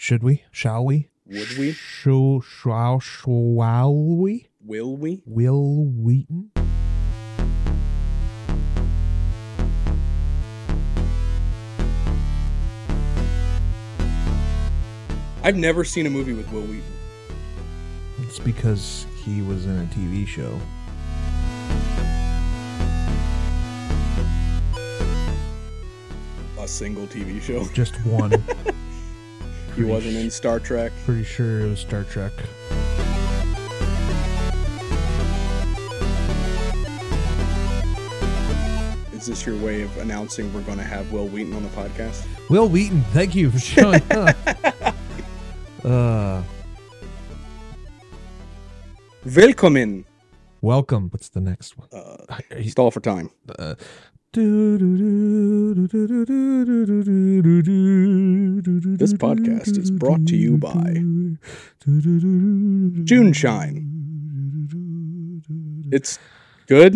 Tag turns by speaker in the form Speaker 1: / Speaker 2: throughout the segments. Speaker 1: Should we? Shall we?
Speaker 2: Would we?
Speaker 1: Shall, shall, shall we?
Speaker 2: Will we?
Speaker 1: Will Wheaton?
Speaker 2: I've never seen a movie with Will Wheaton.
Speaker 1: It's because he was in a TV show.
Speaker 2: A single TV show.
Speaker 1: Just one.
Speaker 2: He wasn't in Star Trek.
Speaker 1: Pretty sure it was Star Trek.
Speaker 2: Is this your way of announcing we're going to have Will Wheaton on the podcast?
Speaker 1: Will Wheaton, thank you for showing up. uh,
Speaker 2: Willkommen.
Speaker 1: welcome. What's the next one?
Speaker 2: Uh,
Speaker 1: Uh, are you-
Speaker 2: stall for time.
Speaker 1: uh, this
Speaker 2: podcast is brought to you by June
Speaker 1: Shine.
Speaker 2: It's good.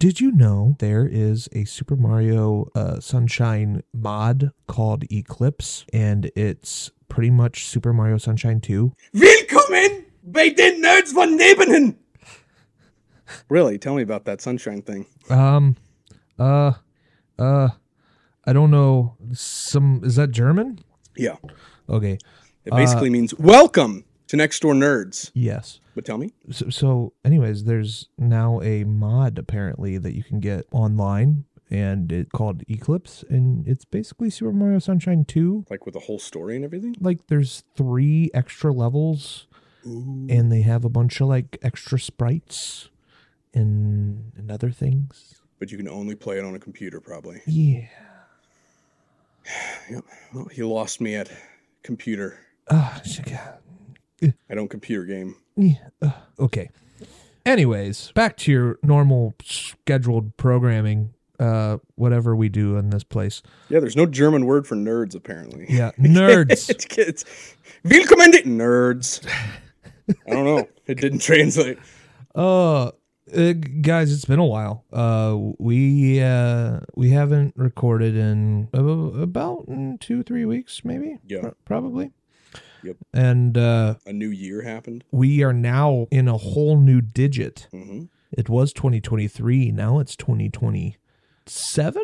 Speaker 1: Did you know there is a Super Mario uh, Sunshine mod called Eclipse, and it's pretty much Super Mario Sunshine 2?
Speaker 2: Willkommen bei den Nerds von Nebenhen. Really? Tell me about that sunshine thing.
Speaker 1: Um, uh, uh, I don't know. Some is that German?
Speaker 2: Yeah.
Speaker 1: Okay.
Speaker 2: It basically means welcome to Next Door Nerds.
Speaker 1: Yes.
Speaker 2: But tell me.
Speaker 1: so, so anyways there's now a mod apparently that you can get online and it's called eclipse and it's basically super mario sunshine 2
Speaker 2: Like with the whole story and everything?
Speaker 1: like there's three extra levels
Speaker 2: Ooh.
Speaker 1: and they have a bunch of like extra sprites and and other things
Speaker 2: But you can only play it on a computer, probably.
Speaker 1: yeah
Speaker 2: Yep. Well, he lost me at computer.
Speaker 1: Ah, sh- yeah.
Speaker 2: I don't computer game.
Speaker 1: Yeah. Ugh. okay anyways back to your normal scheduled programming uh whatever we do in this place
Speaker 2: Yeah, there's no German word for nerds, apparently.
Speaker 1: yeah nerds
Speaker 2: it's, it's Willkommen to nerds. I don't know. It didn't translate.
Speaker 1: Uh, uh, guys, it's been a while. Uh, we uh we haven't recorded in uh, about mm, two three weeks, maybe.
Speaker 2: Yeah.
Speaker 1: Pro- probably.
Speaker 2: Yep.
Speaker 1: And uh,
Speaker 2: A new year happened.
Speaker 1: we are now in a whole new digit.
Speaker 2: hmm
Speaker 1: It was 2023. Now it's 2027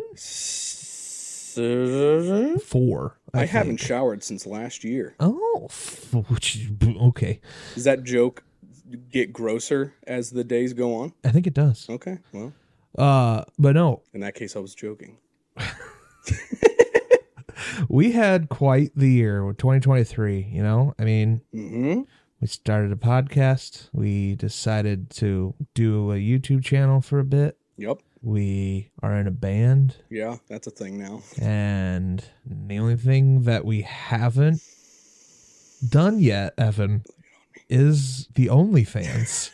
Speaker 1: four. I,
Speaker 2: Hmm? I haven't
Speaker 1: think.
Speaker 2: showered since last year.
Speaker 1: Oh, f- which- okay.
Speaker 2: Does that joke get grosser as the days go on?
Speaker 1: I think it does.
Speaker 2: Okay. Well,
Speaker 1: Uh, but no,
Speaker 2: in that case, I was joking.
Speaker 1: we had quite the year. 2023. You know, I mean,
Speaker 2: hmm
Speaker 1: We started a podcast. We decided to do a YouTube channel for a bit.
Speaker 2: Yep.
Speaker 1: We are in a band.
Speaker 2: Yeah, that's a thing now.
Speaker 1: And the only thing that we haven't done yet, Evan, is the OnlyFans.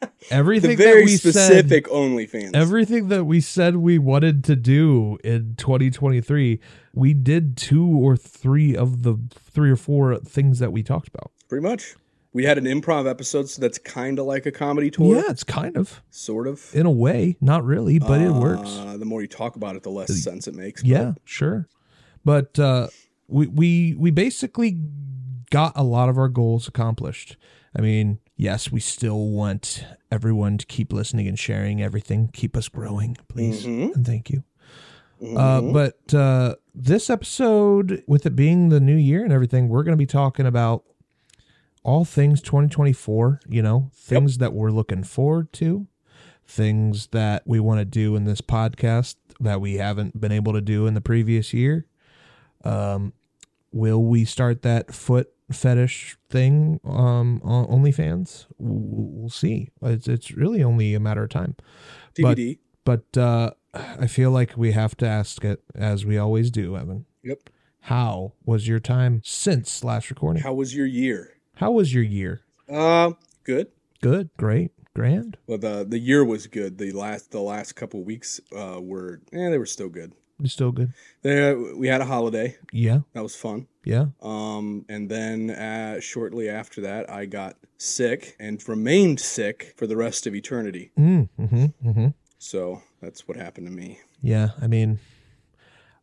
Speaker 2: The
Speaker 1: everything that
Speaker 2: very
Speaker 1: we
Speaker 2: specific OnlyFans.
Speaker 1: said, everything that we said we wanted to do in 2023, we did two or three of the three or four things that we talked about.
Speaker 2: Pretty much. We had an improv episode, so that's kind of like a comedy tour.
Speaker 1: yeah, it's kind of.
Speaker 2: Sort of.
Speaker 1: in a way not really but it works
Speaker 2: Uh, the more you talk about it, the less sense it makes. but
Speaker 1: yeah sure but uh we we we basically got a lot of our goals accomplished i mean yes we still want everyone to keep listening and sharing everything keep us growing please
Speaker 2: Mhm.
Speaker 1: and thank you
Speaker 2: Mm-hmm.
Speaker 1: uh, but uh, this episode, with it being the new year and everything, we're going to be talking about all things 2024, you know, things that we're looking forward to, things that we want to do in this podcast that we haven't been able to do in the previous year. Um, will we start that foot fetish thing um, on OnlyFans? W- We'll see. It's, it's really only a matter of time but-
Speaker 2: TBD.
Speaker 1: but uh, I feel like we have to ask it as we always do, Evan.
Speaker 2: Yep.
Speaker 1: How was your time since last recording? How,
Speaker 2: How was your year?
Speaker 1: was your year?
Speaker 2: Uh, good.
Speaker 1: Good, great, grand.
Speaker 2: Well, the the year was good. The last the last couple weeks uh, were eh, they were still good.
Speaker 1: It's still good.
Speaker 2: There we had a holiday
Speaker 1: Yeah,
Speaker 2: that was fun.
Speaker 1: yeah.
Speaker 2: Um, and then uh, shortly after that, I got sick and remained sick for the rest of eternity.
Speaker 1: Mm, mm-hmm, mm-hmm.
Speaker 2: So that's what happened to me.
Speaker 1: Yeah, I mean,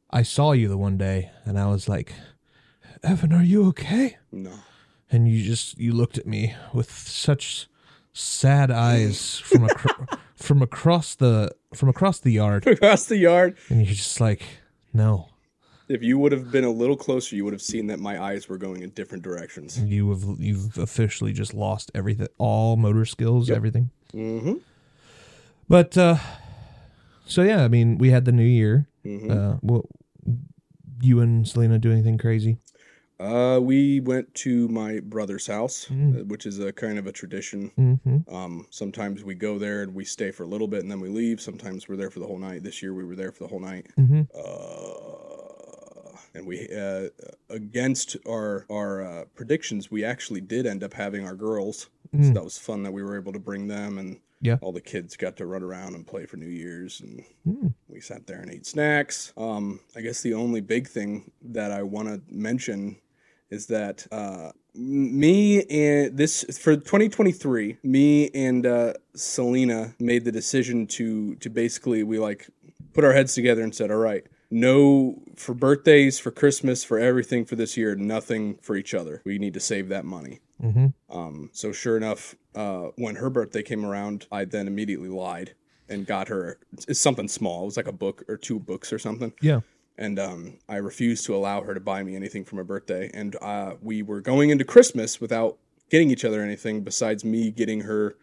Speaker 1: I saw you the one day, and I was like, Evan, are you okay?
Speaker 2: No.
Speaker 1: And you just you looked at me with such sad eyes from acro- from across the from across the yard,
Speaker 2: Across the yard.
Speaker 1: and you're just like, no,
Speaker 2: If you would have been a little closer, you would have seen that my eyes were going in different directions.
Speaker 1: you have you've officially just lost everything, all motor skills, everything.
Speaker 2: Mm-hmm.
Speaker 1: But uh, so yeah, I mean, we had the new year.
Speaker 2: Mm-hmm.
Speaker 1: Uh, what you and Selena do anything crazy?
Speaker 2: Uh, we went to my brother's house,
Speaker 1: Mm.
Speaker 2: uh, which is a kind of a tradition.
Speaker 1: Mm-hmm.
Speaker 2: Um, sometimes we go there and we stay for a little bit and then we leave. Sometimes we're there for the whole night. This year we were there for the whole night.
Speaker 1: Mm-hmm.
Speaker 2: Uh, and we, uh, against our our uh, predictions, we actually did end up having our girls. So
Speaker 1: Mm.
Speaker 2: that was fun that we were able to bring them and
Speaker 1: Yeah.
Speaker 2: all the kids got to run around and play for New Year's and
Speaker 1: Mm.
Speaker 2: we sat there and ate snacks. Um, I guess the only big thing that I want to mention is that uh, m- me and this for 2023, me and uh, Selena made the decision to to basically we like put our heads together and said, all right. No, for birthdays, for Christmas, for everything for this year, nothing for each other. We need to save that money.
Speaker 1: Mm-hmm.
Speaker 2: Um, so sure enough, uh, when her birthday came around, I then immediately lied and got her it's something small. It was like a book or two books or something.
Speaker 1: Yeah.
Speaker 2: And um, I refused to allow her to buy me anything for my birthday. And uh, we were going into Christmas without getting each other anything besides me getting her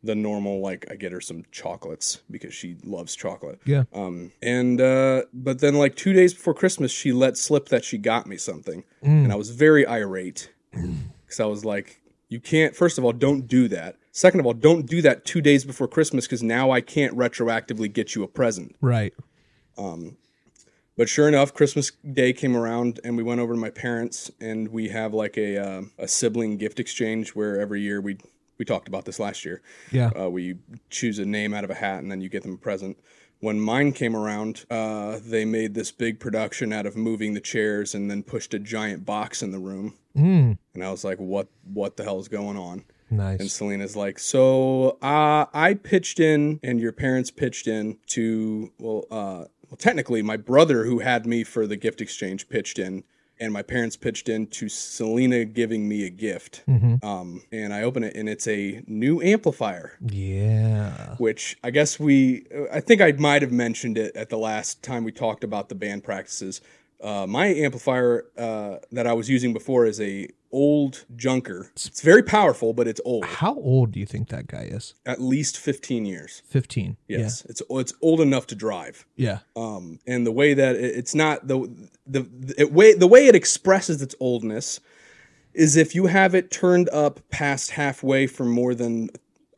Speaker 2: the normal like I get her some chocolates because she loves chocolate.
Speaker 1: Yeah.
Speaker 2: Um and uh but then like 2 days before Christmas she let slip that she got me something
Speaker 1: Mm.
Speaker 2: and I was very irate because I was like, "You can't." First of all, don't do that. Second of all, don't do that two days before Christmas because now I can't retroactively get you a present.
Speaker 1: Right.
Speaker 2: Um, but sure enough, Christmas Day came around, and we went over to my parents, and we have like a uh, a sibling gift exchange where every year we we talked about this last year.
Speaker 1: Yeah.
Speaker 2: Uh, we choose a name out of a hat, and then you get them a present. When mine came around, uh, they made this big production out of moving the chairs and then pushed a giant box in the room
Speaker 1: Mm.
Speaker 2: and I was like, "What? What the hell is going on?" And
Speaker 1: Nice.
Speaker 2: Selena's like, "So uh, I pitched in, and your parents pitched in to well, uh, well, technically, my brother who had me for the gift exchange pitched in, and my parents pitched in to Selena giving me a gift.
Speaker 1: Mm-hmm.
Speaker 2: Um, and I open it, and it's a new amplifier."
Speaker 1: Yeah.
Speaker 2: Which I guess we, I think I might have mentioned it at the last time we talked about the band practices. Uh, my amplifier uh, that I was using before is a old junker. It's very powerful, but it's old.
Speaker 1: How old do you think that guy is?
Speaker 2: At least fifteen years.
Speaker 1: Fifteen.
Speaker 2: Yes, it's it's old enough to drive.
Speaker 1: Yeah.
Speaker 2: Um, and the way that it, it's not the the the it way the way it expresses its oldness is if you have it turned up past halfway for more than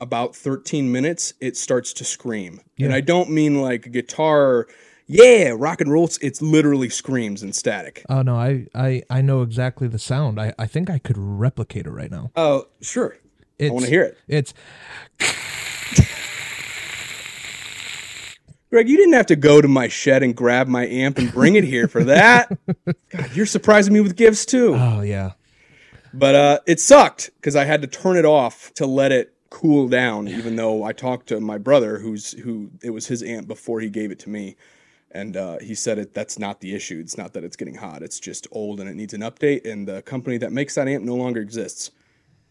Speaker 2: about 13 minutes, it starts to scream. And
Speaker 1: Yeah.
Speaker 2: I don't mean like guitar, yeah, rock and roll. It's- It's literally screams and static.
Speaker 1: Oh no, I I I know exactly the sound. I I think I could replicate it right now.
Speaker 2: Oh, sure.
Speaker 1: It's,
Speaker 2: I want to hear it.
Speaker 1: It's
Speaker 2: Greg, you didn't have to go to my shed and grab my amp and bring it here for that. God, you're surprising me with gifts too.
Speaker 1: oh yeah.
Speaker 2: But uh, it sucked because I had to turn it off to let it cool down. Even though I talked to my brother, who's who, it was his amp before he gave it to me, and uh, he said it. That's not the issue. It's not that it's getting hot. It's just old and it needs an update. And the company that makes that amp no longer exists.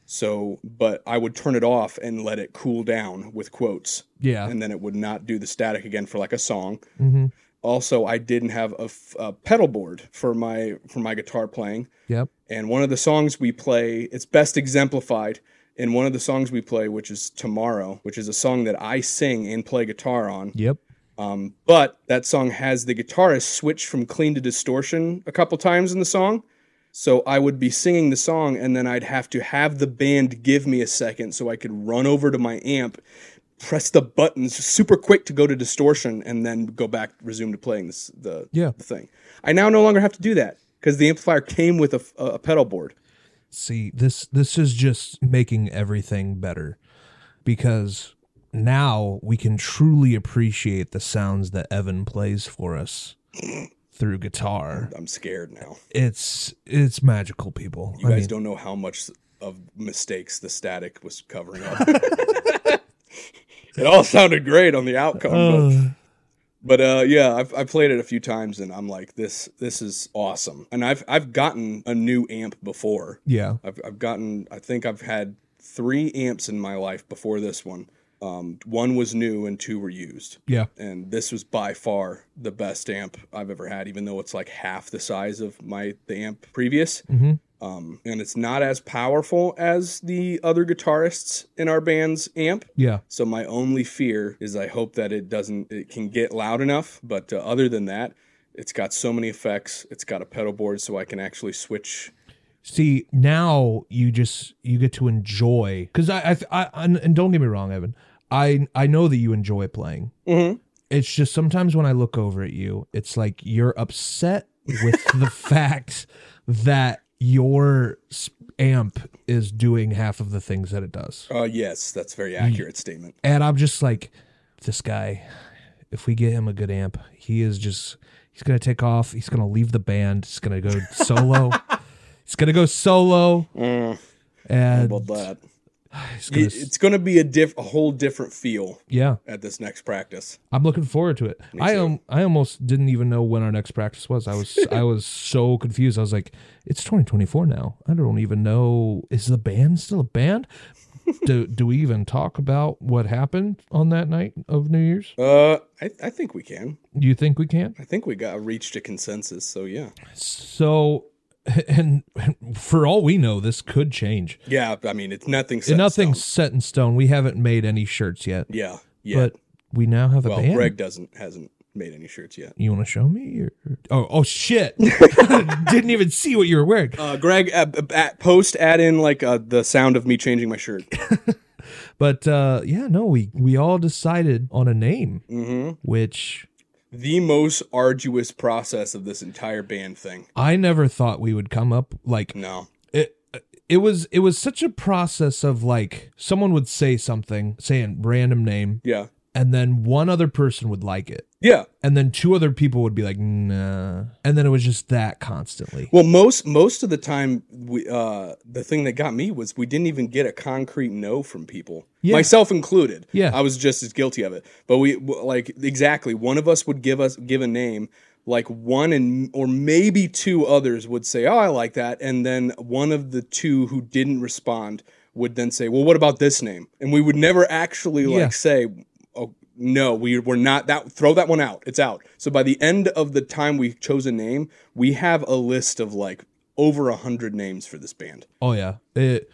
Speaker 2: So, but I would turn it off and let it cool down with quotes,
Speaker 1: Yeah.
Speaker 2: and then it would not do the static again for like a song
Speaker 1: Mm-hmm.
Speaker 2: also i didn't have a, f- a pedal board for my for my guitar playing
Speaker 1: Yep.
Speaker 2: and one of the songs we play it's best exemplified in one of the songs we play which is tomorrow which is a song that i sing and play guitar on
Speaker 1: Yep.
Speaker 2: um, but that song has the guitarist switch from clean to distortion a couple times in the song so i would be singing the song and then i'd have to have the band give me a second so i could run over to my amp press the buttons super quick to go to distortion and then go back resume to playing this the,
Speaker 1: Yeah.
Speaker 2: the thing i now no longer have to do that because the amplifier came with a, a pedal board
Speaker 1: See, this this is just making everything better because now we can truly appreciate the sounds that Evan plays for us through guitar.
Speaker 2: i'm scared now
Speaker 1: It's it's magical, people.
Speaker 2: you
Speaker 1: I
Speaker 2: guys
Speaker 1: mean,
Speaker 2: don't know how much of mistakes the static was covering up it all sounded great on the outcome but
Speaker 1: uh,
Speaker 2: But uh, yeah, I've, I've played it a few times, and I'm like, this this is awesome. And I've I've gotten a new amp before.
Speaker 1: Yeah.
Speaker 2: I've I've gotten I think I've had three amps in my life before this one. Um, one was new and two were used.
Speaker 1: Yeah.
Speaker 2: And this was by far the best amp I've ever had, even though it's like half the size of my the amp previous.
Speaker 1: Mm-hmm.
Speaker 2: Um, and it's not as powerful as the other guitarists in our band's amp.
Speaker 1: Yeah.
Speaker 2: So my only fear is I hope that it doesn't it can get loud enough, but uh, other than that, it's got so many effects. It's got a pedal board so I can actually switch
Speaker 1: See, now you just you get to enjoy because I, I I and and don't get me wrong, Evan. I I know that you enjoy playing.
Speaker 2: Mhm.
Speaker 1: It's just sometimes when I look over at you, it's like you're upset with the fact that your s- amp is doing half of the things that it does.
Speaker 2: Uh yes, that's a very accurate statement.
Speaker 1: and I'm just like, this guy. If we get him a good amp, he is just he's gonna take off. He's gonna leave the band. He's gonna go solo. he's gonna go solo,
Speaker 2: Mm,
Speaker 1: and
Speaker 2: about that.
Speaker 1: he's gonna
Speaker 2: Y-
Speaker 1: s-
Speaker 2: It's going to be a diff a whole different feel
Speaker 1: yeah.
Speaker 2: at this next practice.
Speaker 1: I'm looking forward to it. I um, I almost didn't even know when our next practice was. I was I was so confused. I was like, it's 2024 now. I don't even know. Is the band still a band? do do we even talk about what happened on that night of New Year's?
Speaker 2: Uh, I, I think we can.
Speaker 1: Do you think we can?
Speaker 2: I think we got reached a consensus. So yeah,
Speaker 1: So, and for all we know, this could change.
Speaker 2: yeah. I mean, it's nothing. Set in
Speaker 1: Nothing's
Speaker 2: stone.
Speaker 1: set in stone. We haven't made any shirts yet,
Speaker 2: Yeah, yeah.
Speaker 1: but we now have a
Speaker 2: well,
Speaker 1: band.
Speaker 2: Greg doesn't hasn't made any shirts yet.
Speaker 1: you want to show me your? Oh, oh shit! Didn't even see what you were wearing.
Speaker 2: Uh, Greg, uh, b- at, post add in like uh, the sound of me changing my shirt.
Speaker 1: But uh, yeah, no, we we all decided on a name,
Speaker 2: hmm
Speaker 1: which
Speaker 2: The most arduous process of this entire band thing.
Speaker 1: I never thought we would come up. Like
Speaker 2: No,
Speaker 1: it it was it was such a process of like someone would say something, say a random name,
Speaker 2: yeah,
Speaker 1: and then one other person would like it.
Speaker 2: yeah.
Speaker 1: and then two other people would be like nah and then it was just that constantly
Speaker 2: Well, most most of the time, we uh, the thing that got me was we didn't even get a concrete no from people,
Speaker 1: Yeah.
Speaker 2: myself included.
Speaker 1: Yeah.
Speaker 2: I was just as guilty of it. But we w- like exactly one of us would give us give a name, like one and or maybe two others would say, "Oh, I like that," and then one of the two who didn't respond would then say, "Well, what about this name?" And we would never actually
Speaker 1: Yeah.
Speaker 2: like say. "Oh, No, we we're not that. Throw that one out. It's out. So by the end of the time we chose a name, we have a list of like over a hundred names for this band.
Speaker 1: oh yeah it,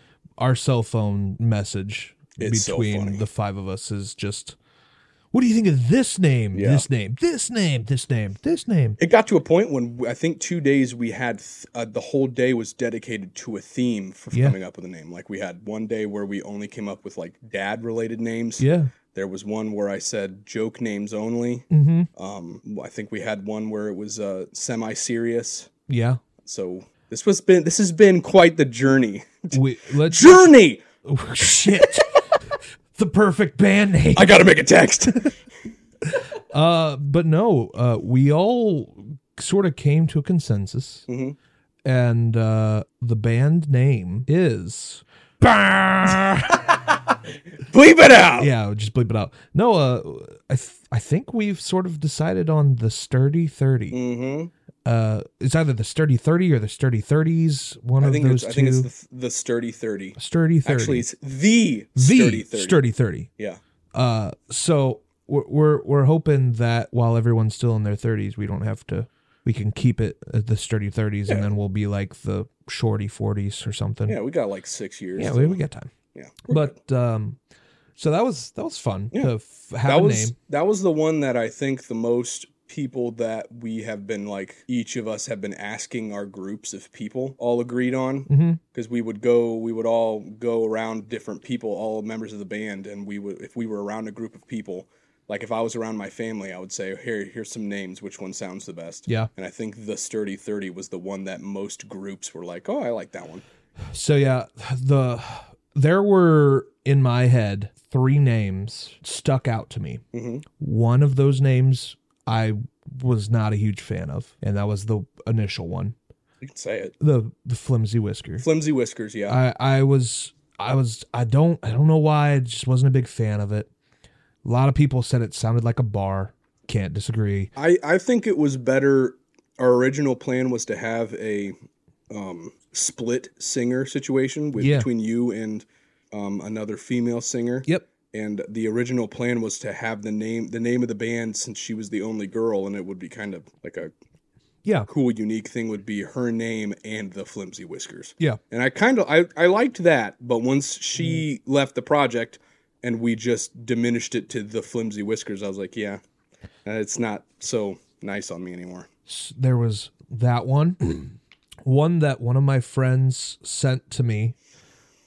Speaker 1: our cell phone message
Speaker 2: It's so
Speaker 1: between
Speaker 2: funny.
Speaker 1: the five of us is just what do you think of this name
Speaker 2: Yeah.
Speaker 1: this name this name this name this name
Speaker 2: It got to a point when I think two days we had th- uh, the whole day was dedicated to a theme for
Speaker 1: Yeah.
Speaker 2: coming up with a name. Like we had one day where we only came up with like dad related names.
Speaker 1: yeah
Speaker 2: There was one where I said joke names only.
Speaker 1: mm-hmm
Speaker 2: Um, I think we had one where it was uh, semi serious.
Speaker 1: yeah
Speaker 2: So this was been this has been quite the journey.
Speaker 1: we let's
Speaker 2: Journey.
Speaker 1: oh, shit the perfect band name
Speaker 2: I gotta make a text.
Speaker 1: uh but no uh we all sort of came to a consensus
Speaker 2: hmm
Speaker 1: and uh the band name is yeah
Speaker 2: Bleep it out.
Speaker 1: just bleep it out no uh i th- i think we've sort of decided on the sturdy 30
Speaker 2: hmm
Speaker 1: uh it's either the sturdy 30 or the sturdy 30s one
Speaker 2: I
Speaker 1: of
Speaker 2: think
Speaker 1: those
Speaker 2: it's,
Speaker 1: two
Speaker 2: I think it's the, the sturdy thirty.
Speaker 1: sturdy 30
Speaker 2: Actually, it's the,
Speaker 1: the
Speaker 2: sturdy thirty.
Speaker 1: sturdy 30
Speaker 2: Yeah.
Speaker 1: uh so we're, we're we're hoping that while everyone's still in their 30s we don't have to we can keep it at the sturdy 30s
Speaker 2: Yeah.
Speaker 1: and then we'll be like the shorty 40s or something
Speaker 2: Yeah, we got like six years.
Speaker 1: yeah
Speaker 2: to-
Speaker 1: we, we got time
Speaker 2: yeah.
Speaker 1: but um so that was that was fun
Speaker 2: Yeah.
Speaker 1: to f- have
Speaker 2: that
Speaker 1: a
Speaker 2: was
Speaker 1: name
Speaker 2: that was the one that I think the most people that we have been like each of us have been asking our groups of people all agreed on
Speaker 1: hmm
Speaker 2: because we would go we would all go around different people all members of the band and we would if we were around a group of people like if I was around my family I would say here here's some names which one sounds the best
Speaker 1: yeah
Speaker 2: and I think the sturdy 30 was the one that most groups were like oh I like that one
Speaker 1: so yeah the there were in my head three names stuck out to me
Speaker 2: hmm
Speaker 1: one of those names i was not a huge fan of and that was the initial one
Speaker 2: you can say it
Speaker 1: the the flimsy whisker
Speaker 2: flimsy whiskers yeah
Speaker 1: i i was i was i don't i don't know why i just wasn't a big fan of it a lot of people said it sounded like a bar can't disagree.
Speaker 2: I, I think it was better. Our original plan was to have a um, split singer situation with,
Speaker 1: Yeah.
Speaker 2: between you and um, another female singer.
Speaker 1: Yep.
Speaker 2: And the original plan was to have the name the name of the band since she was the only girl, and it would be kind of like a
Speaker 1: Yeah.
Speaker 2: cool, unique thing would be her name and the flimsy whiskers.
Speaker 1: Yeah.
Speaker 2: And I kind of I, I liked that, but once she
Speaker 1: Mm-hmm.
Speaker 2: left the project and we just diminished it to the flimsy whiskers, I was like, yeah, uh, it's not so nice on me anymore.
Speaker 1: S- There was that one. one that one of my friends sent to me,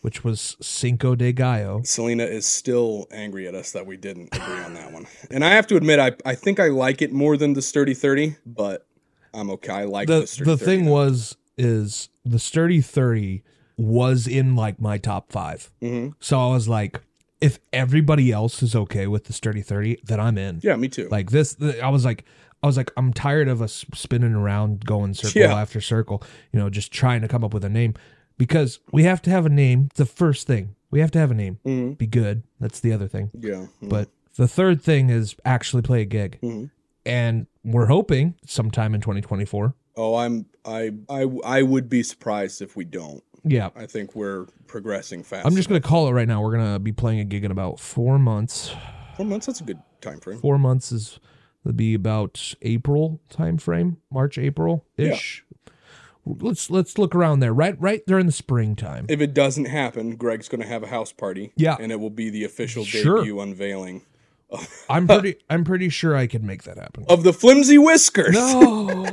Speaker 1: which was Cinco de Gallo.
Speaker 2: Selena is still angry at us that we didn't agree on that one. And I have to admit, I, I think I like it more than the Sturdy 30, but I'm okay. I like the,
Speaker 1: the
Speaker 2: Sturdy
Speaker 1: the
Speaker 2: 30.
Speaker 1: thing was is the sturdy 30 was in like my top 5
Speaker 2: Mhm.
Speaker 1: so i was like if everybody else is okay with the sturdy 30 then i'm in
Speaker 2: Yeah, me too.
Speaker 1: like this th- i was like i was like i'm tired of us spinning around going circle
Speaker 2: Yeah.
Speaker 1: after circle you know just trying to come up with a name because we have to have a name It's the first thing we have to have a name
Speaker 2: Mhm.
Speaker 1: be good that's the other thing
Speaker 2: Yeah. mhm.
Speaker 1: but the third thing is actually play a gig
Speaker 2: Mhm.
Speaker 1: and we're hoping sometime in 2024
Speaker 2: oh, I'm I, I I would be surprised if we don't.
Speaker 1: yeah
Speaker 2: I think we're progressing fast.
Speaker 1: I'm just gonna call it right now. We're gonna be playing a gig in about four months.
Speaker 2: four months. That's a good time frame.
Speaker 1: Four months is would be about April time frame, March April ish. Let's let's look around there. Right right during the springtime.
Speaker 2: If it doesn't happen, Greg's going to have a house party.
Speaker 1: Yeah.
Speaker 2: and it will be the official
Speaker 1: Sure.
Speaker 2: debut unveiling
Speaker 1: I'm pretty I'm pretty sure I could make that happen.
Speaker 2: of the flimsy whiskers.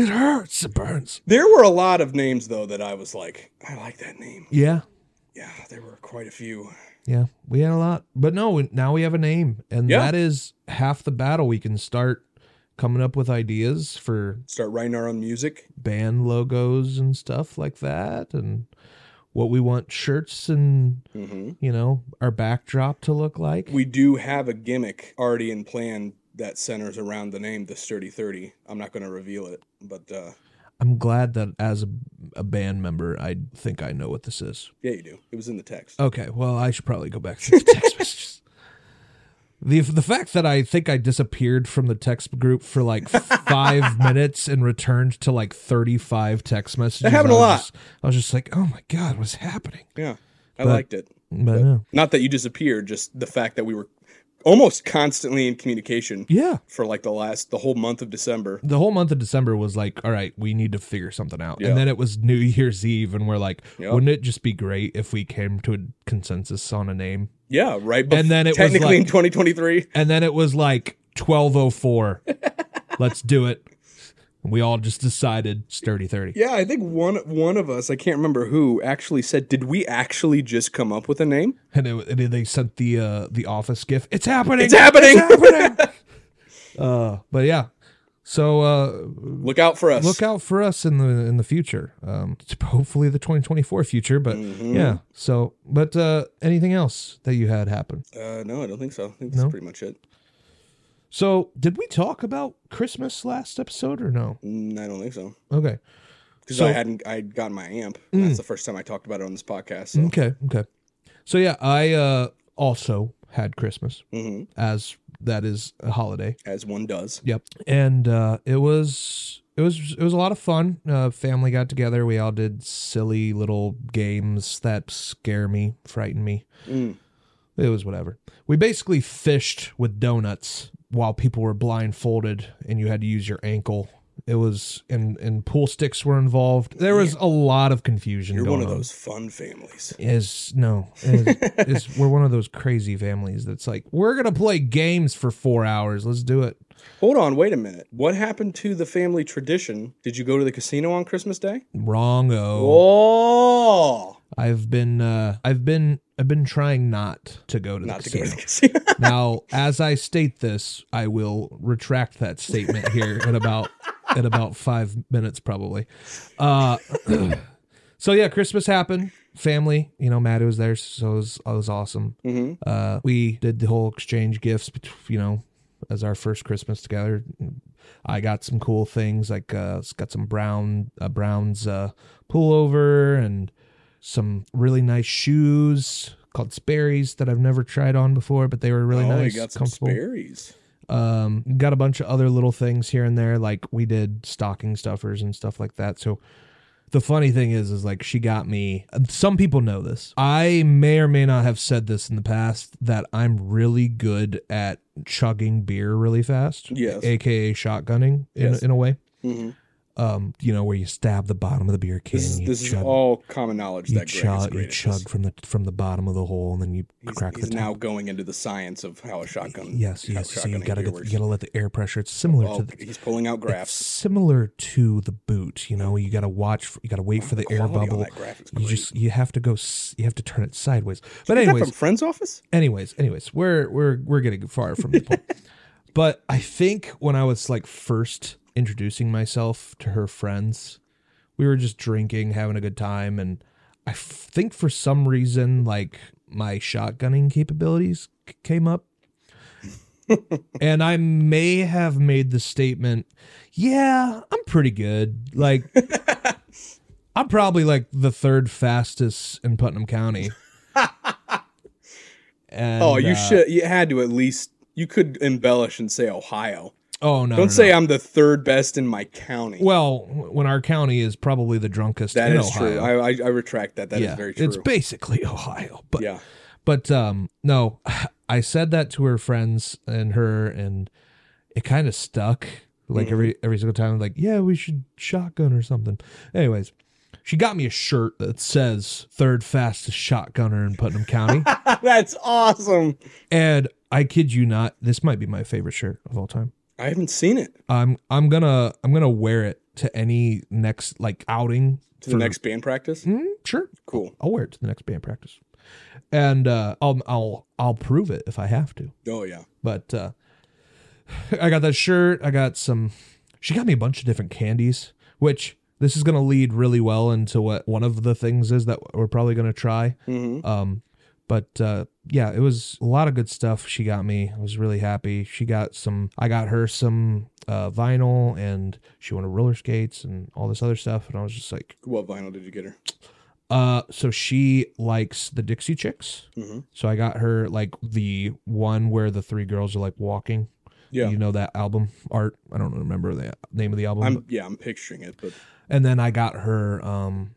Speaker 1: No, it hurts. It burns.
Speaker 2: There were a lot of names though that I was like, I like that name.
Speaker 1: Yeah
Speaker 2: Yeah, there were quite a few.
Speaker 1: yeah. We had a lot, but no. Now we have a name, and
Speaker 2: Yeah.
Speaker 1: that is half the battle. We can start coming up with ideas for
Speaker 2: Start writing our own music.
Speaker 1: band logos and stuff like that and what we want shirts and
Speaker 2: hmm
Speaker 1: you know our backdrop to look like
Speaker 2: We do have a gimmick already in plan that centers around the name, the Sturdy Thirty. I'm not going to reveal it, but uh,
Speaker 1: i'm glad that as a, a band member i think i know what this is
Speaker 2: yeah, you do. It was in the text.
Speaker 1: okay well i should probably go back to the text messages the, the fact that i think i disappeared from the text group for like five minutes and returned to like 35 text messages
Speaker 2: happened a
Speaker 1: I was
Speaker 2: lot.
Speaker 1: just- i was just like oh my god what's happening
Speaker 2: Yeah, I
Speaker 1: But-
Speaker 2: liked it.
Speaker 1: but no.
Speaker 2: Not that you disappeared, just the fact that we were almost constantly in communication
Speaker 1: yeah
Speaker 2: for like the last the whole month of December.
Speaker 1: the whole month of December was like, all right, we need to figure something out.
Speaker 2: Yeah.
Speaker 1: And then it was New Year's Eve, and we're like,
Speaker 2: Yep.
Speaker 1: wouldn't it just be great if we came to a consensus on a name?
Speaker 2: Yeah, right. bef-
Speaker 1: And then it was
Speaker 2: technically in
Speaker 1: like-
Speaker 2: 2023.
Speaker 1: And then it was like 1204. Let's do it. And we all just decided sturdy 30.
Speaker 2: Yeah, I think one one of us, I can't remember who, actually said, "Did we actually just come up with a name?"
Speaker 1: And, it, and then they sent the uh, the office gif. It's happening.
Speaker 2: It's happening!
Speaker 1: happening! uh, but yeah. So uh,
Speaker 2: Look out for us.
Speaker 1: look out for us in the in the future um it's hopefully the 2024 future but yeah so but uh anything else that you had happen
Speaker 2: Uh, no, I don't think so. I think that's
Speaker 1: No?
Speaker 2: pretty much it.
Speaker 1: so did we talk about christmas last episode or no
Speaker 2: Mm, I don't think so
Speaker 1: okay
Speaker 2: because
Speaker 1: So- Mm.
Speaker 2: I hadn't. I had gotten my amp. and That's the first time I talked about it on this podcast. So.
Speaker 1: okay okay so yeah i uh also had christmas
Speaker 2: hmm
Speaker 1: as that is a holiday
Speaker 2: As one does.
Speaker 1: Yep. And uh, it was it was it was a lot of fun. Uh, family got together. We all did silly little games that scare me, frighten me.
Speaker 2: Mm.
Speaker 1: It was whatever. We basically fished with donuts while people were blindfolded, and you had to use your ankle. It was and and pool sticks were involved. There was a lot of confusion.
Speaker 2: You're
Speaker 1: going
Speaker 2: one of
Speaker 1: on.
Speaker 2: those fun families.
Speaker 1: Is no, is, is we're one of those crazy families that's like we're gonna play games for four hours. Let's do it.
Speaker 2: Hold on, wait a minute. What happened to the family tradition? Did you go to the casino on Christmas Day?
Speaker 1: Wrong. Oh.
Speaker 2: Oh,
Speaker 1: I've been uh, I've been I've been trying not to go to the
Speaker 2: not to go
Speaker 1: casino.
Speaker 2: to the casino.
Speaker 1: now, as I state this, I will retract that statement here in about in about five minutes probably. Uh, so yeah, Christmas happened. Family, you know, Maddie was there, so it was, it was awesome.
Speaker 2: hmm
Speaker 1: Uh, we did the whole exchange gifts, bet- you know, as our first Christmas together. I got some cool things like uh, s- got some brown uh, Brown's uh, pullover and some really nice shoes called Sperry's that I've never tried on before, but they were really
Speaker 2: oh,
Speaker 1: nice,
Speaker 2: you got some
Speaker 1: comfortable.
Speaker 2: Sperry's.
Speaker 1: Um, got a bunch of other little things here and there, like we did stocking stuffers and stuff like that. So the funny thing is, is like she got me. Some people know this. I may or may not have said this in the past that I'm really good at chugging beer really fast.
Speaker 2: Yes.
Speaker 1: AKA shotgunning in,
Speaker 2: Yes.
Speaker 1: in a way.
Speaker 2: Mhm.
Speaker 1: Um, you know, where you stab the bottom of the beer can.
Speaker 2: This is
Speaker 1: you
Speaker 2: this is
Speaker 1: chug,
Speaker 2: all common knowledge
Speaker 1: you
Speaker 2: that Greg is
Speaker 1: chug, you
Speaker 2: great at
Speaker 1: chug
Speaker 2: this.
Speaker 1: from the from the bottom of the hole, and then you
Speaker 2: He's,
Speaker 1: crack
Speaker 2: he's
Speaker 1: the top.
Speaker 2: now going into the science of how a shotgun.
Speaker 1: yes,
Speaker 2: how
Speaker 1: yes. So you
Speaker 2: shotgunning
Speaker 1: gotta
Speaker 2: beer
Speaker 1: get, you
Speaker 2: works.
Speaker 1: gotta let the air pressure. It's similar
Speaker 2: Oh,
Speaker 1: to the,
Speaker 2: he's pulling out
Speaker 1: it's
Speaker 2: graphs.
Speaker 1: similar to the boot. You know, you gotta watch. For, you gotta wait for the, air
Speaker 2: quality on
Speaker 1: bubble.
Speaker 2: that graph is
Speaker 1: You
Speaker 2: great.
Speaker 1: just you have to go. s- You have to turn it sideways. But
Speaker 2: Is that
Speaker 1: anyways,
Speaker 2: from Friend's office?
Speaker 1: anyways, anyways, we're we're we're getting far from the point. But I think when I was like first introducing myself to her friends, we were just drinking, having a good time, and I f- think for some reason like my shotgunning capabilities c- came up. and I may have made the statement, yeah, I'm pretty good. Like I'm probably like the third fastest in Putnam County. And,
Speaker 2: oh, you
Speaker 1: uh,
Speaker 2: should. You had to at least. You could embellish and say Ohio.
Speaker 1: Oh no!
Speaker 2: Don't
Speaker 1: no,
Speaker 2: say
Speaker 1: no.
Speaker 2: I'm the third best in my county.
Speaker 1: Well, when our county is probably the drunkest
Speaker 2: that
Speaker 1: in
Speaker 2: is
Speaker 1: Ohio.
Speaker 2: true. I, I I retract that. That is
Speaker 1: yeah,
Speaker 2: very true.
Speaker 1: it's basically Ohio, but
Speaker 2: yeah.
Speaker 1: but um no, I said that to her friends and her, and it kind of stuck. Like
Speaker 2: Mhm.
Speaker 1: every every single time, like yeah, we should shotgun or something. Anyways, she got me a shirt that says third fastest shotgunner in Putnam County,
Speaker 2: That's awesome.
Speaker 1: and I kid you not, this might be my favorite shirt of all time.
Speaker 2: I haven't seen it
Speaker 1: I'm I'm gonna I'm gonna wear it to any next like outing
Speaker 2: to the next band practice.
Speaker 1: Mm, sure,
Speaker 2: Cool.
Speaker 1: I'll wear it to the next band practice, and uh, I'll I'll I'll prove it if I have to.
Speaker 2: Oh yeah.
Speaker 1: But uh, I got that shirt. I got some. She got me a bunch of different candies, which this is gonna lead really well into what one of the things is that we're probably gonna try.
Speaker 2: hmm
Speaker 1: Um, but uh, yeah, it was a lot of good stuff she got me. I was really happy. She got some. I got her some uh, vinyl, and she wanted roller skates and all this other stuff. And I was just like,
Speaker 2: What vinyl did you get her?
Speaker 1: uh, so she likes the Dixie Chicks.
Speaker 2: Mhm.
Speaker 1: So I got her like the one where the three girls are like walking.
Speaker 2: Yeah.
Speaker 1: You know that album art. I don't remember the name of the album.
Speaker 2: I'm yeah. I'm picturing it, but
Speaker 1: and then I got her um,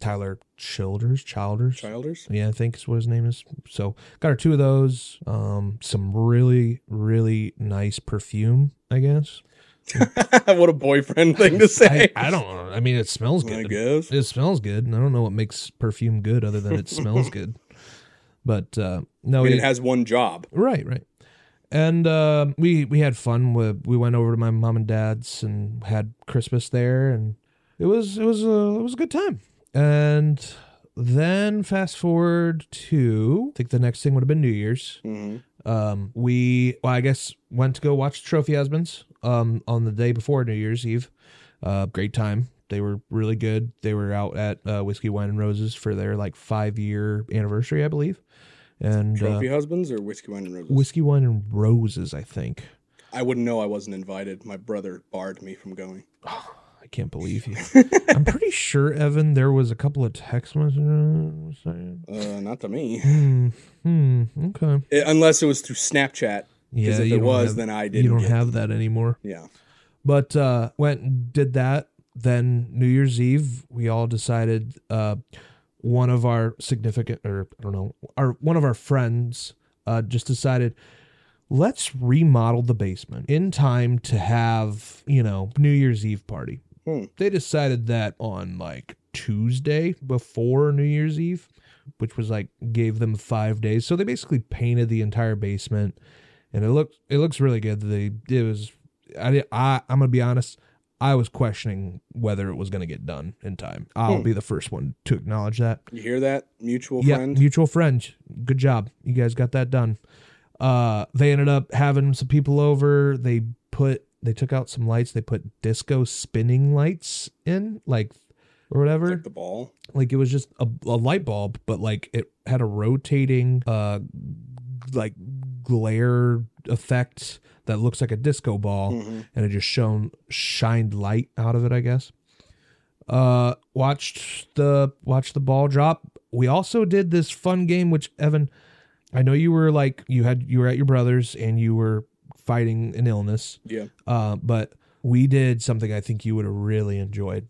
Speaker 1: Tyler Childers, Childers.
Speaker 2: Childers.
Speaker 1: Yeah, I think is what his name is. So got her two of those. Um, some really, really nice perfume, I guess.
Speaker 2: what a boyfriend thing to
Speaker 1: I,
Speaker 2: say.
Speaker 1: I don't know. I mean, it smells good.
Speaker 2: I guess.
Speaker 1: It smells good, and I don't know what makes perfume good other than it smells good. But uh, no,
Speaker 2: I mean,
Speaker 1: it,
Speaker 2: it has one job.
Speaker 1: right, right. And uh, we we had fun. We, we went over to my mom and dad's and had Christmas there, and it was it was a it was a good time. And then fast forward to I think the next thing would have been New Year's.
Speaker 2: hmm
Speaker 1: Um, we well, I guess went to go watch Trophy Husbands um on the day before New Year's Eve. Uh, great time. They were really good. They were out at uh, Whiskey Wine and Roses for their like five year anniversary, I believe. And uh,
Speaker 2: Trophy husbands or whiskey wine and roses.
Speaker 1: Whiskey Wine and Roses, I think.
Speaker 2: I wouldn't know. I wasn't invited. My brother barred me from going.
Speaker 1: I can't believe you. I'm pretty sure Evan. There was a couple of text messages. saying,
Speaker 2: Uh, not to me.
Speaker 1: Hmm. Hmm. Okay.
Speaker 2: Eh, unless it was through Snapchat.
Speaker 1: Yeah.
Speaker 2: Because if
Speaker 1: you
Speaker 2: it
Speaker 1: don't
Speaker 2: was,
Speaker 1: have-
Speaker 2: then I didn't.
Speaker 1: you don't
Speaker 2: get-
Speaker 1: have that anymore.
Speaker 2: Yeah.
Speaker 1: But uh went and did that. Then New Year's Eve, we all decided uh one of our significant or I don't know, our one of our friends uh just decided let's remodel the basement in time to have, you know, New Year's Eve party.
Speaker 2: Hmm.
Speaker 1: They decided that on like Tuesday before New Year's Eve, which was like gave them 5 days. So they basically painted the entire basement and it looked it looks really good. They it was I did, I I'm gonna be honest. I was questioning whether it was gonna get done in time. I'll
Speaker 2: Hmm.
Speaker 1: be the first one to acknowledge that.
Speaker 2: You hear that, mutual
Speaker 1: yeah,
Speaker 2: friend?
Speaker 1: mutual friend. Good job, you guys got that done. Uh, they ended up having some people over. They put they took out some lights. They put disco spinning lights in, like or whatever
Speaker 2: Like the ball.
Speaker 1: like it was just a, a light bulb but like it had a rotating uh like glare effect that looks like a disco ball
Speaker 2: Mhm.
Speaker 1: and it just shone shined light out of it i guess uh watched the watched the ball drop we also did this fun game which evan i know you were like you had you were at your brother's and you were fighting an illness.
Speaker 2: Yeah.
Speaker 1: Uh, but we did something I think you would have really enjoyed.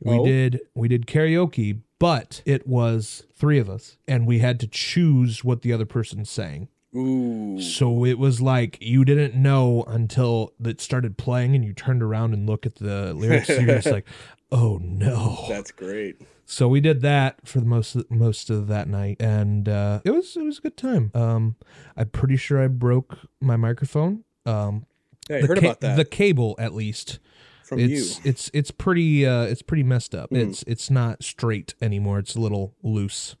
Speaker 1: We
Speaker 2: Oh.
Speaker 1: did we did karaoke, but it was three of us, and we had to choose what the other person sang.
Speaker 2: Ooh.
Speaker 1: So it was like you didn't know until it started playing, and you turned around and looked at the lyrics. and You're just like, oh no.
Speaker 2: That's great.
Speaker 1: So we did that for the most most of that night, and uh, it was it was a good time. Um, I'm pretty sure I broke my microphone. Um,
Speaker 2: Yeah, I
Speaker 1: the
Speaker 2: heard
Speaker 1: ca-
Speaker 2: about that
Speaker 1: The cable, at least.
Speaker 2: from
Speaker 1: it's
Speaker 2: you.
Speaker 1: it's it's pretty uh, it's pretty messed up.
Speaker 2: Mhm.
Speaker 1: It's it's not straight anymore. It's a little loose.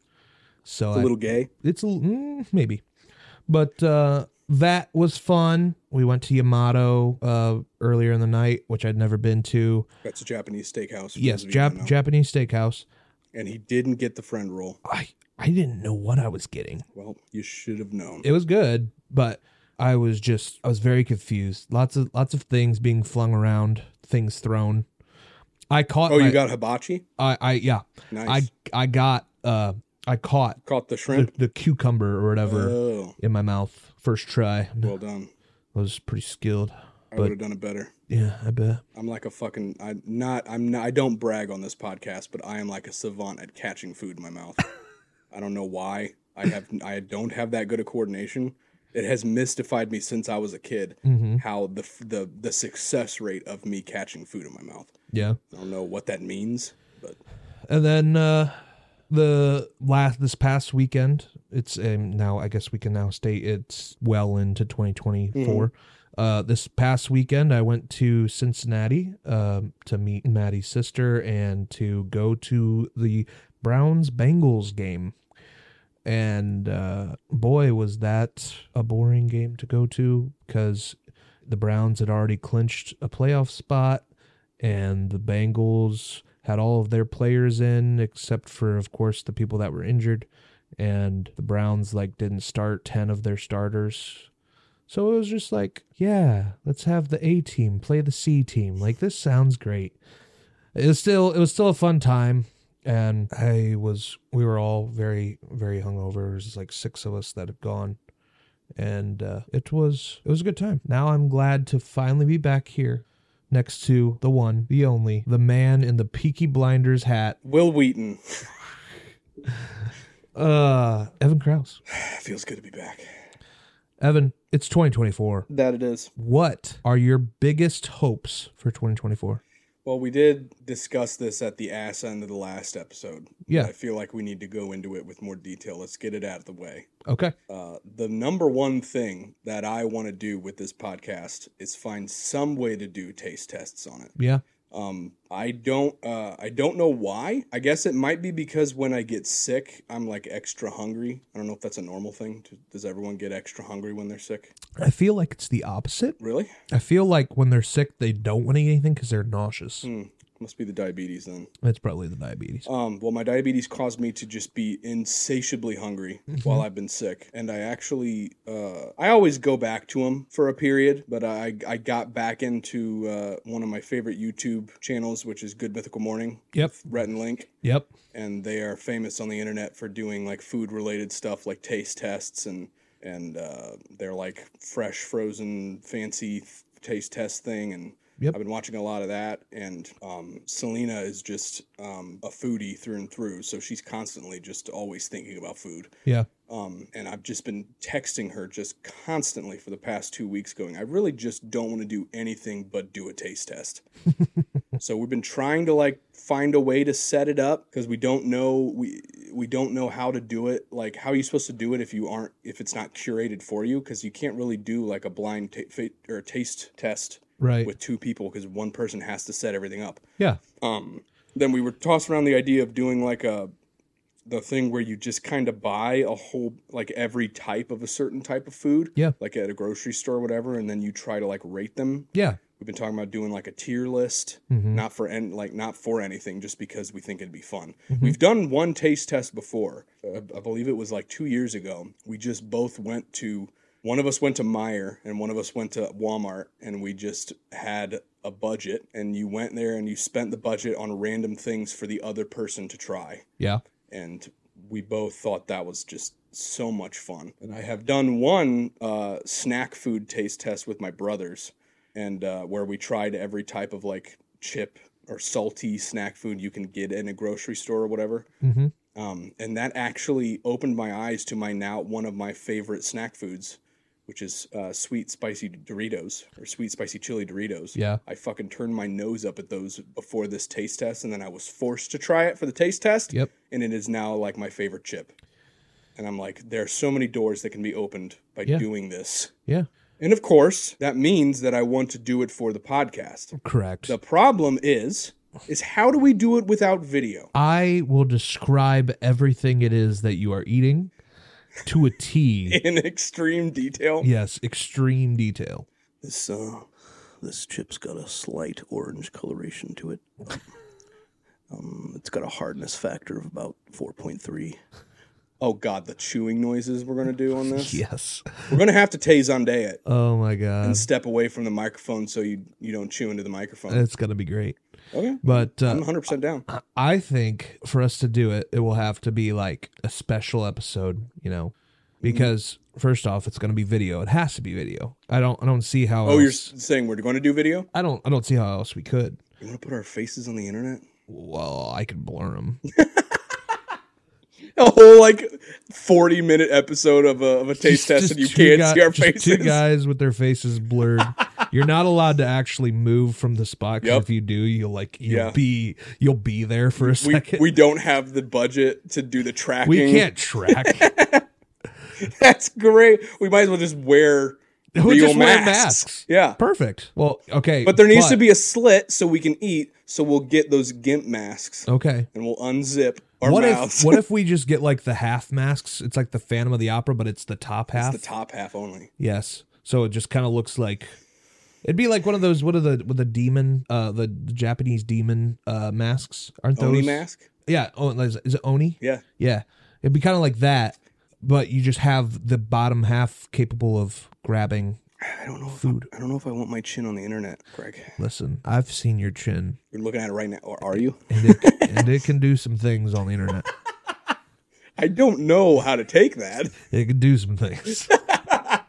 Speaker 1: So
Speaker 2: It's
Speaker 1: I-
Speaker 2: a little gay.
Speaker 1: it's a l- mm, maybe, but uh, that was fun. We went to Yamato uh, earlier in the night, which I'd never been to.
Speaker 2: That's a Japanese steakhouse. for
Speaker 1: Yes,
Speaker 2: those of you who
Speaker 1: Jap-
Speaker 2: don't know.
Speaker 1: Japanese steakhouse.
Speaker 2: And he didn't get the friend roll.
Speaker 1: I I didn't know what I was getting.
Speaker 2: Well, you should have known.
Speaker 1: it was good, but I was just I was very confused. Lots of lots of things being flung around, things thrown. I caught.
Speaker 2: oh,
Speaker 1: my-
Speaker 2: you got hibachi?
Speaker 1: I, I yeah.
Speaker 2: Nice.
Speaker 1: I I got. Uh, I caught
Speaker 2: Caught the
Speaker 1: the,
Speaker 2: shrimp.
Speaker 1: the cucumber or whatever
Speaker 2: Oh,
Speaker 1: in my mouth first try. I
Speaker 2: well done.
Speaker 1: was pretty skilled.
Speaker 2: I
Speaker 1: But-
Speaker 2: would have done it better.
Speaker 1: Yeah, I bet.
Speaker 2: I'm like a fucking. I'm not. I'm not. I don't brag on this podcast, but I am like a savant at catching food in my mouth. I don't know why. I have. I don't have that good a coordination. It has mystified me since I was a kid
Speaker 1: hmm
Speaker 2: how the f- the the success rate of me catching food in my mouth.
Speaker 1: Yeah,
Speaker 2: I don't know what that means, but
Speaker 1: and then uh, the last this past weekend. It's um, now I guess we can now state it's well into 2024. Uh, this past weekend, I went to Cincinnati um, to meet Maddie's sister and to go to the Browns Bengals game. And uh, boy, was that a boring game to go to because the Browns had already clinched a playoff spot and the Bengals had all of their players in except for, of course, the people that were injured. And the Browns like didn't start ten of their starters, so it was just like, yeah, let's have the A team play the C team. Like this sounds great. It was still it was still a fun time and I was we were all very very hungover. It was like six of us that had gone and uh, it was it was a good time. Now I'm glad to finally be back here next to the one, the only, the man in the Peaky Blinders hat,
Speaker 2: Will Wheaton
Speaker 1: uh Evan Krause.
Speaker 2: feels good to be back.
Speaker 1: Evan, it's 2024.
Speaker 2: That it is.
Speaker 1: What are your biggest hopes for 2024?
Speaker 2: Well, we did discuss this at the ass end of the last episode.
Speaker 1: Yeah.
Speaker 2: I feel like we need to go into it with more detail. Let's get it out of the way.
Speaker 1: Okay.
Speaker 2: Uh, the number one thing that I want to do with this podcast is find some way to do taste tests on it.
Speaker 1: Yeah.
Speaker 2: Um, I don't, uh, I don't know why. I guess it might be because when I get sick, I'm like extra hungry. I don't know if that's a normal thing. Do- Does everyone get extra hungry when they're sick?
Speaker 1: I feel like it's the opposite.
Speaker 2: Really?
Speaker 1: I feel like when they're sick, they don't want to eat anything because they're nauseous.
Speaker 2: Hmm. Must be the diabetes then.
Speaker 1: That's probably the diabetes.
Speaker 2: Um, well, my diabetes caused me to just be insatiably hungry
Speaker 1: Mm-hmm.
Speaker 2: while I've been sick, and I actually uh, I always go back to them for a period, but I I got back into uh, one of my favorite YouTube channels, which is Good Mythical Morning.
Speaker 1: Yep.
Speaker 2: Rhett and Link,
Speaker 1: Yep.
Speaker 2: and they are famous on the internet for doing like food related stuff, like taste tests and and uh, they're like fresh, frozen, fancy f- taste test thing and.
Speaker 1: Yep.
Speaker 2: I've been watching a lot of that, and um, Selena is just um, a foodie through and through. So she's constantly just always thinking about food.
Speaker 1: Yeah.
Speaker 2: Um, and I've just been texting her just constantly for the past two weeks, going, I really just don't want to do anything but do a taste test. so we've been trying to like find a way to set it up because we don't know we we don't know how to do it. Like, how are you supposed to do it if you aren't if it's not curated for you? Because you can't really do like a blind ta- fa- or taste test
Speaker 1: Right.
Speaker 2: with two people because one person has to set everything up.
Speaker 1: Yeah.
Speaker 2: Um, then we were tossing around the idea of doing like a the thing where you just kind of buy a whole like every type of a certain type of food,
Speaker 1: Yeah.
Speaker 2: like at a grocery store or whatever, and then you try to like rate them.
Speaker 1: Yeah.
Speaker 2: We've been talking about doing like a tier list,
Speaker 1: Mhm.
Speaker 2: not for and like not for anything, just because we think it'd be fun.
Speaker 1: Mhm.
Speaker 2: We've done one taste test before. Uh, I believe it was like two years ago. We just both went to one of us went to Meyer and one of us went to Walmart, and we just had a budget. And you went there and you spent the budget on random things for the other person to try.
Speaker 1: Yeah.
Speaker 2: And we both thought that was just so much fun. And I have done one uh, snack food taste test with my brothers, and uh, where we tried every type of like chip or salty snack food you can get in a grocery store or whatever.
Speaker 1: Mm-hmm.
Speaker 2: Um, and that actually opened my eyes to my now one of my favorite snack foods, which is uh, sweet spicy Doritos or sweet spicy chili Doritos.
Speaker 1: Yeah.
Speaker 2: I fucking turned my nose up at those before this taste test, and then I was forced to try it for the taste test.
Speaker 1: Yep.
Speaker 2: And it is now like my favorite chip. And I'm like, there are so many doors that can be opened by
Speaker 1: Yeah.
Speaker 2: doing this.
Speaker 1: Yeah.
Speaker 2: And of course, that means that I want to do it for the podcast.
Speaker 1: Correct.
Speaker 2: The problem is, is how do we do it without video?
Speaker 1: I will describe everything it is that you are eating to a T.
Speaker 2: In extreme detail.
Speaker 1: yes, extreme detail.
Speaker 2: This uh, this chip's got a slight orange coloration to it. Um, it's got a hardness factor of about four point three. Oh God, the chewing noises we're gonna do on this.
Speaker 1: Yes.
Speaker 2: We're gonna have to Tazonde it
Speaker 1: Oh my god.
Speaker 2: and step away from the microphone so you you don't chew into the microphone.
Speaker 1: It's gonna be great.
Speaker 2: Okay,
Speaker 1: But
Speaker 2: I'm
Speaker 1: uh,
Speaker 2: 100 percent down.
Speaker 1: I- I think for us to do it, it will have to be like a special episode, you know, because first off, it's going to be video. It has to be video. I don't. I don't see how.
Speaker 2: Oh, you're
Speaker 1: else-
Speaker 2: s- saying we're going to do video?
Speaker 1: I don't. I don't see how else we could.
Speaker 2: You want to put our faces on the internet?
Speaker 1: Well, I could blur them.
Speaker 2: A whole like 40 minute episode of a, of a taste test and you can't see our faces.
Speaker 1: Two guys with their faces blurred. You're not allowed to actually move from the spot. 'cause
Speaker 2: Yep.
Speaker 1: If you do, you'll like you'll
Speaker 2: Yeah.
Speaker 1: be you'll be there for a
Speaker 2: we,
Speaker 1: second.
Speaker 2: we don't have the budget to do the tracking.
Speaker 1: we can't track.
Speaker 2: That's great. We might as well just wear
Speaker 1: We
Speaker 2: real
Speaker 1: just wear
Speaker 2: masks.
Speaker 1: masks.
Speaker 2: Yeah.
Speaker 1: Perfect. Well, okay.
Speaker 2: But there needs to be a slit so we can eat. So we'll get those gimp masks
Speaker 1: Okay.
Speaker 2: and we'll unzip our
Speaker 1: what
Speaker 2: mouths.
Speaker 1: if what if we just get like the half masks? It's like the Phantom of the Opera, but it's the top half.
Speaker 2: the top half only.
Speaker 1: yes. So it just kind of looks like it'd be like one of those. What are the with the demon? Uh, the, the Japanese demon uh masks aren't those?
Speaker 2: Oni mask?
Speaker 1: Yeah. Oh, is, is it Oni?
Speaker 2: Yeah.
Speaker 1: Yeah. It'd be kind of like that, but you just have the bottom half capable of grabbing.
Speaker 2: I don't know. If
Speaker 1: Food.
Speaker 2: I, I don't know if I want my chin on the internet, Greg.
Speaker 1: Listen, I've seen your chin,
Speaker 2: You're looking at it right now. Or are you?
Speaker 1: and it, and it can do some things on the internet.
Speaker 2: I don't know how to take that.
Speaker 1: It can do some things.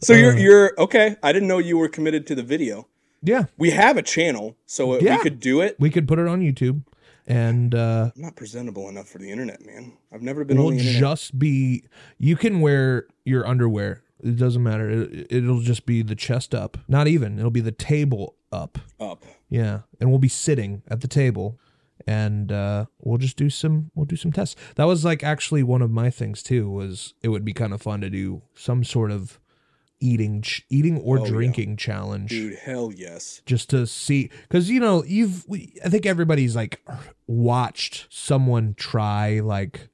Speaker 2: So
Speaker 1: Uh.
Speaker 2: you're you're okay. I didn't know you were committed to the video.
Speaker 1: Yeah,
Speaker 2: We have a channel, so
Speaker 1: Yeah.
Speaker 2: we could do it.
Speaker 1: we could put it on YouTube, and uh,
Speaker 2: I'm not presentable enough for the internet, man. I've never been
Speaker 1: will
Speaker 2: on the internet.
Speaker 1: just be you can wear your underwear it doesn't matter it, it'll just be the chest up not even it'll be the table up
Speaker 2: up.
Speaker 1: yeah and we'll be sitting at the table and uh, we'll just do some we'll do some tests that was like actually one of my things too was it would be kind of fun to do some sort of eating ch- eating or
Speaker 2: Oh, yeah.
Speaker 1: drinking challenge
Speaker 2: Dude, hell yes.
Speaker 1: just to see because you know you've we, i think everybody's like watched someone try like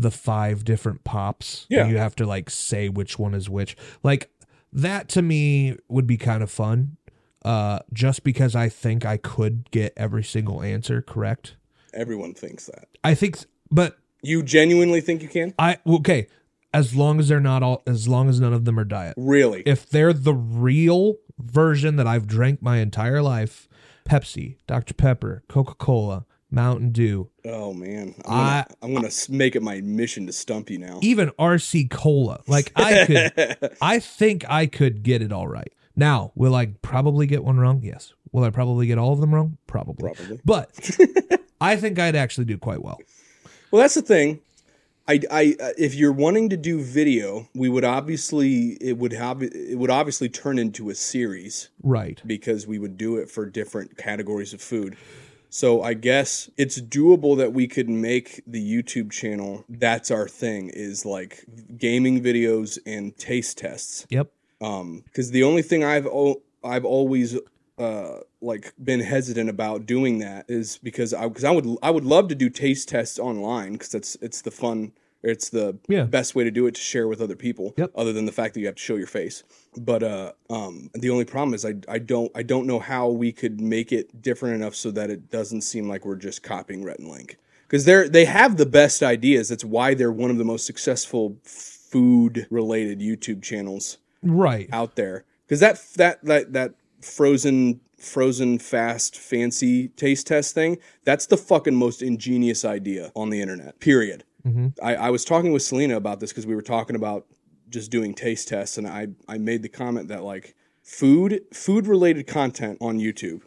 Speaker 1: the five different pops and
Speaker 2: Yeah.
Speaker 1: you have to like say which one is which like that to me would be kind of fun uh just because i think i could get every single answer correct
Speaker 2: Everyone thinks that.
Speaker 1: i think but
Speaker 2: You genuinely think you can?
Speaker 1: i okay as long as they're not all as long as none of them are diet
Speaker 2: Really?
Speaker 1: if they're the real version that I've drank my entire life, Pepsi, Dr. Pepper, Coca Cola, Mountain Dew,
Speaker 2: Oh man. I'm gonna,
Speaker 1: I-
Speaker 2: I'm gonna s- make it my mission to stump you now.
Speaker 1: even RC Cola, like I could, I think I could get it all right. Now, will I probably get one wrong? Yes. Will I probably get all of them wrong? Probably.
Speaker 2: Probably.
Speaker 1: But I think I'd actually do quite well.
Speaker 2: Well, that's the thing. I, I, uh, if you're wanting to do video, we would obviously it would have it would obviously turn into a series.
Speaker 1: Right.
Speaker 2: because we would do it for different categories of food. So I guess it's doable that we could make the YouTube channel. That's our thing is like gaming videos and taste tests.
Speaker 1: Yep.
Speaker 2: Um, because the only thing I've o- I've always uh like been hesitant about doing that is because I because I would I would love to do taste tests online because that's it's the fun or it's the
Speaker 1: Yeah.
Speaker 2: best way to do it to share with other people
Speaker 1: Yep.
Speaker 2: other than the fact that you have to show your face but uh um the only problem is I, I don't i don't know how we could make it different enough so that it doesn't seem like we're just copying Rhett and link because they're they have the best ideas that's why they're one of the most successful food related youtube channels
Speaker 1: Right.
Speaker 2: out there because that that that that frozen frozen fast fancy taste test thing that's the fucking most ingenious idea on the internet period
Speaker 1: Mm-hmm.
Speaker 2: I, I was talking with Selena about this because we were talking about just doing taste tests, and I, I made the comment that like food food related content on YouTube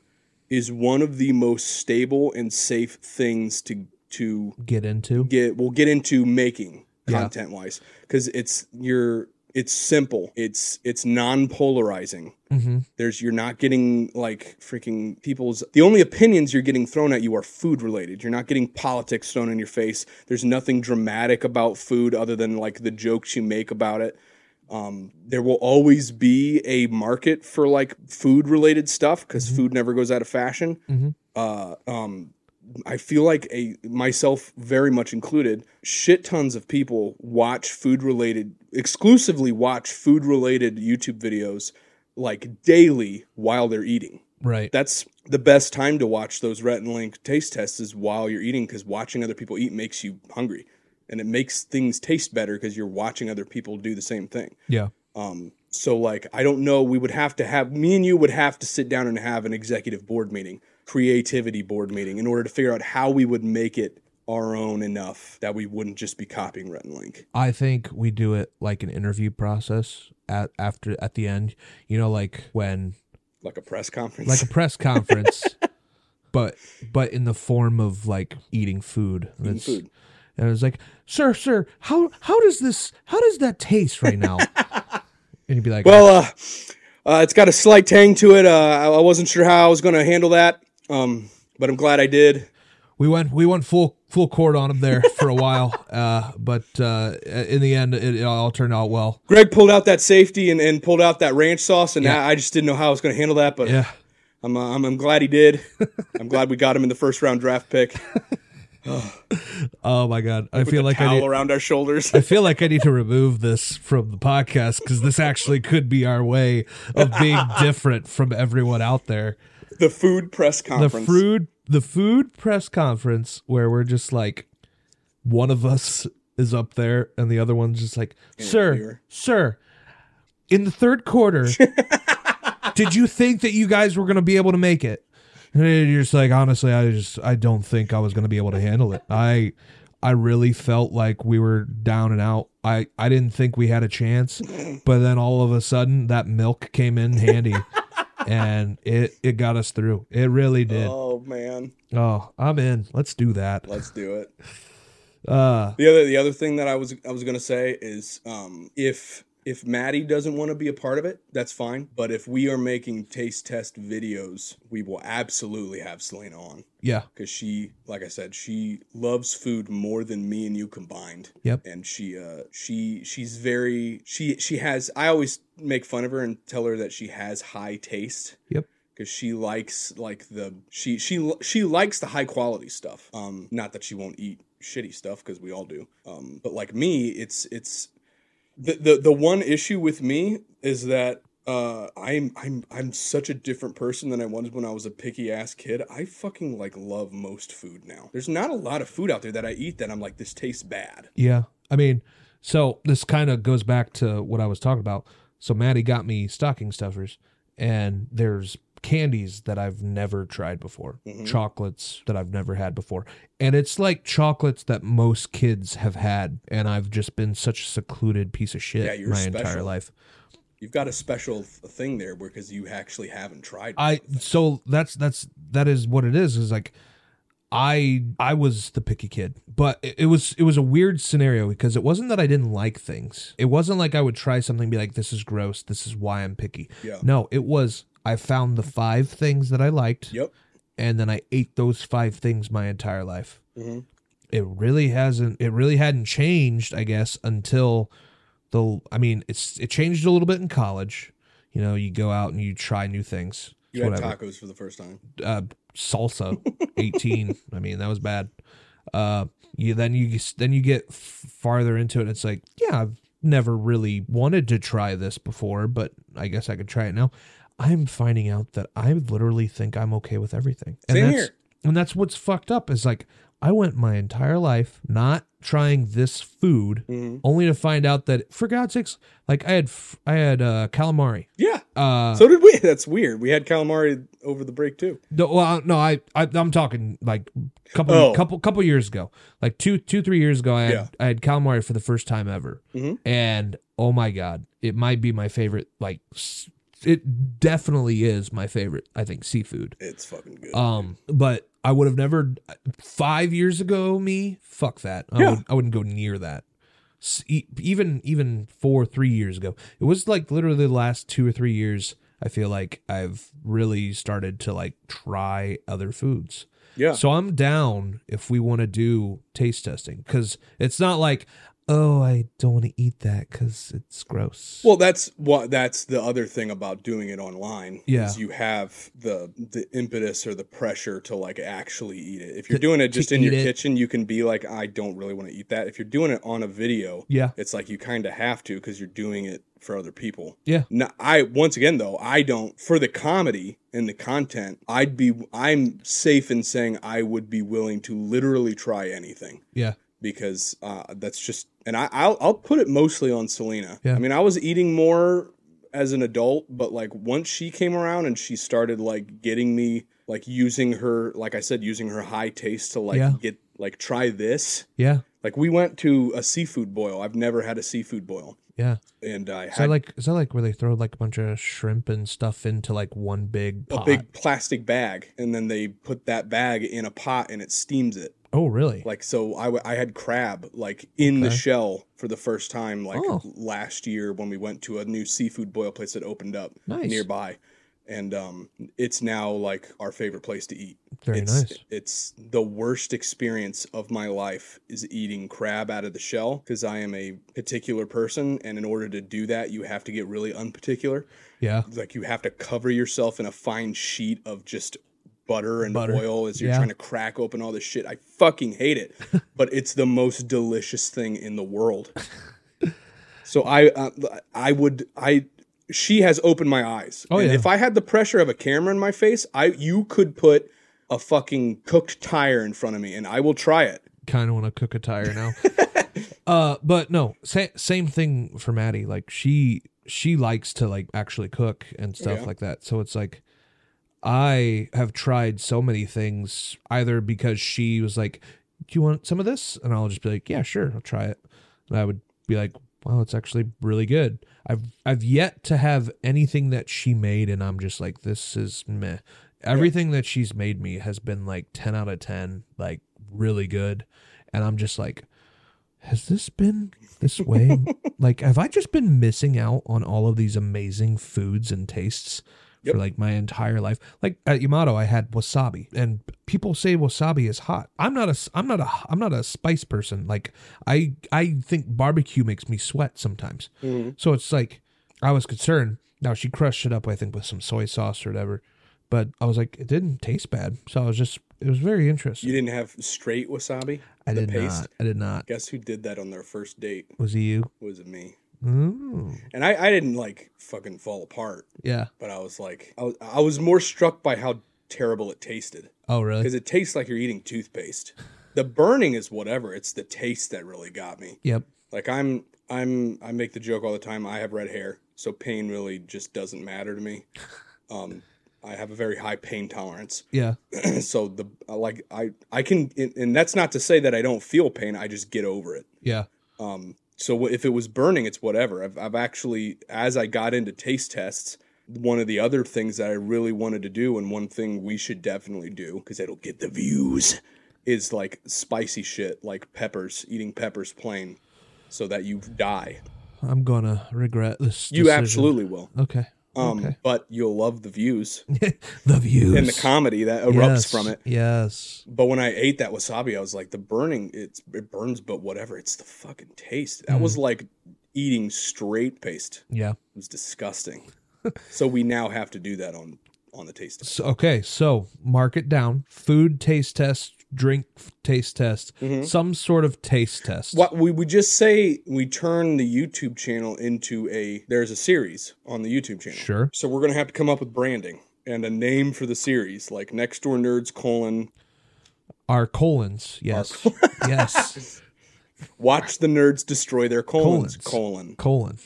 Speaker 2: is one of the most stable and safe things to to
Speaker 1: Get into.
Speaker 2: get we'll get into making
Speaker 1: Yeah.
Speaker 2: content wise because it's you're it's simple it's it's non polarizing
Speaker 1: Mm-hmm.
Speaker 2: there's you're not getting like freaking people's the only opinions you're getting thrown at you are food related. You're not getting politics thrown in your face. There's nothing dramatic about food other than like the jokes you make about it. Um, there will always be a market for like food related stuff because food never goes out of fashion.
Speaker 1: Mhm.
Speaker 2: Uh, um, I feel like a myself very much included. Shit tons of people watch food related exclusively watch food related YouTube videos like daily while they're eating.
Speaker 1: Right.
Speaker 2: That's the best time to watch those Rhett and Link taste tests is while you're eating because watching other people eat makes you hungry, and it makes things taste better because you're watching other people do the same thing.
Speaker 1: yeah.
Speaker 2: Um, so like I don't know, we would have to have me and you would have to sit down and have an executive board meeting, creativity board meeting, in order to figure out how we would make it our own enough that we wouldn't just be copying Rhett and Link.
Speaker 1: I think we do it like an interview process at after at the end. You know, like when
Speaker 2: Like a press conference.
Speaker 1: like a press conference, but but in the form of like eating food.
Speaker 2: Eating
Speaker 1: It's-
Speaker 2: food.
Speaker 1: And it was like, sir, sir, how how does this how does that taste right now? and you'd be like,
Speaker 2: Well, uh, uh, it's got a slight tang to it. Uh, I I wasn't sure how I was going to handle that, um, but I'm glad I did.
Speaker 1: we went we went full full court on him there for a while, uh, but uh, in the end, it, it all turned out well.
Speaker 2: Greg pulled out that safety and, and pulled out that ranch sauce, and I, I just didn't know how I was going to handle that, but
Speaker 1: Yeah.
Speaker 2: I'm, uh, I'm, I'm glad he did. I'm glad we got him in the first round draft pick.
Speaker 1: Oh my god, I feel
Speaker 2: Like
Speaker 1: like I
Speaker 2: towel
Speaker 1: need,
Speaker 2: around our shoulders.
Speaker 1: I feel like I need to remove this from the podcast because this actually could be our way of being different from everyone out there.
Speaker 2: the food press
Speaker 1: the
Speaker 2: conference.
Speaker 1: food the food press conference where we're just like one of us is up there and the other one's just like sir
Speaker 2: Interviewer.
Speaker 1: sir in the third quarter did you think that you guys were going to be able to make it and you're just like honestly i just i don't think i was going to be able to handle it i i really felt like we were down and out i i didn't think we had a chance but then all of a sudden that milk came in handy and it it got us through it really did
Speaker 2: Oh man,
Speaker 1: Oh, I'm in. Let's do that.
Speaker 2: let's do it.
Speaker 1: Uh,
Speaker 2: The other the other thing that I was I was gonna say is um, if if Maddie doesn't want to be a part of it, that's fine. But if we are making taste test videos, we will absolutely have Selena on
Speaker 1: yeah,
Speaker 2: because she, like I said, she loves food more than me and you combined.
Speaker 1: Yep.
Speaker 2: And she uh, she she's very she she has. I always make fun of her and tell her that she has high taste.
Speaker 1: Yep.
Speaker 2: because she likes like the she she she likes the high quality stuff. Um, not that she won't eat shitty stuff because we all do. Um, but like me, it's it's the the the one issue with me is that uh I'm I'm I'm such a different person than I was when I was a picky ass kid. I fucking like love most food now. There's not a lot of food out there that I eat that I'm like this tastes bad.
Speaker 1: yeah. I mean, so this kind of goes back to what I was talking about. So Maddie got me stocking stuffers, and there's candies that I've never tried before,
Speaker 2: Mhm.
Speaker 1: chocolates that I've never had before, and it's like chocolates that most kids have had, and I've just been such a secluded piece of shit
Speaker 2: Yeah, you're
Speaker 1: my entire
Speaker 2: special.
Speaker 1: life.
Speaker 2: You've got a special th- thing there because you actually haven't tried.
Speaker 1: I
Speaker 2: one.
Speaker 1: so that's that's that is what it is. Is like I I was the picky kid, but it, it was it was a weird scenario because it wasn't that I didn't like things. It wasn't like I would try something and be like, "This is gross. This is why I'm picky."
Speaker 2: Yeah.
Speaker 1: No, it was I found the five things that I liked,
Speaker 2: Yep.
Speaker 1: and then I ate those five things my entire life
Speaker 2: hmm
Speaker 1: it really hasn't it really hadn't changed i guess until the i mean it's it changed a little bit in college you know you go out and you try new things
Speaker 2: You had tacos for the first time.
Speaker 1: uh salsa 18 i mean that was bad uh you then you then you get f- farther into it and it's like yeah i've never really wanted to try this before but i guess i could try it now i'm finding out that i literally think i'm okay with everything and
Speaker 2: Same
Speaker 1: that's
Speaker 2: here.
Speaker 1: and that's what's fucked up is like i went my entire life not trying this food
Speaker 2: hmm
Speaker 1: only to find out that for god's sakes like i had f- i had uh calamari
Speaker 2: Yeah.
Speaker 1: uh
Speaker 2: so did we. That's weird. We had calamari over the break too.
Speaker 1: No, well, no, I, I I'm talking like couple
Speaker 2: Oh.
Speaker 1: couple couple years ago, like two two three years ago. I had
Speaker 2: Yeah.
Speaker 1: I had calamari for the first time ever,
Speaker 2: Mhm.
Speaker 1: and oh my god, it might be my favorite. Like s- it definitely is my favorite. I think seafood.
Speaker 2: It's fucking good.
Speaker 1: Um, but I would have never five years ago. Me, fuck that. I,
Speaker 2: Yeah.
Speaker 1: would, I wouldn't go near that. S- e- Even even four three years ago, it was like literally the last two or three years. I feel like I've really started to like try other foods.
Speaker 2: yeah.
Speaker 1: So I'm down if we want to do taste testing because it's not like oh I don't want to eat that because it's gross.
Speaker 2: Well, that's what that's the other thing about doing it online.
Speaker 1: Yeah.
Speaker 2: is you have the the impetus or the pressure to like actually eat it. If you're doing it just in
Speaker 1: eat
Speaker 2: your
Speaker 1: it.
Speaker 2: kitchen, you can be like, I don't really want to eat that. If you're doing it on a video,
Speaker 1: yeah,
Speaker 2: it's like you kind of have to because you're doing it for other people.
Speaker 1: Yeah.
Speaker 2: No, I once again though I don't for the comedy and the content. I'd be I'm safe in saying I would be willing to literally try anything.
Speaker 1: Yeah.
Speaker 2: Because uh, that's just and I I'll, I'll put it mostly on Selena.
Speaker 1: Yeah.
Speaker 2: I mean I was eating more as an adult, but like once she came around and she started like getting me like using her like I said using her high taste to like
Speaker 1: Yeah.
Speaker 2: get like try this.
Speaker 1: yeah,
Speaker 2: Like we went to a seafood boil. I've never had a seafood boil,
Speaker 1: yeah.
Speaker 2: and I
Speaker 1: Is that
Speaker 2: had
Speaker 1: like is that like where they throw like a bunch of shrimp and stuff into like one big
Speaker 2: a
Speaker 1: pot?
Speaker 2: big plastic bag, and then they put that bag in a pot and it steams it.
Speaker 1: oh really?
Speaker 2: Like so, I, w- I had crab like in the
Speaker 1: Okay.
Speaker 2: shell for the first time like
Speaker 1: Oh.
Speaker 2: last year when we went to a new seafood boil place that opened up
Speaker 1: nice.
Speaker 2: nearby, and um, it's now like our favorite place to eat.
Speaker 1: Very
Speaker 2: it's,
Speaker 1: nice.
Speaker 2: It's the worst experience of my life is eating crab out of the shell because I am a particular person, and in order to do that, you have to get really unparticular.
Speaker 1: Yeah.
Speaker 2: Like you have to cover yourself in a fine sheet of just butter and
Speaker 1: Butter.
Speaker 2: oil as you're
Speaker 1: Yeah.
Speaker 2: trying to crack open all this shit. I fucking hate it, but it's the most delicious thing in the world. so I, uh, I would, I. She has opened my eyes.
Speaker 1: Oh,
Speaker 2: and
Speaker 1: yeah.
Speaker 2: If I had the pressure of a camera in my face, I you could put a fucking cooked tire in front of me, and I will try it.
Speaker 1: Kind of want to cook a tire now. uh, but no, sa- same thing for Maddie. Like she she likes to like actually cook and stuff
Speaker 2: Yeah.
Speaker 1: like that. So it's like I have tried so many things either because she was like, "Do you want some of this?" and I'll just be like, "Yeah, sure, I'll try it." And I would be like, "Wow, it's actually really good." I've I've yet to have anything that she made and I'm just like, "This is meh." Everything that she's made me has been like 10 out of 10, like really good. And I'm just like, has this been this way? like, have I just been missing out on all of these amazing foods and tastes
Speaker 2: Yep.
Speaker 1: for like my entire life? Like at Yamato, I had wasabi, and people say wasabi is hot. I'm not a, s- I'm not a, I'm not a spice person. Like, I, I think barbecue makes me sweat sometimes. So it's like I was concerned. Now she crushed it up, I think, with some soy sauce or whatever. But I was like, it didn't taste bad. So I was just, it was very interesting.
Speaker 2: You didn't have straight wasabi.
Speaker 1: I
Speaker 2: the
Speaker 1: did
Speaker 2: paste?
Speaker 1: not. I did not.
Speaker 2: Guess who did that on their first date?
Speaker 1: Was it you?
Speaker 2: Was it me?
Speaker 1: Ooh.
Speaker 2: And I, I didn't like fucking fall apart.
Speaker 1: Yeah.
Speaker 2: but I was like, I was, I was more struck by how terrible it tasted
Speaker 1: Oh, really?
Speaker 2: because it tastes like you're eating toothpaste. The burning is whatever; it's the taste that really got me.
Speaker 1: Yep.
Speaker 2: Like I'm, I'm, I make the joke all the time. I have red hair, so pain really just doesn't matter to me. Um, I have a very high pain tolerance,
Speaker 1: Yeah.
Speaker 2: so the like I, I can, and- and that's not to say that I don't feel pain. I just get over it.
Speaker 1: Yeah.
Speaker 2: Um, so if it was burning, it's whatever. I've, I've actually, as I got into taste tests, one of the other things that I really wanted to do, and one thing we should definitely do because it'll get the views, is like spicy shit, like peppers, eating peppers plain, so that you die.
Speaker 1: I'm gonna regret this.
Speaker 2: You
Speaker 1: decision.
Speaker 2: absolutely will.
Speaker 1: Okay.
Speaker 2: Um,
Speaker 1: Okay.
Speaker 2: but you'll love the views
Speaker 1: The views
Speaker 2: and the comedy that erupts
Speaker 1: Yes.
Speaker 2: from it.
Speaker 1: Yes.
Speaker 2: But when I ate that wasabi, I was like, the burning, it's, it burns, but whatever. It's the fucking taste.
Speaker 1: Mm.
Speaker 2: That was like eating straight paste.
Speaker 1: Yeah.
Speaker 2: It was disgusting. so we now have to do that on on the taste test.
Speaker 1: So, okay. So mark it down. Food taste test. Drink f- taste test. Some sort of taste test.
Speaker 2: Hmm? What we would just say we turn the YouTube channel into a there's a series on the YouTube channel.
Speaker 1: Sure.
Speaker 2: So we're gonna have to come up with branding and a name for the series, like next door nerds colon
Speaker 1: Our colons. Yes. yes.
Speaker 2: watch the nerds destroy their colons, colon.
Speaker 1: Colon.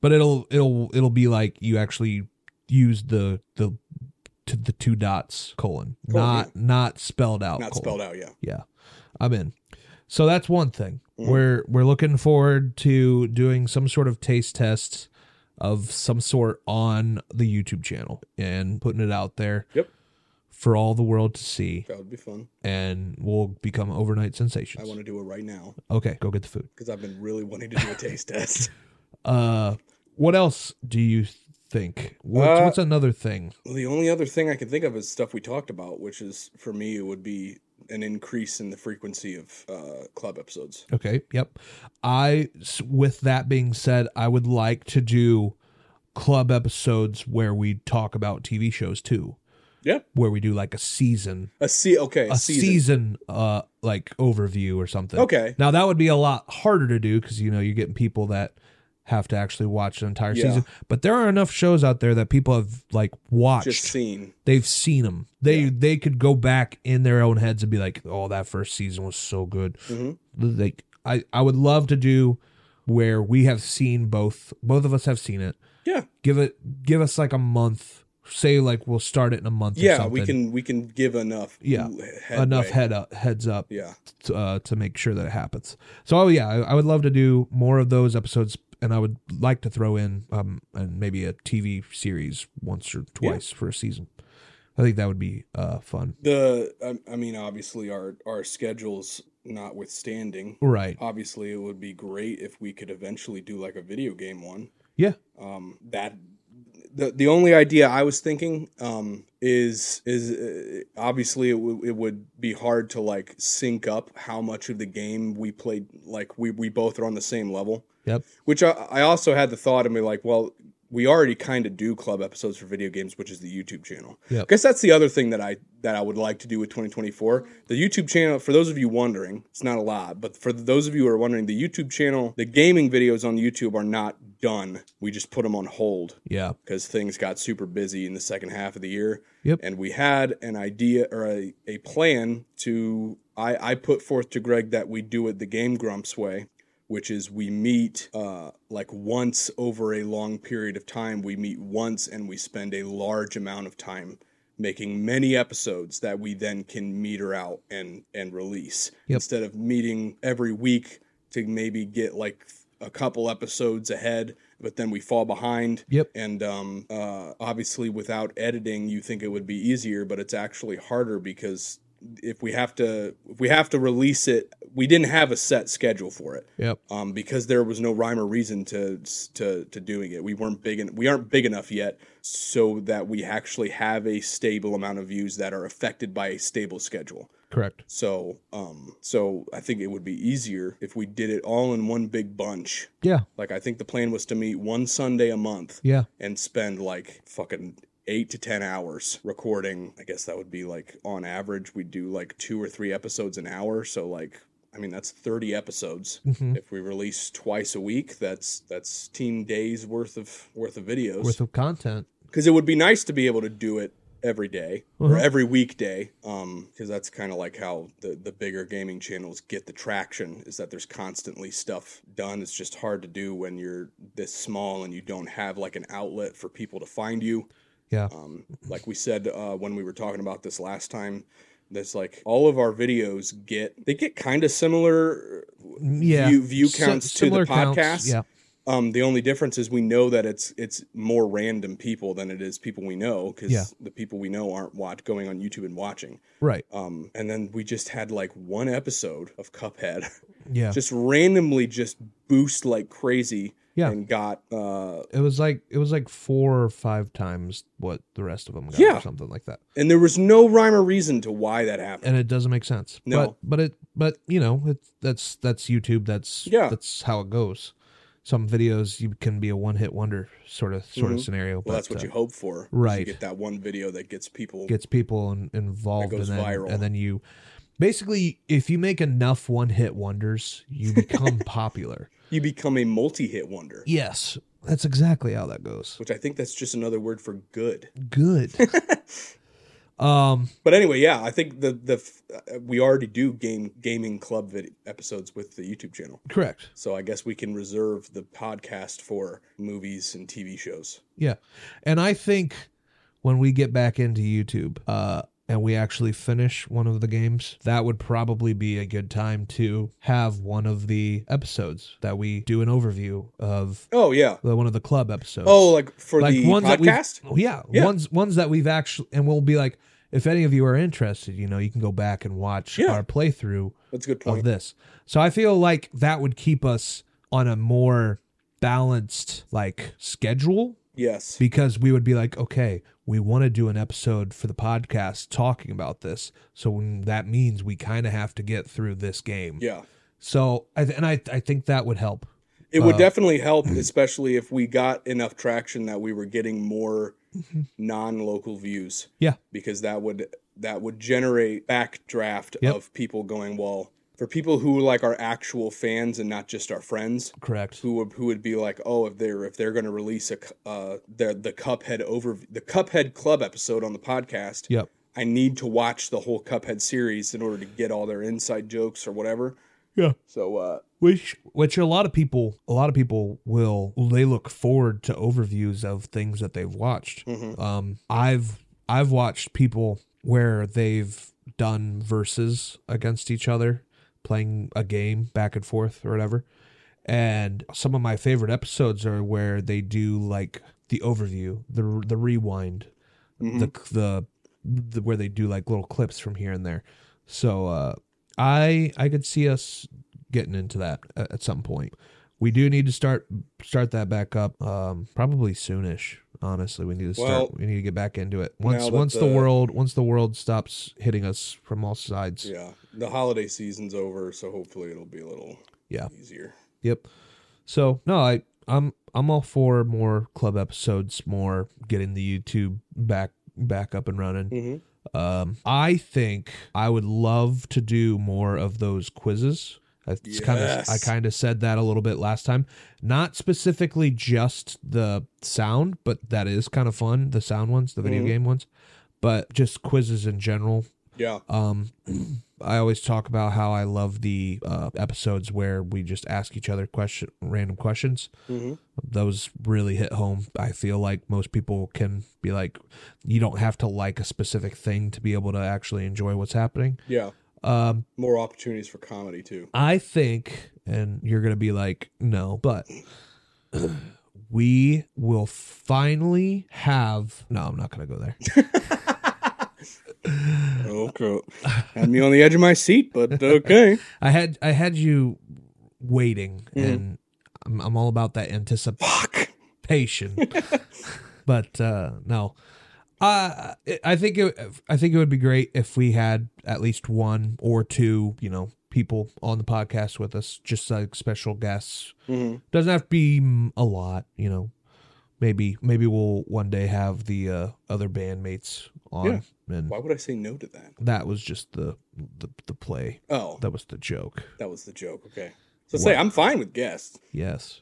Speaker 1: But it'll it'll it'll be like you actually use the the to the two dots colon,
Speaker 2: Colon,
Speaker 1: not not spelled out.
Speaker 2: Not
Speaker 1: Oh, colon.
Speaker 2: spelled out, yeah.
Speaker 1: Yeah, I'm in. So that's one thing.
Speaker 2: Mhm.
Speaker 1: We're we're looking forward to doing some sort of taste test of some sort on the YouTube channel and putting it out there.
Speaker 2: Yep.
Speaker 1: For all the world to see,
Speaker 2: That would be fun.
Speaker 1: and we'll become overnight
Speaker 2: I
Speaker 1: sensations.
Speaker 2: want to do it right now
Speaker 1: okay, go get the food.
Speaker 2: because I've been really wanting to do a taste test.
Speaker 1: Uh, what else do you think? What's,
Speaker 2: Uh,
Speaker 1: what's another thing?
Speaker 2: Well, the only other thing I can think of is stuff we talked about, which is for me, it would be an increase in the frequency of uh, club episodes.
Speaker 1: Okay, yep. I s- with that being said, I would like to do club episodes where we talk about TV shows too.
Speaker 2: Yeah.
Speaker 1: Where we do like a season,
Speaker 2: A se- okay,
Speaker 1: a season, uh like overview or something.
Speaker 2: Okay,
Speaker 1: Now that would be a lot harder to do cuz you know you're getting people that have to actually watch an entire
Speaker 2: Yeah.
Speaker 1: season, but there are enough shows out there that people have like watched
Speaker 2: just seen.
Speaker 1: they've seen them. They
Speaker 2: Yeah.
Speaker 1: they could go back in their own heads and be like, "Oh, that first season was so good."
Speaker 2: Mhm.
Speaker 1: Like I I would love to do where we have seen both both of us have seen it.
Speaker 2: Yeah.
Speaker 1: Give it give us like a month. Say like we'll start it in a month or
Speaker 2: Yeah,
Speaker 1: something.
Speaker 2: we can we can give enough.
Speaker 1: Yeah,
Speaker 2: headway.
Speaker 1: enough head up heads up
Speaker 2: Yeah,
Speaker 1: to, uh, to make sure that it happens. So oh yeah, I, I would love to do more of those episodes, and I would like to throw in um and maybe a TV series once or twice for a season. I think that would be uh fun.
Speaker 2: the I, I mean, obviously our our schedules notwithstanding,
Speaker 1: Right.
Speaker 2: obviously it would be great if we could eventually do like a video game one.
Speaker 1: Yeah.
Speaker 2: Um, that the the only idea I was thinking um, is is uh, obviously it, w- it would be hard to like sync up how much of the game we played. Like we we both are on the same level.
Speaker 1: Yep.
Speaker 2: Which I, I also had the thought of me like, well, we already kind of do club episodes for video games, which is the YouTube channel.
Speaker 1: Yep.
Speaker 2: Guess that's the other thing that I that I would like to do with 2024. The YouTube channel, for those of you wondering, it's not a lot, but for those of you who are wondering, the YouTube channel, the gaming videos on YouTube are not done. We just put them on hold
Speaker 1: Yeah.
Speaker 2: because things got super busy in the second half of the year.
Speaker 1: Yep.
Speaker 2: And we had an idea or a, a plan to I, I put forth to Greg that we do it the game grumps way, which is we meet uh, like once over a long period of time. We meet once and we spend a large amount of time making many episodes that we then can meter out and and release
Speaker 1: Yep.
Speaker 2: instead of meeting every week to maybe get like a couple episodes ahead but then we fall behind
Speaker 1: Yep.
Speaker 2: and um, uh, obviously without editing you think it would be easier but it's actually harder because if we have to if we have to release it we didn't have a set schedule for it
Speaker 1: Yep.
Speaker 2: um, because there was no rhyme or reason to to to doing it. We weren't big en- we aren't big enough yet so that we actually have a stable amount of views that are affected by a stable schedule.
Speaker 1: Correct.
Speaker 2: So um so I think it would be easier if we did it all in one big bunch.
Speaker 1: Yeah.
Speaker 2: Like I think the plan was to meet one Sunday a month
Speaker 1: Yeah.
Speaker 2: and spend like fucking 8 to 10 hours recording. I guess that would be like on average we do like 2 or 3 episodes an hour, so like I mean that's 30 episodes
Speaker 1: hmm
Speaker 2: if we release twice a week that's that's team days worth of worth of videos
Speaker 1: Worth of content.
Speaker 2: because it would be nice to be able to do it every day or
Speaker 1: Uh-huh.
Speaker 2: every weekday um because that's kind of like how the the bigger gaming channels get the traction is that there's constantly stuff done it's just hard to do when you're this small and you don't have like an outlet for people to find you
Speaker 1: Yeah.
Speaker 2: um, like we said uh, when we were talking about this last time that's like all of our videos get they get kind of similar
Speaker 1: Yeah.
Speaker 2: view, view
Speaker 1: Si-
Speaker 2: counts to the
Speaker 1: similar
Speaker 2: podcast.
Speaker 1: counts, Yeah.
Speaker 2: Um, the only difference is we know that it's it's more random people than it is people we know because
Speaker 1: Yeah.
Speaker 2: the people we know aren't watch, going on YouTube and watching.
Speaker 1: Right.
Speaker 2: Um, and then we just had like one episode of Cuphead
Speaker 1: Yeah.
Speaker 2: just randomly just boost like crazy.
Speaker 1: Yeah.
Speaker 2: and got uh,
Speaker 1: it was like it was like four or five times what the rest of them got
Speaker 2: Yeah.
Speaker 1: or something like that.
Speaker 2: and there was no rhyme or reason to why that happened.
Speaker 1: And it doesn't make sense.
Speaker 2: No.
Speaker 1: But but it but you know, it that's that's YouTube, that's
Speaker 2: Yeah.
Speaker 1: that's how it goes. Some videos you can be a one hit wonder sort of sort of
Speaker 2: Mhm.
Speaker 1: scenario.
Speaker 2: well, that's what
Speaker 1: uh,
Speaker 2: you hope for. is
Speaker 1: right.
Speaker 2: you get that one video that gets people.
Speaker 1: gets people in, involved
Speaker 2: That
Speaker 1: and
Speaker 2: goes
Speaker 1: then,
Speaker 2: viral.
Speaker 1: and then you basically if you make enough one hit wonders, you become popular.
Speaker 2: you become a multi-hit wonder,
Speaker 1: Yes, that's exactly how that goes.
Speaker 2: which I think that's just another word for good.
Speaker 1: Good. um,
Speaker 2: But anyway, yeah, I think the the f- uh, we already do game gaming club vid- episodes with the YouTube channel,
Speaker 1: correct.
Speaker 2: so I guess we can reserve the podcast for movies and TV shows.
Speaker 1: And I think when we get back into YouTube uh, and we actually finish one of the games, that would probably be a good time to have one of the episodes that we do an overview of
Speaker 2: Oh yeah.
Speaker 1: the, one of the club episodes.
Speaker 2: Oh, like for the
Speaker 1: that
Speaker 2: podcast.
Speaker 1: we've- yeah,
Speaker 2: Yeah.
Speaker 1: ones ones that we've actually and we'll be like, if any of you are interested, you know, you can go back and watch
Speaker 2: Yeah.
Speaker 1: our playthrough
Speaker 2: That's a good
Speaker 1: of
Speaker 2: point.
Speaker 1: this. So I feel like that would keep us on a more balanced like schedule
Speaker 2: Yes.
Speaker 1: because we would be like, okay, we want to do an episode for the podcast talking about this. So that means we kind of have to get through this game.
Speaker 2: Yeah.
Speaker 1: So I th- and I I think that would help.
Speaker 2: It would
Speaker 1: Uh,
Speaker 2: definitely help, especially if we got enough traction that we were getting more non-local views.
Speaker 1: Mm-hmm. Yeah.
Speaker 2: because that would that would generate backdraft
Speaker 1: Yep.
Speaker 2: of people going well for people who like are actual fans and not just our friends
Speaker 1: Correct.
Speaker 2: who would who would be like oh if they're if they're going to release a cu- uh the the Cuphead over the Cuphead Club episode on the podcast
Speaker 1: Yep.
Speaker 2: I need to watch the whole Cuphead series in order to get all their inside jokes or whatever
Speaker 1: Yeah.
Speaker 2: so uh
Speaker 1: which which a lot of people a lot of people will they look forward to overviews of things that they've watched
Speaker 2: mhm.
Speaker 1: um i've i've watched people where they've done verses against each other playing a game back and forth or whatever and some of my favorite episodes are where they do like the overview the the rewind
Speaker 2: Mhm.
Speaker 1: the, the the where they do like little clips from here and there. So uh, I I could see us getting into that at, at some point. We do need to start start that back up um, probably soonish. Honestly, we need to start.
Speaker 2: Well,
Speaker 1: we need to get back into it
Speaker 2: now
Speaker 1: once
Speaker 2: that
Speaker 1: once the,
Speaker 2: the-
Speaker 1: world once the world stops hitting us from all sides.
Speaker 2: yeah the holiday season's over so hopefully it'll be a little
Speaker 1: Yeah.
Speaker 2: easier
Speaker 1: Yep. So no, I I'm I'm all for more club episodes, more getting the YouTube back back up and running.
Speaker 2: mm-hmm.
Speaker 1: Um, I think I would love to do more of those quizzes. That's kind of
Speaker 2: Yes.
Speaker 1: I kind of said that a little bit last time. Not specifically just the sound, but that is kind of fun. The sound ones, the video
Speaker 2: Mhm.
Speaker 1: game ones, but just quizzes in general.
Speaker 2: yeah
Speaker 1: Um, I always talk about how I love the uh, episodes where we just ask each other question, random questions
Speaker 2: mm-hmm.
Speaker 1: those really hit home. I feel like most people can be like, you don't have to like a specific thing to be able to actually enjoy what's happening.
Speaker 2: yeah
Speaker 1: Um,
Speaker 2: more opportunities for comedy too
Speaker 1: I think, and you're going to be like, no, but we will finally have. No, I'm not going to go there.
Speaker 2: Okay. Had me on the edge of my seat, but okay.
Speaker 1: I had, I had you waiting, and I'm, I'm all about that anticipation.
Speaker 2: Fuck.
Speaker 1: patient. but uh, no, uh, I- I think it, I think it would be great if we had at least one or two, you know, people on the podcast with us, just like special guests.
Speaker 2: hmm
Speaker 1: Doesn't have to be mm, a lot, you know. Maybe maybe we'll one day have the uh, other bandmates on, and
Speaker 2: Why would I say no to that?
Speaker 1: that was just the, the the play.
Speaker 2: Oh,
Speaker 1: That was the joke.
Speaker 2: that was the joke. Okay. So say I'm fine with guests.
Speaker 1: Yes,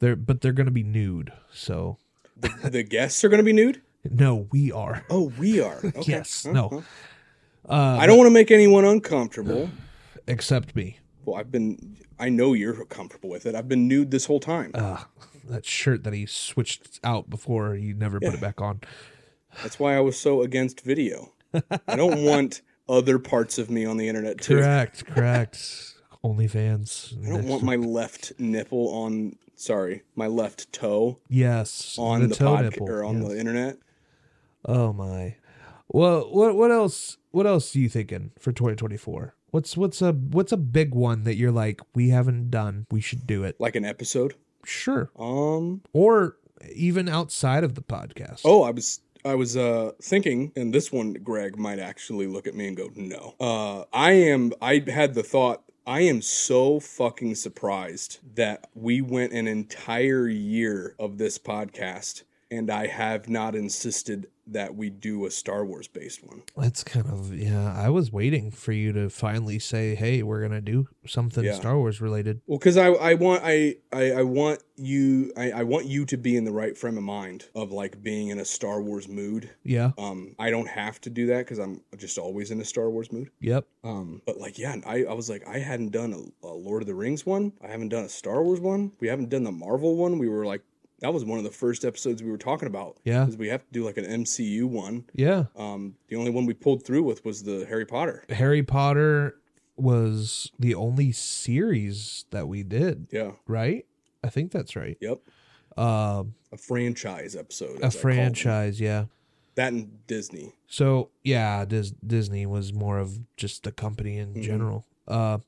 Speaker 1: they're but they're gonna be nude. So
Speaker 2: The, the guests are going to be nude.
Speaker 1: no, we are.
Speaker 2: Oh, we are. Okay. Uh-huh.
Speaker 1: Yes.
Speaker 2: Huh,
Speaker 1: No.
Speaker 2: huh.
Speaker 1: Uh,
Speaker 2: I don't want to make anyone uncomfortable.
Speaker 1: except me.
Speaker 2: Well, I've been. I know you're comfortable with it. I've been nude this whole time.
Speaker 1: Uh, that shirt that he switched out before he never put it back on.
Speaker 2: That's why I was so against video. I don't want other parts of me on the internet too.
Speaker 1: Correct, correct. OnlyFans.
Speaker 2: I don't want my left nipple on. Sorry, my left toe
Speaker 1: yes
Speaker 2: on the,
Speaker 1: toe
Speaker 2: podca-
Speaker 1: nipple,
Speaker 2: or on
Speaker 1: yes.
Speaker 2: the internet.
Speaker 1: Oh my. Well, what what else? What else are you thinking for 2024? What's what's a what's a big one that you're like we haven't done? We should do it.
Speaker 2: like an episode.
Speaker 1: Sure.
Speaker 2: Um.
Speaker 1: Or even outside of the podcast.
Speaker 2: Oh, I was I was uh thinking, and this one, Greg might actually look at me and go, "No." Uh, I am. I had the thought. I am so fucking surprised that we went an entire year of this podcast, and I have not insisted that we do a Star Wars based one.
Speaker 1: That's kind of yeah. I was waiting for you to finally say, "Hey, we're gonna do something
Speaker 2: Yeah.
Speaker 1: Star Wars related."
Speaker 2: Well, because I, I want I, I, I want you I, I want you to be in the right frame of mind of like being in a Star Wars mood.
Speaker 1: Yeah.
Speaker 2: Um, I don't have to do that because I'm just always in a Star Wars mood.
Speaker 1: Yep.
Speaker 2: Um, but like, yeah, I, I was like, I hadn't done a, a Lord of the Rings one. I haven't done a Star Wars one. We haven't done the Marvel one. We were like that was one of the first episodes we were talking about.
Speaker 1: Yeah.
Speaker 2: Because we have to do like an MCU one.
Speaker 1: Yeah.
Speaker 2: Um, the only one we pulled through with was the Harry Potter.
Speaker 1: Harry Potter was the only series that we did,
Speaker 2: Yeah.
Speaker 1: right? I think that's right.
Speaker 2: Yep.
Speaker 1: Um,
Speaker 2: A franchise
Speaker 1: a
Speaker 2: episode. as I call them.
Speaker 1: franchise, yeah.
Speaker 2: That and Disney.
Speaker 1: So yeah, Dis- Disney was more of just the company in
Speaker 2: Mhm.
Speaker 1: general. Uh,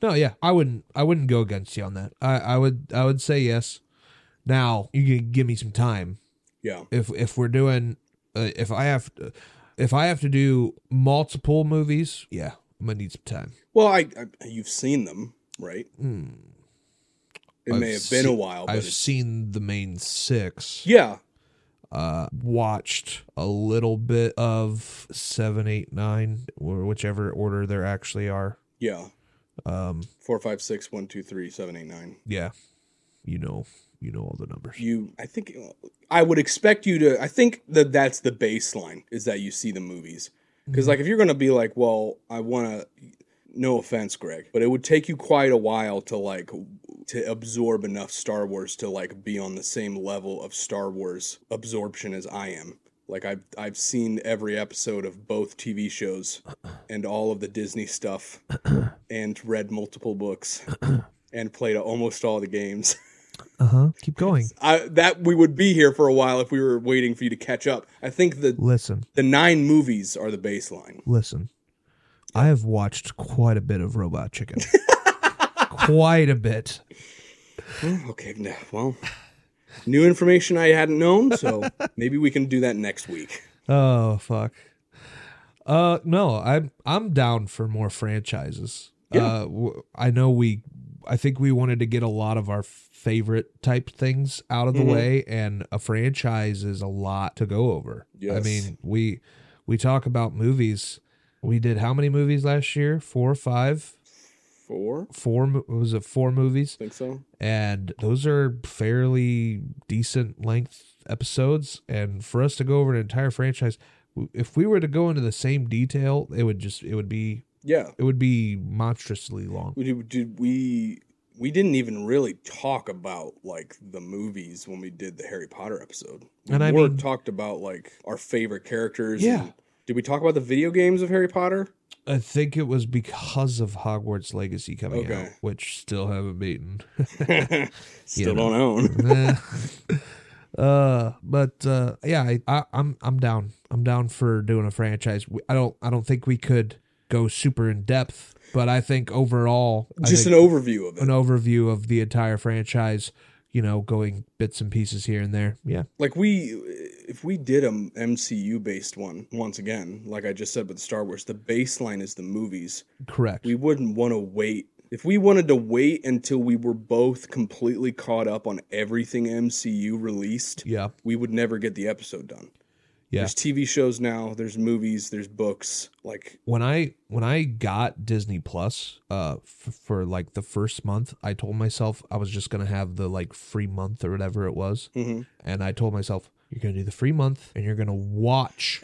Speaker 1: no, yeah, I wouldn't, I wouldn't go against you on that. I, I would, I would say yes. Now you can give me some time.
Speaker 2: Yeah.
Speaker 1: If if we're doing, uh, if I have, to, if I have to do multiple movies, yeah, I'm gonna need some time.
Speaker 2: Well, I, I you've seen them, right?
Speaker 1: Hmm.
Speaker 2: It
Speaker 1: I've
Speaker 2: may have been a
Speaker 1: seen-
Speaker 2: while, but
Speaker 1: I've
Speaker 2: it's,
Speaker 1: seen the main six.
Speaker 2: yeah,
Speaker 1: uh watched a little bit of seven eight nine or whichever order there actually are
Speaker 2: yeah.
Speaker 1: um
Speaker 2: Four, five, six, one, two, three, seven, eight, nine.
Speaker 1: yeah you know you know all the numbers
Speaker 2: You, I think, I would expect you to. I think that that's the baseline is that you see the movies because,
Speaker 1: Mm-hmm.
Speaker 2: like, if you're gonna be like, well, I want to. No offense, Greg, but it would take you quite a while to like to absorb enough Star Wars to like be on the same level of Star Wars absorption as I am. Like I've I've seen every episode of both TV shows and all of the Disney stuff and read multiple books and played almost all the games.
Speaker 1: uh-huh keep going
Speaker 2: I, that we would be here for a while if we were waiting for you to catch up. I think the
Speaker 1: listen
Speaker 2: the nine movies are the baseline.
Speaker 1: listen i have watched quite a bit of robot chicken quite a bit
Speaker 2: Hmm, okay, no, well, new information I hadn't known, so maybe we can do that next week.
Speaker 1: oh fuck uh no i'm i'm down for more franchises
Speaker 2: Yeah.
Speaker 1: uh w- i know we i think we wanted to get a lot of our favorite type things out of the
Speaker 2: Mhm.
Speaker 1: way and a franchise is a lot to go over i
Speaker 2: Yes.
Speaker 1: mean we we talk about movies we did how many movies last year four or five
Speaker 2: Four,
Speaker 1: four mo- was it four movies
Speaker 2: think so.
Speaker 1: and those are fairly decent length episodes and for us to go over an entire franchise w- if we were to go into the same detail it would just it would be
Speaker 2: Yeah,
Speaker 1: it would be monstrously long
Speaker 2: we did, did we we didn't even really talk about like the movies when we did the Harry Potter episode. We
Speaker 1: And I
Speaker 2: more
Speaker 1: mean-
Speaker 2: talked about like our favorite characters.
Speaker 1: Yeah.
Speaker 2: and- did we talk about the video games of Harry Potter?
Speaker 1: i think it was because of hogwarts legacy coming out
Speaker 2: Okay.
Speaker 1: which still haven't beaten You know.
Speaker 2: Still don't own.
Speaker 1: Eh. uh but uh yeah I, I i'm i'm down i'm down for doing a franchise We- i don't i don't think we could go super in depth but i think overall I
Speaker 2: Just
Speaker 1: think-
Speaker 2: an overview of it.
Speaker 1: an overview of the entire franchise, you know, going bits and pieces here and there. Yeah.
Speaker 2: like we if we did a MCU based one once again, like I just said with Star Wars, the baseline is the movies.
Speaker 1: Correct.
Speaker 2: We wouldn't want to wait. If we wanted to wait until we were both completely caught up on everything MCU released,
Speaker 1: yeah.
Speaker 2: we would never get the episode done.
Speaker 1: Yeah.
Speaker 2: There's TV shows now, there's movies, there's books. Like
Speaker 1: When I when I got Disney Plus, uh f- for like the first month, I told myself I was just going to have the like free month or whatever it was,
Speaker 2: mhm.
Speaker 1: and I told myself you're going to do the free month and you're going to watch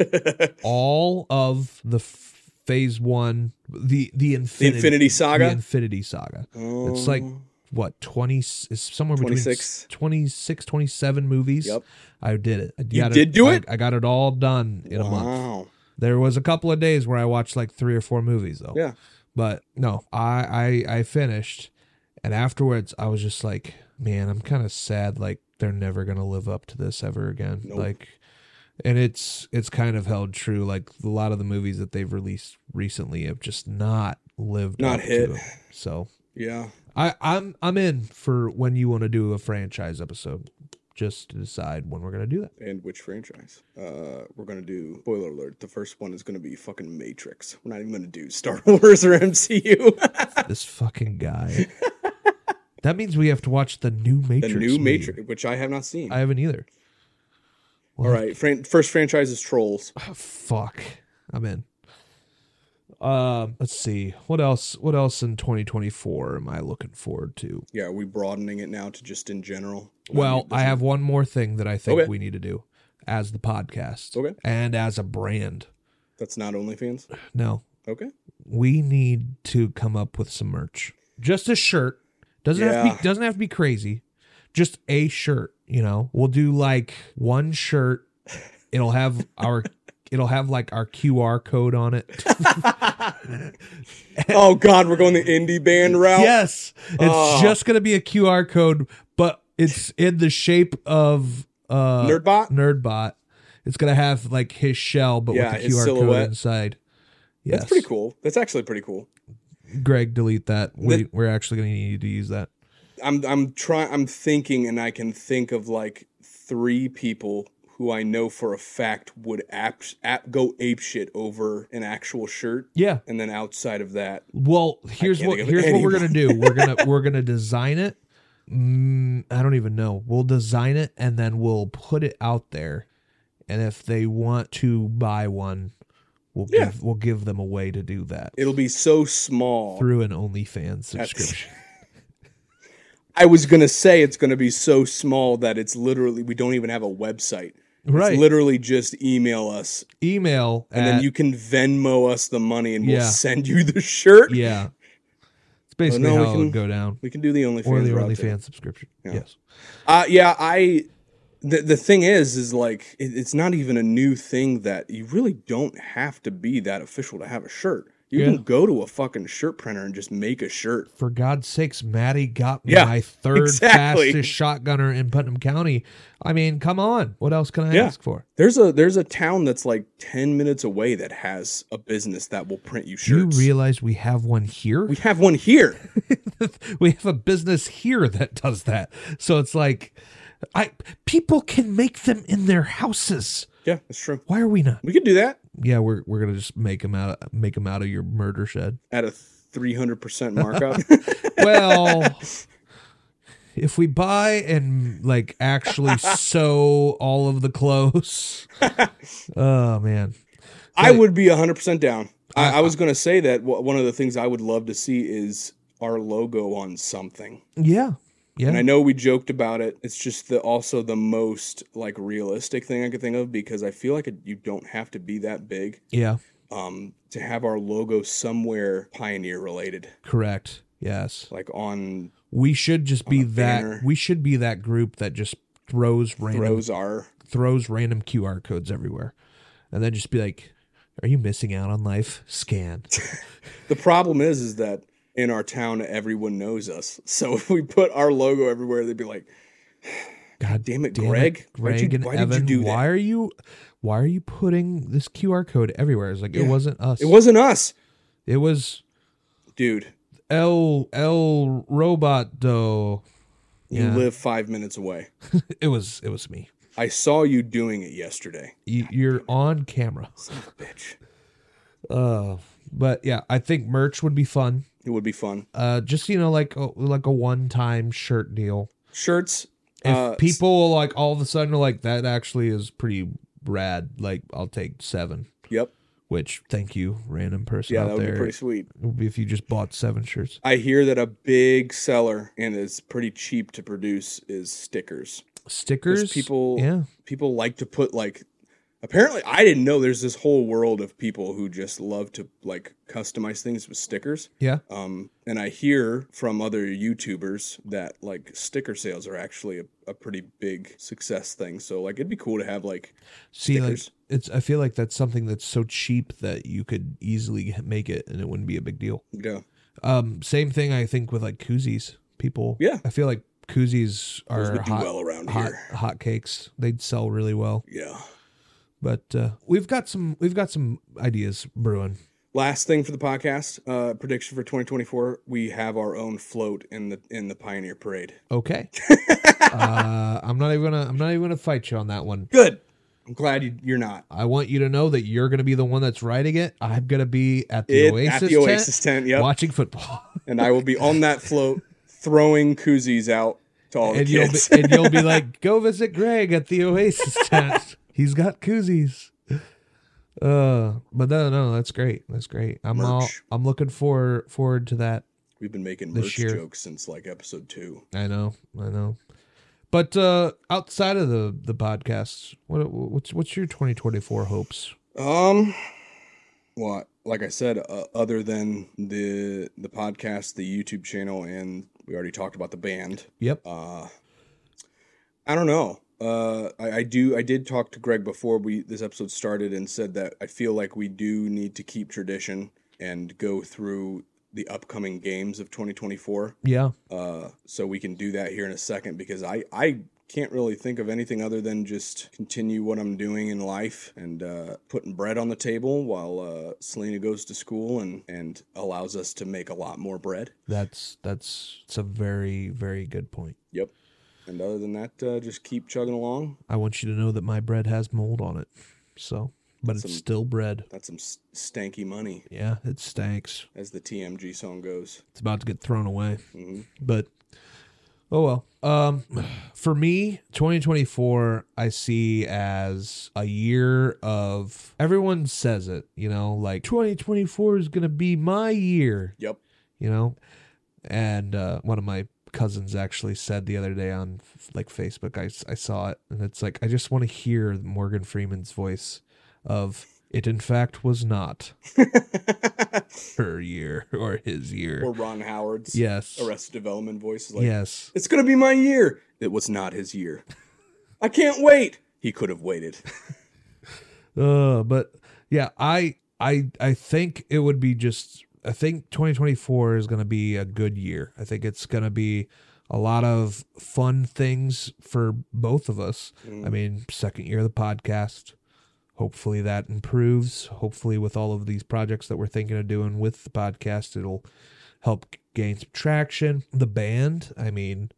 Speaker 1: all of the f- phase 1 the the
Speaker 2: the
Speaker 1: infinity
Speaker 2: Infinity Saga.
Speaker 1: the Infinity Saga. It's like
Speaker 2: Um,
Speaker 1: what 20 is somewhere
Speaker 2: 26.
Speaker 1: between 26 27 movies
Speaker 2: Yep.
Speaker 1: i did it I
Speaker 2: You
Speaker 1: got
Speaker 2: did do
Speaker 1: I-
Speaker 2: it?
Speaker 1: I, got it all done in a month
Speaker 2: wow.
Speaker 1: there was a couple of days where i watched like three or four movies though
Speaker 2: Yeah.
Speaker 1: but no i i, I finished and afterwards i was just like man i'm kind of sad like they're never gonna live up to this ever again
Speaker 2: Nope.
Speaker 1: like and it's it's kind of held true like a lot of the movies that they've released recently have just not lived
Speaker 2: Not
Speaker 1: up
Speaker 2: hit.
Speaker 1: to it. so
Speaker 2: Yeah.
Speaker 1: I, I'm I'm in for when you want to do a franchise episode, just to decide when we're gonna do that.
Speaker 2: and which franchise. Uh, we're gonna do spoiler alert. The first one is gonna be fucking Matrix. We're not even gonna do Star Wars or MCU.
Speaker 1: This fucking guy. that means we have to watch the new
Speaker 2: the
Speaker 1: Matrix.
Speaker 2: new
Speaker 1: movie.
Speaker 2: Matrix, which I have not seen.
Speaker 1: I haven't either.
Speaker 2: All right, fran- first franchise is Trolls.
Speaker 1: Fuck. I'm in. Um, let's see what else. What else in 2024 am I looking forward to?
Speaker 2: Yeah, are we broadening it now to just in general?
Speaker 1: Well,
Speaker 2: mean,
Speaker 1: I have one more thing that I think
Speaker 2: Okay.
Speaker 1: we need to do as the podcast
Speaker 2: Okay.
Speaker 1: and as a brand.
Speaker 2: that's not OnlyFans.
Speaker 1: No,
Speaker 2: Okay,
Speaker 1: we need to come up with some merch. Just a shirt. Doesn't have to
Speaker 2: Yeah.
Speaker 1: be doesn't have to be crazy. Just a shirt. You know, we'll do like one shirt. It'll have our it'll have like our QR code on it.
Speaker 2: oh God, we're going the indie band route.
Speaker 1: yes, it's
Speaker 2: Oh.
Speaker 1: just gonna be a QR code, but it's in the shape of uh
Speaker 2: Nerdbot.
Speaker 1: Nerdbot. It's gonna have like his shell, but
Speaker 2: Yeah,
Speaker 1: with the
Speaker 2: his
Speaker 1: QR
Speaker 2: silhouette.
Speaker 1: code inside. Yes,
Speaker 2: That's pretty cool. That's actually pretty cool.
Speaker 1: Greg, delete that. We,
Speaker 2: That-
Speaker 1: we're actually gonna need to use that.
Speaker 2: I'm I'm trying. I'm thinking, and I can think of like three people who I know for a fact would ap- ap- go ape shit over an actual shirt.
Speaker 1: Yeah.
Speaker 2: And then outside of that,
Speaker 1: Well, here's
Speaker 2: can't
Speaker 1: what
Speaker 2: think of
Speaker 1: here's what we're
Speaker 2: anyone.
Speaker 1: gonna do. We're gonna we're gonna design it. Mm, I don't even know. We'll design it and then we'll put it out there. And if they want to buy one, we'll
Speaker 2: Yeah.
Speaker 1: give we'll give them a way to do that
Speaker 2: it'll be so small.
Speaker 1: through an OnlyFans
Speaker 2: That's-
Speaker 1: subscription.
Speaker 2: I was gonna say it's gonna be so small that it's literally we don't even have a website.
Speaker 1: Right.
Speaker 2: It's literally just email us,
Speaker 1: Email
Speaker 2: and then you can Venmo us the money, and we'll
Speaker 1: Yeah.
Speaker 2: send you the shirt.
Speaker 1: Yeah. It's basically
Speaker 2: Oh, no, we
Speaker 1: how it would
Speaker 2: can-
Speaker 1: go down.
Speaker 2: We can do the OnlyFans.
Speaker 1: Or the
Speaker 2: route there.
Speaker 1: OnlyFans subscription. Yes.
Speaker 2: Uh, yeah, I. The, the thing is, is like it, it's not even a new thing that you really don't have to be that official to have a shirt. You
Speaker 1: Yeah.
Speaker 2: can go to a fucking shirt printer and just make a shirt.
Speaker 1: for God's sakes, Maddie got me
Speaker 2: Yeah,
Speaker 1: my third
Speaker 2: exactly.
Speaker 1: fastest shotgunner in Putnam County. I mean, come on. What else can I
Speaker 2: Yeah.
Speaker 1: ask for?
Speaker 2: There's a there's a town that's like ten minutes away that has a business that will print you shirts.
Speaker 1: You realize we have one here?
Speaker 2: we have one here.
Speaker 1: we have a business here that does that. So it's like I people can make them in their houses.
Speaker 2: yeah, that's true.
Speaker 1: Why are we not?
Speaker 2: We could do that
Speaker 1: Yeah, we're we're going to just make them out make them out of your murder shed.
Speaker 2: at a three hundred percent markup.
Speaker 1: Well, if we buy and like actually sew all of the clothes. oh man.
Speaker 2: I
Speaker 1: Right.
Speaker 2: would be 100% down. I, I was going to say that wh- one of the things I would love to see is our logo on something.
Speaker 1: Yeah. Yeah.
Speaker 2: And I know we joked about it. It's just the also the most like realistic thing I could think of because I feel like it, you don't have to be that big
Speaker 1: yeah.
Speaker 2: um, to have our logo somewhere pioneer related,
Speaker 1: Correct. Yes.
Speaker 2: like on
Speaker 1: We should just be
Speaker 2: a
Speaker 1: that
Speaker 2: banner.
Speaker 1: we should be that group that just throws random
Speaker 2: throws our
Speaker 1: throws random QR codes everywhere. And then just be like, Are you missing out on life? Scan.
Speaker 2: The problem is, is that in our town, everyone knows us. So if we put our logo everywhere, they'd be like,
Speaker 1: God
Speaker 2: damn it,
Speaker 1: damn
Speaker 2: Greg.
Speaker 1: it,
Speaker 2: Why'd
Speaker 1: Greg
Speaker 2: you-
Speaker 1: and
Speaker 2: why did you
Speaker 1: Evan,
Speaker 2: do that?"
Speaker 1: why are you why are you putting this QR code everywhere? It's like it
Speaker 2: Yeah.
Speaker 1: wasn't us.
Speaker 2: "It wasn't us,
Speaker 1: it was
Speaker 2: dude.
Speaker 1: El El Robot though.
Speaker 2: You
Speaker 1: Yeah.
Speaker 2: live five minutes away.
Speaker 1: It was it was me.
Speaker 2: I saw you doing it yesterday,
Speaker 1: You, you're on camera.
Speaker 2: Son of a bitch.
Speaker 1: Uh, but yeah, I think merch would be fun.
Speaker 2: It would be fun.
Speaker 1: Uh, just you know, like a, like a one time shirt deal.
Speaker 2: Shirts.
Speaker 1: If
Speaker 2: uh,
Speaker 1: people like all of a sudden are like that, actually is pretty rad. Like I'll take seven.
Speaker 2: Yep.
Speaker 1: Which thank you, random person
Speaker 2: Yeah,
Speaker 1: out
Speaker 2: that would
Speaker 1: there.
Speaker 2: be pretty sweet.
Speaker 1: It would be if you just bought seven shirts.
Speaker 2: I hear that a big seller and it's pretty cheap to produce is stickers.
Speaker 1: Stickers,
Speaker 2: people-
Speaker 1: Yeah,
Speaker 2: People like to put like. Apparently, I didn't know there's this whole world of people who just love to like customize things with stickers.
Speaker 1: yeah.
Speaker 2: Um, and I hear from other YouTubers that like sticker sales are actually a, a pretty big success thing. So like it'd be cool to have like
Speaker 1: See,
Speaker 2: Stickers.
Speaker 1: like it's. I feel like that's something that's so cheap that you could easily make it, and it wouldn't be a big deal.
Speaker 2: you know
Speaker 1: Um, same thing I think with like koozies. People,
Speaker 2: Yeah.
Speaker 1: I feel like koozies
Speaker 2: those
Speaker 1: are
Speaker 2: would do
Speaker 1: hot,
Speaker 2: well around
Speaker 1: hot,
Speaker 2: here.
Speaker 1: hot cakes. They'd sell really well.
Speaker 2: Yeah.
Speaker 1: But uh, we've got some, we've got some ideas brewing.
Speaker 2: Last thing for the podcast, uh, prediction for 2024: we have our own float in the in the Pioneer Parade.
Speaker 1: Okay, uh, I'm not even gonna, I'm not even gonna fight you on that one.
Speaker 2: Good. I'm glad you, you're not.
Speaker 1: I want you to know that you're gonna be the one that's riding it. I'm gonna be at the
Speaker 2: It,
Speaker 1: Oasis,
Speaker 2: at the Oasis tent,
Speaker 1: tent
Speaker 2: yep.
Speaker 1: watching football.
Speaker 2: And I will be on that float throwing koozies out to all the
Speaker 1: and you'll be,
Speaker 2: kids.
Speaker 1: and you'll be like, go visit Greg at the Oasis tent. He's got koozies. Uh, but no, no, that's great. That's great. I'm all,
Speaker 2: Merch.
Speaker 1: I'm looking for forward to that.
Speaker 2: We've been making
Speaker 1: this
Speaker 2: merch
Speaker 1: year.
Speaker 2: jokes since like episode two.
Speaker 1: I know, I know. But uh, outside of the the podcasts, what what's what's your 2024 hopes?
Speaker 2: Um, well, like I said, uh, other than the the podcast, the YouTube channel, and we already talked about the band.
Speaker 1: Yep.
Speaker 2: Uh, I don't know. Uh, I, I do. I did talk to Greg before we this episode started and said that I feel like we do need to keep tradition and go through the upcoming games of 2024.
Speaker 1: Yeah.
Speaker 2: Uh, so we can do that here in a second because I I can't really think of anything other than just continue what I'm doing in life and uh, putting bread on the table while uh, Selena goes to school and and allows us to make a lot more bread.
Speaker 1: That's that's it's a very very good point.
Speaker 2: Yep. And other than that, uh, just keep chugging along.
Speaker 1: I want you to know that my bread has mold on it, so but
Speaker 2: That's
Speaker 1: it's
Speaker 2: some-
Speaker 1: still bread.
Speaker 2: That's some s- stanky money,
Speaker 1: Yeah, it stinks.
Speaker 2: as the TMG song goes.
Speaker 1: It's about to get thrown away.
Speaker 2: hmm
Speaker 1: but oh well um for me 2024 i see as a year of everyone says it you know like 2024 is gonna be my year
Speaker 2: Yep.
Speaker 1: you know and uh one of my cousins actually said the other day on like facebook i, I saw it and it's like i just want to hear morgan freeman's voice of it in fact was not her year or his year
Speaker 2: or Ron Howard's
Speaker 1: yes
Speaker 2: Arrested Development voice is like,
Speaker 1: yes
Speaker 2: "It's gonna be my year." It was not his year. I can't wait. He could have waited.
Speaker 1: Uh, but yeah, I I I think it would be just I think 2024 is going to be a good year. I think it's going to be a lot of fun things for both of us.
Speaker 2: Mm-hmm. Mm.
Speaker 1: I mean, second year of the podcast. Hopefully that improves. Hopefully with all of these projects that we're thinking of doing with the podcast, it'll help gain some traction. The band, I mean,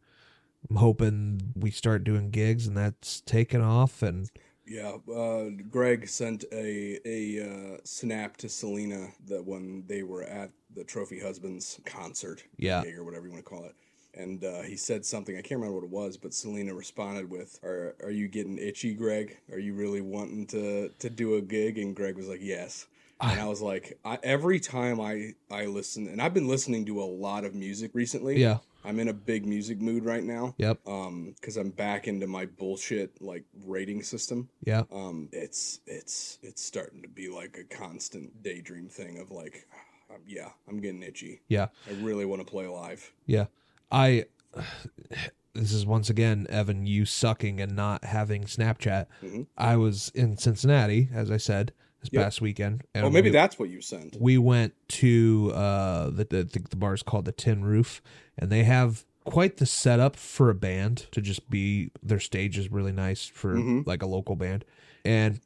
Speaker 1: I'm hoping we start doing gigs and that's taken off and
Speaker 2: Yeah, uh, Greg sent a a uh, snap to Selena that when they were at the Trophy Husbands concert,
Speaker 1: yeah.
Speaker 2: gig or whatever you want to call it, and uh, he said something I can't remember what it was, but Selena responded with, "Are are you getting itchy, Greg? Are you really wanting to to do a gig?" And Greg was like, "Yes."
Speaker 1: Ah.
Speaker 2: And I was like, I, every time I I listen, and I've been listening to a lot of music recently.
Speaker 1: Yeah.
Speaker 2: I'm in a big music mood right now.
Speaker 1: Yep.
Speaker 2: Um, because I'm back into my bullshit like rating system
Speaker 1: Yeah.
Speaker 2: um it's it's it's starting to be like a constant daydream thing of like um, yeah i'm getting itchy
Speaker 1: Yeah.
Speaker 2: i really want to play live
Speaker 1: I this is once again Evan you sucking and not having Snapchat.
Speaker 2: Mhm.
Speaker 1: I was in Cincinnati as I said this
Speaker 2: Yep.
Speaker 1: past weekend and
Speaker 2: oh maybe
Speaker 1: we,
Speaker 2: that's what you sent
Speaker 1: we went to uh the, the I think the bar is called the Tin Roof and they have quite the setup for a band to just be their stage is really nice for
Speaker 2: Mhm.
Speaker 1: like a local band and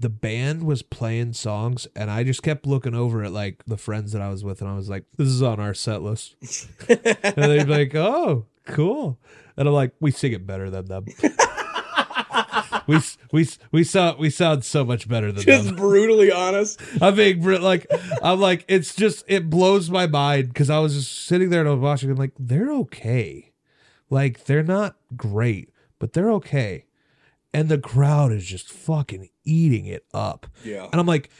Speaker 1: the band was playing songs and I just kept looking over at like the friends that I was with and I was like this is on our set list. And they'd be like, "Oh, cool," and I'm like, "We sing it better than them. we s- we s- we sound we sound so much better than
Speaker 2: just
Speaker 1: them."
Speaker 2: brutally honest
Speaker 1: I'm being br- like, I'm like, it's just it blows my mind because I was just sitting there and I was watching. and like, they're okay, like they're not great, but they're okay, and the crowd is just fucking eating it up
Speaker 2: yeah
Speaker 1: and I'm like,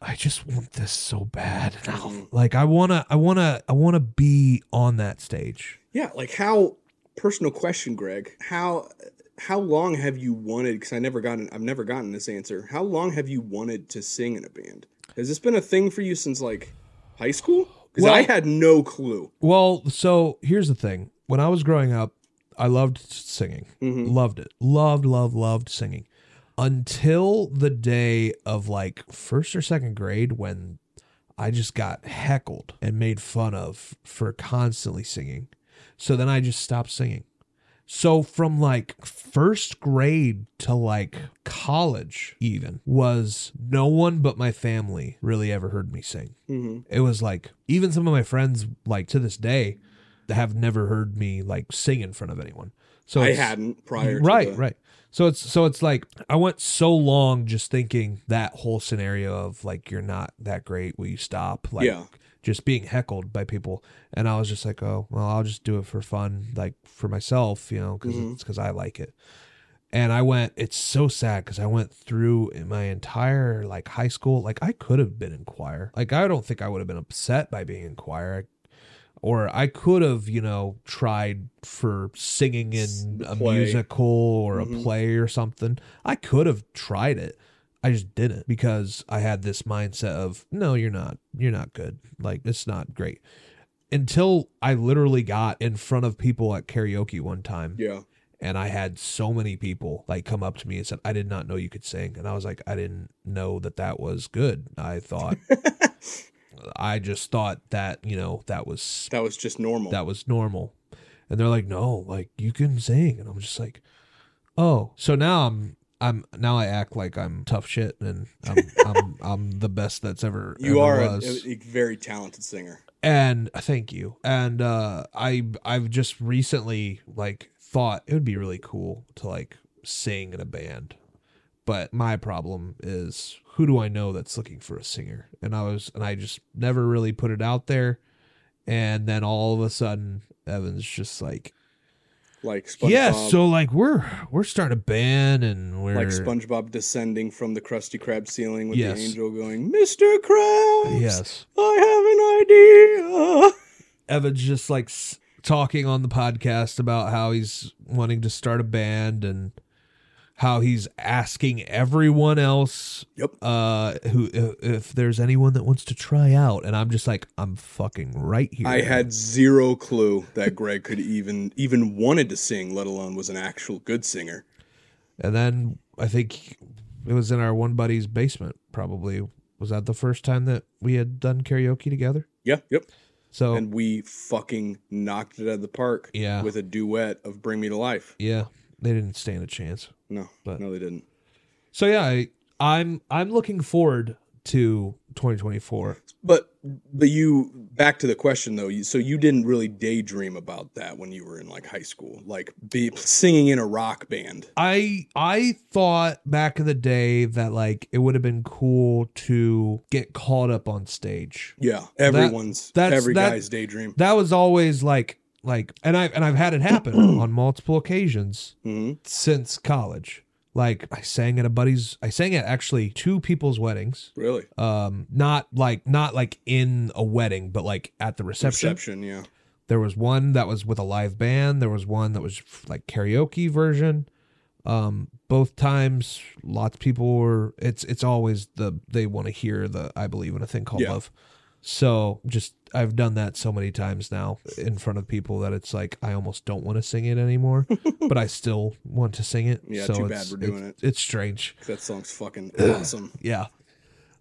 Speaker 1: I just want this so bad. now.
Speaker 2: Mhm.
Speaker 1: Like I wanna, I wanna, I wanna be on that stage.
Speaker 2: yeah like how personal question greg how how long have you wanted because i never gotten i've never gotten this answer how long have you wanted to sing in a band has this been a thing for you since like high school because i
Speaker 1: Well-
Speaker 2: had no clue
Speaker 1: Well, so here's the thing. When I was growing up, I loved singing.
Speaker 2: Mhm.
Speaker 1: Loved it. Loved, loved, loved singing. Until the day of like first or second grade when I just got heckled and made fun of for constantly singing. So then I just stopped singing. So from like first grade to like college, even was no one but my family really ever heard me sing
Speaker 2: hmm
Speaker 1: it was like even some of my friends like to this day have never heard me like sing in front of anyone so
Speaker 2: i
Speaker 1: it's-
Speaker 2: hadn't prior to
Speaker 1: right
Speaker 2: the-
Speaker 1: right so it's so it's like i went so long just thinking that whole scenario of like you're not that great will you stop like
Speaker 2: Yeah.
Speaker 1: just being heckled by people and i was just like oh well i'll just do it for fun like for myself you know because
Speaker 2: Mhm.
Speaker 1: it's because i like it and i went it's so sad because i went through my entire like high school like i could have been in choir like i don't think i would have been upset by being in choir or I could have, you know, tried for singing
Speaker 2: S-
Speaker 1: in
Speaker 2: the
Speaker 1: a
Speaker 2: play.
Speaker 1: musical or a
Speaker 2: Mhm.
Speaker 1: play or something. I could have tried it. I just didn't because I had this mindset of no, you're not, you're not good. Like it's not great. Until I literally got in front of people at karaoke one time
Speaker 2: yeah
Speaker 1: And I had so many people like come up to me and said, I did not know you could sing. And I was like, I didn't know that that was good. I thought, I just thought that, you know, that was,
Speaker 2: That was just normal.
Speaker 1: that was normal. And they're like, no, like you can sing. And I'm just like, oh, so now I'm, I'm now I act like I'm tough shit and I'm, I'm, I'm the best that's ever.
Speaker 2: you
Speaker 1: ever
Speaker 2: are a,
Speaker 1: was
Speaker 2: a very talented singer.
Speaker 1: and uh, thank you and uh i i've just recently like thought it would be really cool to like sing in a band but my problem is who do i know that's looking for a singer and i was and i just never really put it out there and then all of a sudden evan's just like
Speaker 2: Like SpongeBob.
Speaker 1: yeah so like we're we're starting a band and we're
Speaker 2: like SpongeBob descending from the Krusty Krab ceiling with
Speaker 1: Yes.
Speaker 2: the angel going, Mr. Krabs,
Speaker 1: yes
Speaker 2: I have an idea.
Speaker 1: Evan's just like s- talking on the podcast about how he's wanting to start a band and how he's asking everyone else
Speaker 2: Yep.
Speaker 1: uh who if, if there's anyone that wants to try out and I'm just like I'm fucking right here.
Speaker 2: I had zero clue that Greg could even even wanted to sing, let alone was an actual good singer.
Speaker 1: And then I think it was in our one buddy's basement probably. Was that the first time that we had done karaoke together?
Speaker 2: Yeah, yep.
Speaker 1: So
Speaker 2: And we fucking knocked it out of the park
Speaker 1: Oh. yeah.
Speaker 2: with a duet of Bring Me to Life.
Speaker 1: yeah. They didn't stand a chance.
Speaker 2: No,
Speaker 1: But-
Speaker 2: no, they didn't.
Speaker 1: So yeah, I, I'm I'm looking forward to 2024.
Speaker 2: But but you back to the question though. You, so you didn't really daydream about that when you were in like high school, like be singing in a rock band.
Speaker 1: I I thought back in the day that like it would have been cool to get caught up on stage.
Speaker 2: Yeah, everyone's
Speaker 1: that's-
Speaker 2: every
Speaker 1: that-
Speaker 2: guy's daydream.
Speaker 1: That was always like like and I and I've had it happen on multiple occasions
Speaker 2: hmm
Speaker 1: since college. Like I sang at a buddy's I sang at actually two people's weddings.
Speaker 2: Really,
Speaker 1: Um not like not like in a wedding, but like at the reception.
Speaker 2: Perception, yeah.
Speaker 1: There was one that was with a live band. There was one that was like karaoke version. Um, both times, lots of people were. It's it's always the they want to hear the I believe in a thing called
Speaker 2: Yeah.
Speaker 1: love. So just I've done that so many times now in front of people that it's like I almost don't want to sing it anymore, but I still want to sing it.
Speaker 2: Yeah,
Speaker 1: so
Speaker 2: too
Speaker 1: it's-
Speaker 2: bad we're doing
Speaker 1: it's- It's strange
Speaker 2: That song's fucking awesome.
Speaker 1: yeah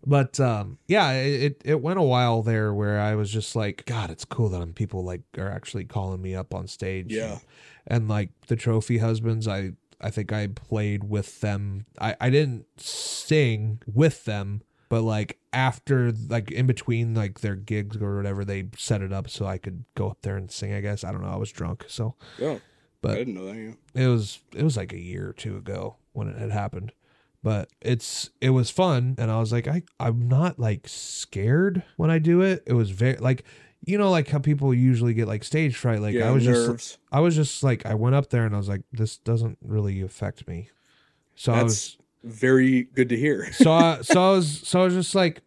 Speaker 1: but um yeah it it went a while there where i was just like god it's cool that I'm, people like are actually calling me up on stage
Speaker 2: Yeah.
Speaker 1: and, like the trophy husbands i i think i played with them i i didn't sing with them but like after like in between like their gigs or whatever they set it up so i could go up there and sing i guess i don't know i was drunk so
Speaker 2: Yeah,
Speaker 1: But-
Speaker 2: I didn't know that. Yeah.
Speaker 1: it was it was like a year or two ago when it had happened but it's it was fun and i was like i i'm not like scared when i do it it was very like you know like how people usually get like stage fright like
Speaker 2: yeah,
Speaker 1: i was just
Speaker 2: nerves.
Speaker 1: i was just like i went up there and i was like this doesn't really affect me so i was
Speaker 2: That's very good to hear.
Speaker 1: so I, so I was so I was just like,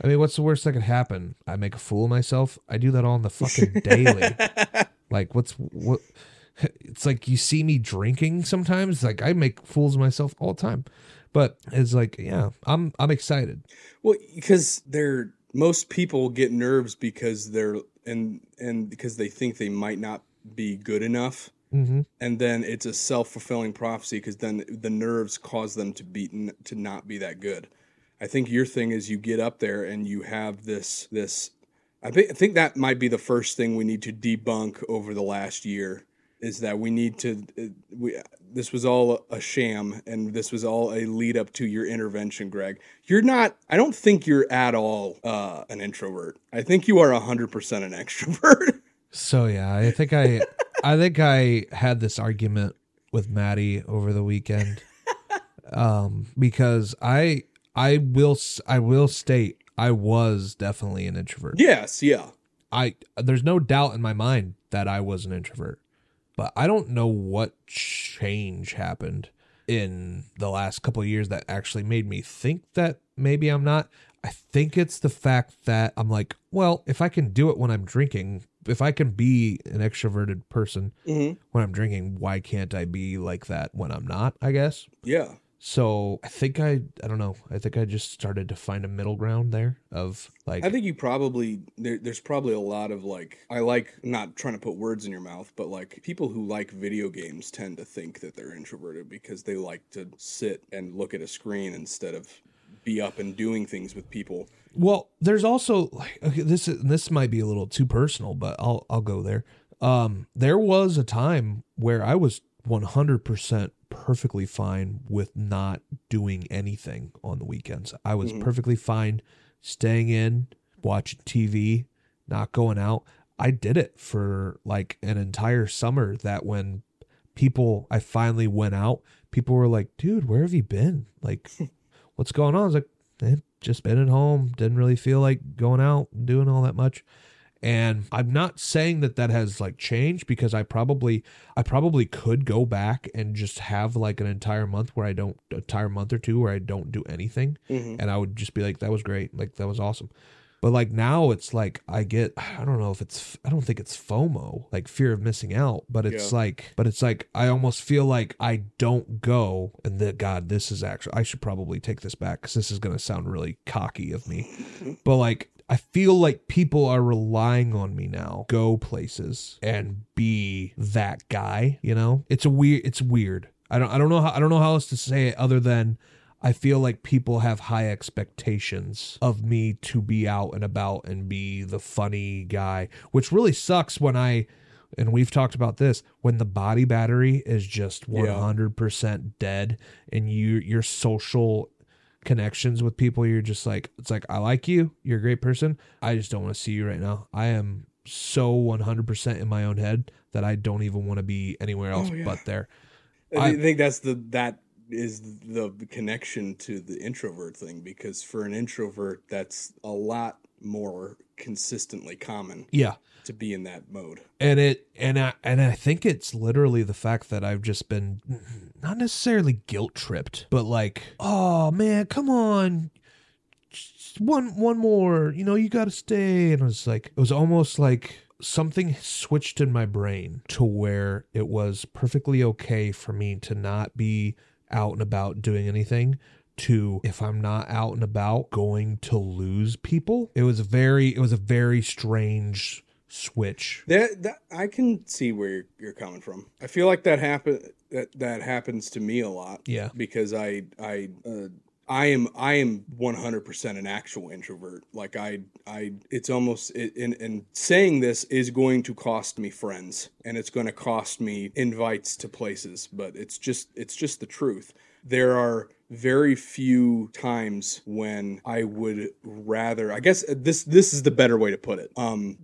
Speaker 1: I mean, what's the worst that could happen? I make a fool of myself. I do that all in the fucking daily. like, what's what? It's like you see me drinking sometimes. Like I make fools of myself all the time. But it's like, yeah, I'm I'm excited.
Speaker 2: Well, because they're most people get nerves because they're and and because they think they might not be good enough,
Speaker 1: Mm-hmm.
Speaker 2: and then it's a self fulfilling prophecy because then the nerves cause them to be n- to not be that good. I think your thing is you get up there and you have this this. I thi- I think that might be the first thing we need to debunk over the last year is that we need to uh, we this was all a sham and this was all a lead up to your intervention greg you're not i don't think you're at all uh, an introvert i think you are 100% an extrovert
Speaker 1: So yeah, I think I I think I had this argument with Maddie over the weekend. Um because I I will s- I will state I was definitely an introvert.
Speaker 2: yes yeah
Speaker 1: I there's no doubt in my mind that I was an introvert, but I don't know what change happened in the last couple of years that actually made me think that maybe I'm not. I think it's the fact that I'm like, well, if I can do it when I'm drinking, if I can be an extroverted person
Speaker 2: hmm
Speaker 1: Mm-hmm. when I'm drinking, why can't I be like that when I'm not? I guess.
Speaker 2: yeah
Speaker 1: So I think I I don't know. I think I just started to find a middle ground there of like
Speaker 2: I think you probably there, there's probably a lot of like I like not trying to put words in your mouth, but like people who like video games tend to think that they're introverted because they like to sit and look at a screen instead of be up and doing things with people.
Speaker 1: well, there's also like okay, this is- this might be a little too personal, but I'll I'll go there. Um there was a time where I was 100% perfectly fine with not doing anything on the weekends. I was
Speaker 2: Mhm.
Speaker 1: perfectly fine staying in, watching TV, not going out. I did it for like an entire summer that when people I finally went out, people were like, dude, where have you been? Like, what's going on? I was like, eh, just been at home. Didn't really feel like going out and doing all that much. And I'm not saying that that has like changed because I probably, I probably could go back and just have like an entire month where I don't, entire month or two where I don't do anything
Speaker 2: Mm-hmm.
Speaker 1: and I would just be like, that was great, like that was awesome. But like now, it's like I get, I don't know if it's, I don't think it's FOMO, like fear of missing out, but it's
Speaker 2: Yeah.
Speaker 1: like, but it's like I almost feel like I don't go, and that God, this is actually, I should probably take this back because this is gonna sound really cocky of me, but like. I feel like people are relying on me now. Go places and be that guy, you know? It's a weird it's weird. I don't I don't know how I don't know how else to say it other than I feel like people have high expectations of me to be out and about and be the funny guy, which really sucks when I and we've talked about this when the body battery is just
Speaker 2: Yeah.
Speaker 1: 100% dead and you your social connections with people you're just like it's like I like you, you're a great person. I just don't want to see you right now. I am so 100% in my own head that I don't even want to be anywhere else
Speaker 2: yeah.
Speaker 1: but there.
Speaker 2: I,
Speaker 1: I-
Speaker 2: think that's the that is the connection to the introvert thing because for an introvert that's a lot more consistently common
Speaker 1: Yeah.
Speaker 2: to be in that mode.
Speaker 1: and it and I and I think it's literally the fact that I've just been not necessarily guilt tripped, but like, oh man, come on, Just one one more, you know, you got to stay. And it was like, it was almost like something switched in my brain to where it was perfectly okay for me to not be out and about doing anything to if I'm not out and about going to lose people. It was a very it was a very strange switch
Speaker 2: That, that I can see where you're, you're coming from. I feel like that happen that that happens to me a lot.
Speaker 1: Yeah.
Speaker 2: because I I uh, I am I am 100% an actual introvert. Like I I it's almost it, and and saying this is going to cost me friends and it's going to cost me invites to places, but it's just it's just the truth. There are very few times when I would rather I guess uh, this this is the better way to put it. Um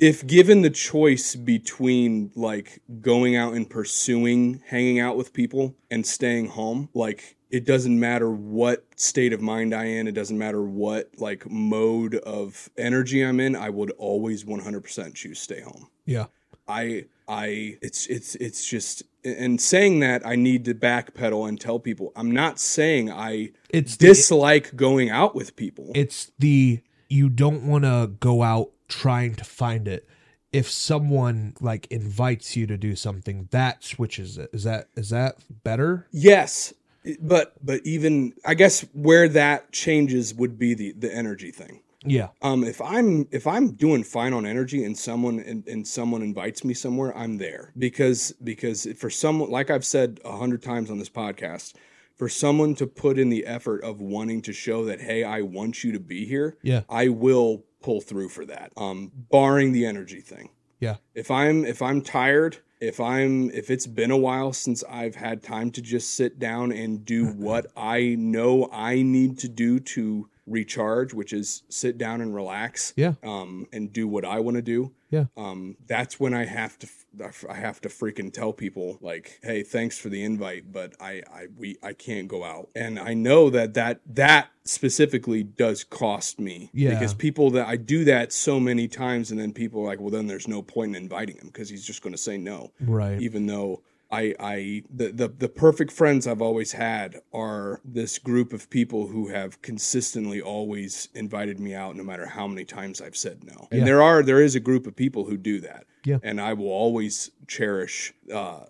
Speaker 2: if given the choice between like going out and pursuing hanging out with people and staying home like it doesn't matter what state of mind i in it doesn't matter what like mode of energy i'm in i would always 100% choose stay home
Speaker 1: Yeah.
Speaker 2: I I it's it's it's just and saying that I need to backpedal and tell people I'm not saying I
Speaker 1: It's the,
Speaker 2: dislike going out with people.
Speaker 1: it's the you don't want to go out trying to find it. If someone like invites you to do something, that switches it. Is that is that better?
Speaker 2: yes, but but even I guess where that changes would be the the energy thing.
Speaker 1: Yeah.
Speaker 2: Um if I'm if I'm doing fine on energy and someone and, and someone invites me somewhere, I'm there because because for someone like I've said a hundred times on this podcast, for someone to put in the effort of wanting to show that hey, I want you to be here,
Speaker 1: Yeah.
Speaker 2: I will pull through for that. Um, barring the energy thing.
Speaker 1: Yeah.
Speaker 2: If I'm if I'm tired, if I'm if it's been a while since I've had time to just sit down and do what I know I need to do to recharge, which is sit down and relax.
Speaker 1: Yeah.
Speaker 2: Um, and do what I want to do.
Speaker 1: Yeah.
Speaker 2: Um, that's when I have to f- I have to freaking tell people like, hey, thanks for the invite, but I I we I can't go out. And I know that that that specifically does cost me
Speaker 1: Yeah.
Speaker 2: because people that I do that so many times, and then people are like, well, then there's no point in inviting him because he's just going to say no,
Speaker 1: Right.
Speaker 2: even though. I, I the, the the perfect friends I've always had are this group of people who have consistently always invited me out no matter how many times I've said no. And
Speaker 1: Yeah.
Speaker 2: there are there is a group of people who do that.
Speaker 1: Yeah.
Speaker 2: And I will always cherish uh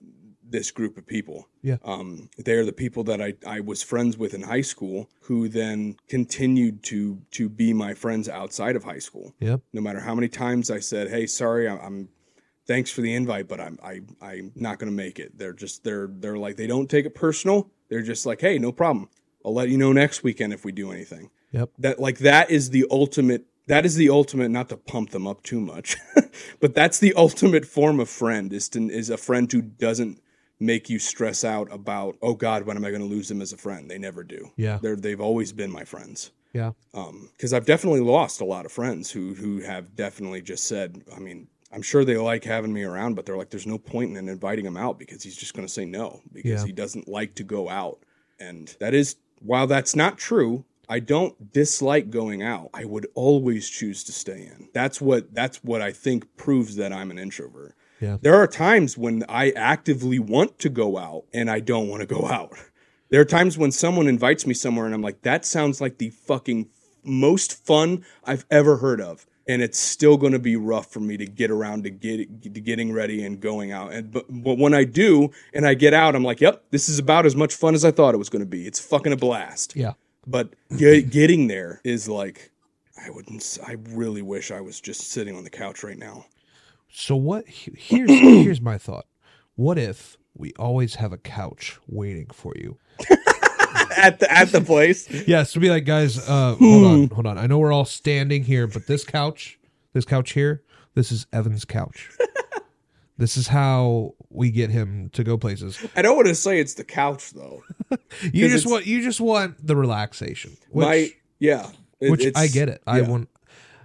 Speaker 2: this group of people.
Speaker 1: Yeah.
Speaker 2: Um, they are the people that I, I was friends with in high school who then continued to to be my friends outside of high school.
Speaker 1: Yep.
Speaker 2: No matter how many times I said, "Hey, sorry, I'm, I'm thanks for the invite, but I'm I I'm not going to make it." They're just they're they're like they don't take it personal. They're just like, "Hey, no problem. I'll let you know next weekend if we do anything."
Speaker 1: Yep.
Speaker 2: That like that is the ultimate that is the ultimate not to pump them up too much but that's the ultimate form of friend is to, is a friend who doesn't make you stress out about oh god when am i going to lose them as a friend they never do
Speaker 1: Yeah.
Speaker 2: they're they've always been my friends
Speaker 1: Yeah.
Speaker 2: um because i've definitely lost a lot of friends who who have definitely just said i mean i'm sure they like having me around but they're like there's no point in inviting him out because he's just going to say no because
Speaker 1: Yeah.
Speaker 2: he doesn't like to go out and that is while that's not true i don't dislike going out i would always choose to stay in that's what that's what i think proves that i'm an introvert
Speaker 1: Yeah.
Speaker 2: there are times when i actively want to go out and i don't want to go out there are times when someone invites me somewhere and i'm like that sounds like the fucking most fun i've ever heard of and it's still going to be rough for me to get around to get to getting ready and going out. And but, but when I do and I get out, I'm like, "Yep, this is about as much fun as I thought it was going to be. It's fucking a blast."
Speaker 1: Yeah.
Speaker 2: But get, getting there is like, I wouldn't. s- I really wish I was just sitting on the couch right now.
Speaker 1: So what? he- Here's here's my thought. What if we always have a couch waiting for you?
Speaker 2: at the at the place.
Speaker 1: Yeah, so be like, guys, uh, hold on, hold on. I know we're all standing here, but this couch, this couch here, this is Evan's couch. this is how we get him to go places.
Speaker 2: I don't want to say it's the couch though.
Speaker 1: You
Speaker 2: 'Cause
Speaker 1: just
Speaker 2: it's-
Speaker 1: want you just want the relaxation, which
Speaker 2: My yeah, it-
Speaker 1: which I
Speaker 2: it's-
Speaker 1: get it. I
Speaker 2: yeah.
Speaker 1: want,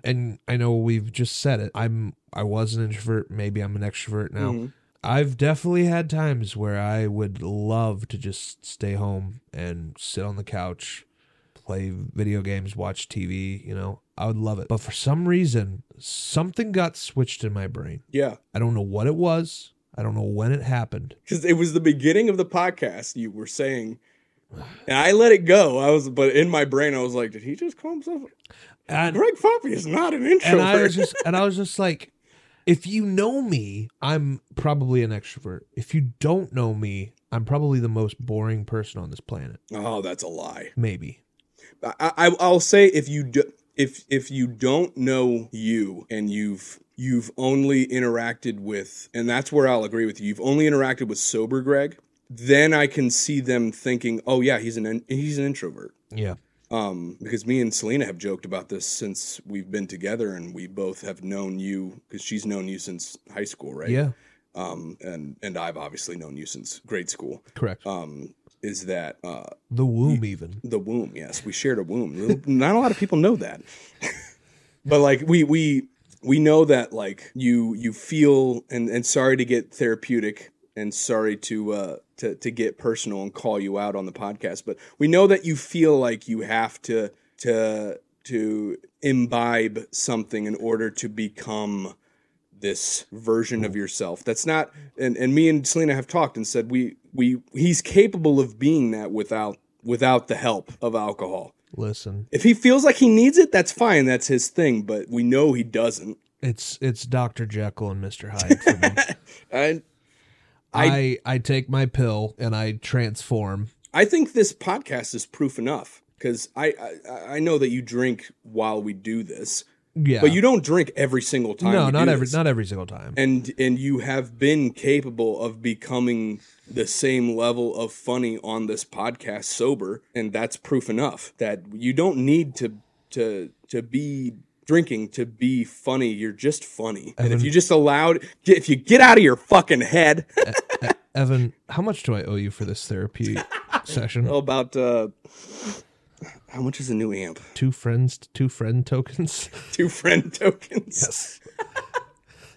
Speaker 1: and I know we've just said it. I'm I was an introvert. Maybe I'm an extrovert now.
Speaker 2: Mhm.
Speaker 1: I've definitely had times where I would love to just stay home and sit on the couch, play video games, watch TV, you know. I would love it. But for some reason, something got switched in my brain.
Speaker 2: Yeah,
Speaker 1: I don't know what it was. I don't know when it happened.
Speaker 2: because it was the beginning of the podcast. You were saying, and I let it go. I was, but in my brain, I was like, did he just call himself?
Speaker 1: And,
Speaker 2: Greg Poppy is not an
Speaker 1: and I was
Speaker 2: introvert.
Speaker 1: just and I was just like if you know me, I'm probably an extrovert. If you don't know me, I'm probably the most boring person on this planet.
Speaker 2: oh, that's a lie.
Speaker 1: Maybe.
Speaker 2: I, I I'll say if you do, if if you don't know you and you've you've only interacted with and that's where I'll agree with you. You've only interacted with sober Greg, then I can see them thinking, "Oh yeah, he's an in- he's an introvert."
Speaker 1: Yeah.
Speaker 2: Um, because me and Selena have joked about this since we've been together, and we both have known you because she's known you since high school, right?
Speaker 1: Yeah.
Speaker 2: Um, and and I've obviously known you since grade school.
Speaker 1: Correct.
Speaker 2: Um, is that uh,
Speaker 1: The womb even.
Speaker 2: the womb. Yes, we shared a womb. Little- Not a lot of people know that, but like we we we know that like you you feel and and sorry to get therapeutic and sorry to uh to to get personal and call you out on the podcast, but we know that you feel like you have to to to imbibe something in order to become this version of yourself. That's not and, and me and Selena have talked and said we we he's capable of being that without without the help of alcohol.
Speaker 1: Listen,
Speaker 2: If he feels like he needs it, that's fine. That's his thing, but we know he doesn't.
Speaker 1: it's it's Dr. Jekyll and Mr. Hyde for me.
Speaker 2: I
Speaker 1: I, I take my pill and I transform.
Speaker 2: I think this podcast is proof enough cuz I, I I know that you drink while we do this,
Speaker 1: Yeah.
Speaker 2: but you don't drink every single time.
Speaker 1: No,
Speaker 2: we
Speaker 1: not
Speaker 2: do
Speaker 1: every
Speaker 2: this.
Speaker 1: not every single time.
Speaker 2: and and you have been capable of becoming the same level of funny on this podcast sober and that's proof enough that you don't need to to to be drinking to be funny you're just funny and if
Speaker 1: Evan-
Speaker 2: you just allowed get- if you get out of your fucking head
Speaker 1: Evan, how much do I owe you for this therapy session?
Speaker 2: about uh how much is a new amp
Speaker 1: Two friends, two friend tokens.
Speaker 2: two friend tokens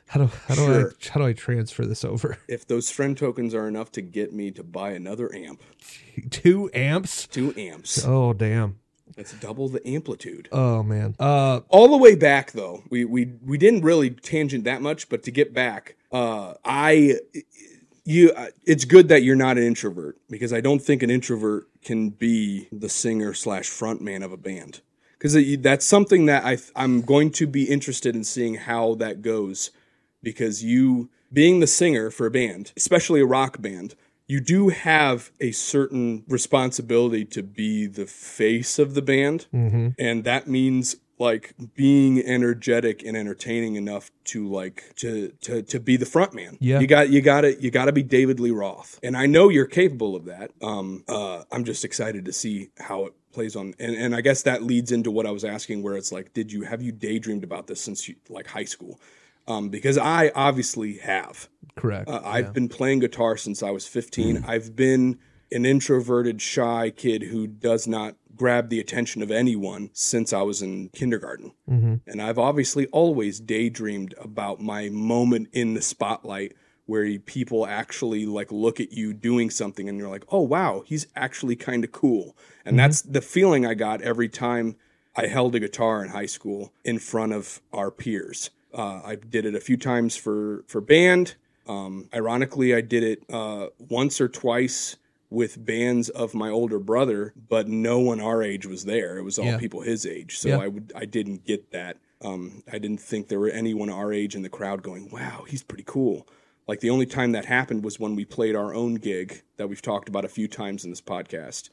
Speaker 1: How do how do
Speaker 2: Sure.
Speaker 1: I how do I transfer this over?
Speaker 2: if those friend tokens are enough to get me to buy another amp
Speaker 1: two amps?
Speaker 2: two amps
Speaker 1: Oh damn.
Speaker 2: that's double the amplitude
Speaker 1: Oh man. Uh
Speaker 2: all the way back though we we we didn't really tangent that much but to get back uh i you uh, it's good that you're not an introvert because i don't think an introvert can be the singer slash frontman of a band because that's something that i i'm going to be interested in seeing how that goes because you being the singer for a band, especially a rock band, you do have a certain responsibility to be the face of the band,
Speaker 1: Mm-hmm.
Speaker 2: and that means like being energetic and entertaining enough to like to to to be the front man.
Speaker 1: Yeah.
Speaker 2: You got you got to you got to be David Lee Roth. And I know you're capable of that. Um uh I'm just excited to see how it plays on and and I guess that leads into what I was asking where it's like did you have you daydreamed about this since you like high school? Um because I obviously have.
Speaker 1: Correct.
Speaker 2: Uh, I've been playing guitar since I was 15. I've been an introverted, shy kid who does not grab the attention of anyone since I was in kindergarten.
Speaker 1: mm-hmm.
Speaker 2: And I've obviously always daydreamed about my moment in the spotlight where people actually like look at you doing something and you're like, "Oh wow, he's actually kind of cool." And that's the feeling I got every time I held a guitar in high school in front of our peers. Uh, I did it a few times for for band. Um, ironically, I did it uh, once or twice with bands of my older brother, but no one our age was there. It was all
Speaker 1: Yeah.
Speaker 2: people his age. So
Speaker 1: Yeah.
Speaker 2: I would I didn't get that. Um, I didn't think there were anyone our age in the crowd going, "Wow, he's pretty cool." Like the only time that happened was when we played our own gig that we've talked about a few times in this podcast,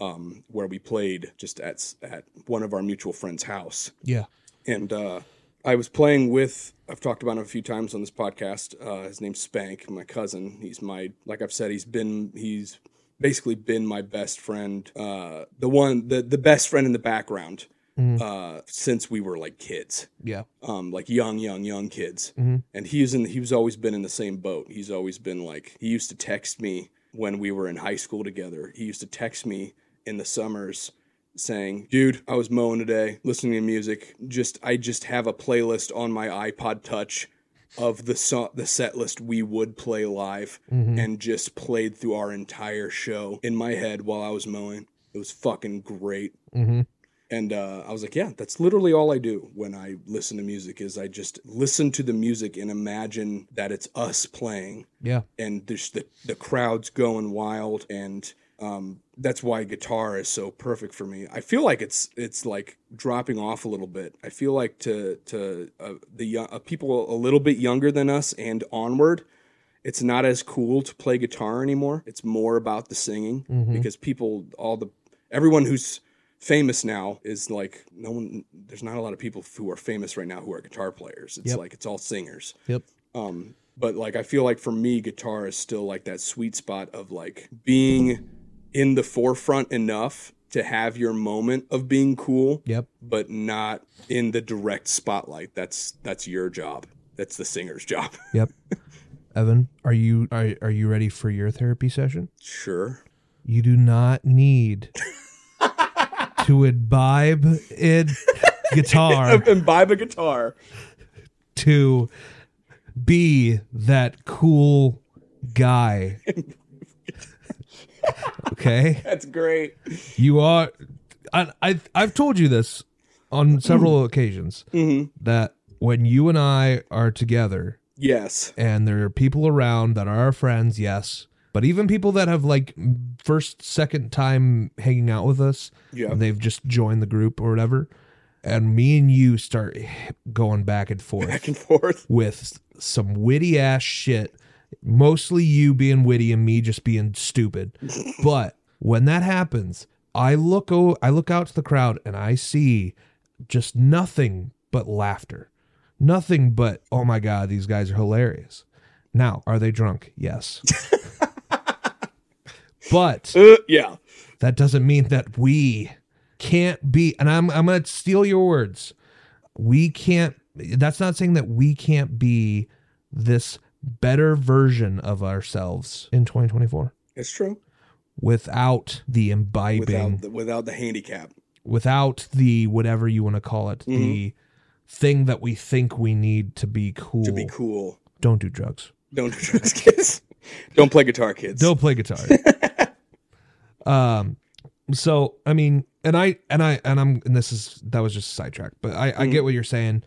Speaker 2: um, where we played just at s- at one of our mutual friends' house
Speaker 1: Yeah.
Speaker 2: and uh, I was playing with. I've talked about him a few times on this podcast. Uh, his name's Spank, my cousin. He's my like I've said. He's been he's basically been my best friend. Uh, the one the the best friend in the background
Speaker 1: Mm.
Speaker 2: uh, since we were like kids
Speaker 1: Yeah.
Speaker 2: um, like young, young, young kids.
Speaker 1: Mhm.
Speaker 2: And he was in. He was always been in the same boat. He's always been like he used to text me when we were in high school together. He used to text me in the summers saying, "Dude, I was mowing today, listening to music. Just I just have a playlist on my iPod Touch." Of the so- the set list we would play live,
Speaker 1: Mhm.
Speaker 2: and just played through our entire show in my head while I was mowing. It was fucking great.
Speaker 1: Mm-hmm.
Speaker 2: And uh, I was like, yeah, that's literally all I do when I listen to music is I just listen to the music and imagine that it's us playing
Speaker 1: Yeah.
Speaker 2: and there's the, the crowd's going wild and um, that's why guitar is so perfect for me. I feel like it's it's like dropping off a little bit. I feel like to to uh, the young, uh, people a little bit younger than us and onward, it's not as cool to play guitar anymore. It's more about the singing
Speaker 1: Mhm.
Speaker 2: because people all the everyone who's famous now is like no one there's not a lot of people who are famous right now who are guitar players. It's
Speaker 1: Yep.
Speaker 2: like it's all singers.
Speaker 1: Yep.
Speaker 2: Um, but like I feel like for me, guitar is still like that sweet spot of like being in the forefront enough to have your moment of being cool,
Speaker 1: Yep.
Speaker 2: but not in the direct spotlight. That's that's your job. That's the singer's job.
Speaker 1: Evan, are you are, are you ready for your therapy session?
Speaker 2: sure.
Speaker 1: You do not need to imbibe in guitar
Speaker 2: Imbibe a guitar.
Speaker 1: to be that cool guy. okay,
Speaker 2: That's great.
Speaker 1: you are. I, I I've told you this on several occasions
Speaker 2: hmm
Speaker 1: that when you and I are together,
Speaker 2: Yes.
Speaker 1: and there are people around that are our friends, yes. But even people that have like first, second time hanging out with us,
Speaker 2: Yeah.
Speaker 1: and they've just joined the group or whatever, and me and you start going back and
Speaker 2: Back
Speaker 1: forth
Speaker 2: and forth.
Speaker 1: with some witty ass shit. Mostly you being witty and me just being stupid. but when that happens, I look o- I look out to the crowd and I see just nothing but laughter. Nothing but oh my god, these guys are hilarious. Now, are they drunk? Yes. but
Speaker 2: Uh, yeah.
Speaker 1: that doesn't mean that we can't be and i'm i'm going to steal your words we can't that's not saying that we can't be this better version of ourselves in 2024
Speaker 2: It's true.
Speaker 1: without the imbibing
Speaker 2: Without the, without the handicap.
Speaker 1: without the whatever you want to call it
Speaker 2: Mhm.
Speaker 1: the thing that we think we need to be cool
Speaker 2: To be cool.
Speaker 1: don't do drugs
Speaker 2: Don't do drugs, kids. Don't play guitar, kids.
Speaker 1: Don't play guitar. um, so I mean, and I and I and I'm and this is that was just sidetracked, but I I
Speaker 2: Mm.
Speaker 1: get what you're saying.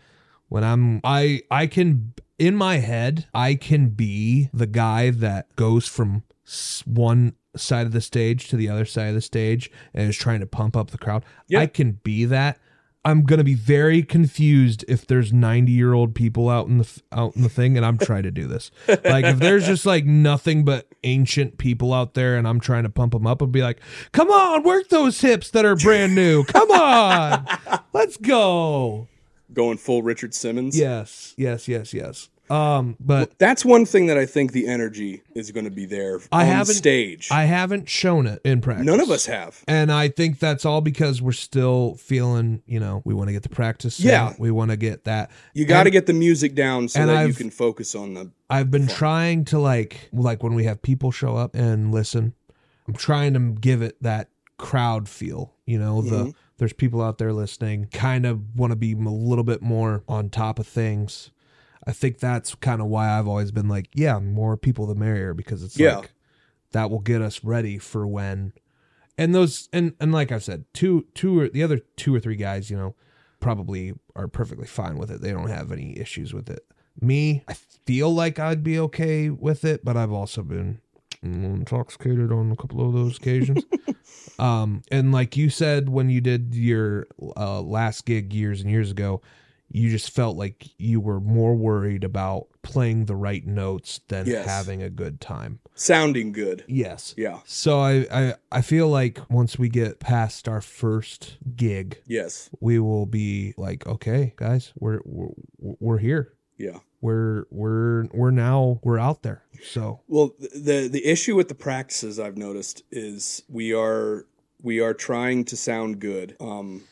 Speaker 1: When I'm I I can in my head I can be the guy that goes from s- one side of the stage to the other side of the stage and is trying to pump up the crowd.
Speaker 2: Yeah.
Speaker 1: I can be that. I'm gonna be very confused if there's 90 year old people out in the f- out in the thing, and I'm trying to do this. Like if there's just like nothing but ancient people out there, and I'm trying to pump them up and be like, "Come on, work those hips that are brand new. Come on, let's go."
Speaker 2: Going full Richard Simmons.
Speaker 1: Yes, yes, yes, yes. Um, but
Speaker 2: That's one thing that I think the energy is going to be there
Speaker 1: I
Speaker 2: on
Speaker 1: haven't-
Speaker 2: stage.
Speaker 1: I haven't shown it in practice.
Speaker 2: None of us have.
Speaker 1: And I think that's all because we're still feeling, you know, we want to get the practice. in,
Speaker 2: Yeah.
Speaker 1: we want to get that.
Speaker 2: You got to get the music down so
Speaker 1: and
Speaker 2: that you
Speaker 1: I've-
Speaker 2: can focus on the.
Speaker 1: I've been trying to like like when we have people show up and listen, I'm trying to give it that crowd feel, you know, the
Speaker 2: Mhm.
Speaker 1: there's people out there listening, kind of want to be a little bit more on top of things. I think that's kind of why I've always been like, yeah, more people the merrier because it's
Speaker 2: Yeah.
Speaker 1: like that will get us ready for when and those and and like I've said, two two or the other two or three guys, you know, probably are perfectly fine with it. They don't have any issues with it. Me, I feel like I'd be okay with it, but I've also been intoxicated on a couple of those occasions. um, and like you said when you did your uh, last gig years and years ago, you just felt like you were more worried about playing the right notes than
Speaker 2: Yes.
Speaker 1: having a good time.
Speaker 2: Sounding good.
Speaker 1: Yes.
Speaker 2: Yeah.
Speaker 1: So I, I I feel like once we get past our first gig,
Speaker 2: Yes.
Speaker 1: we will be like, okay, guys, we're we're, we're here.
Speaker 2: Yeah.
Speaker 1: We're we're we're now we're out there. So
Speaker 2: Well, th- the the issue with the practices I've noticed is we are we are trying to sound good. Um,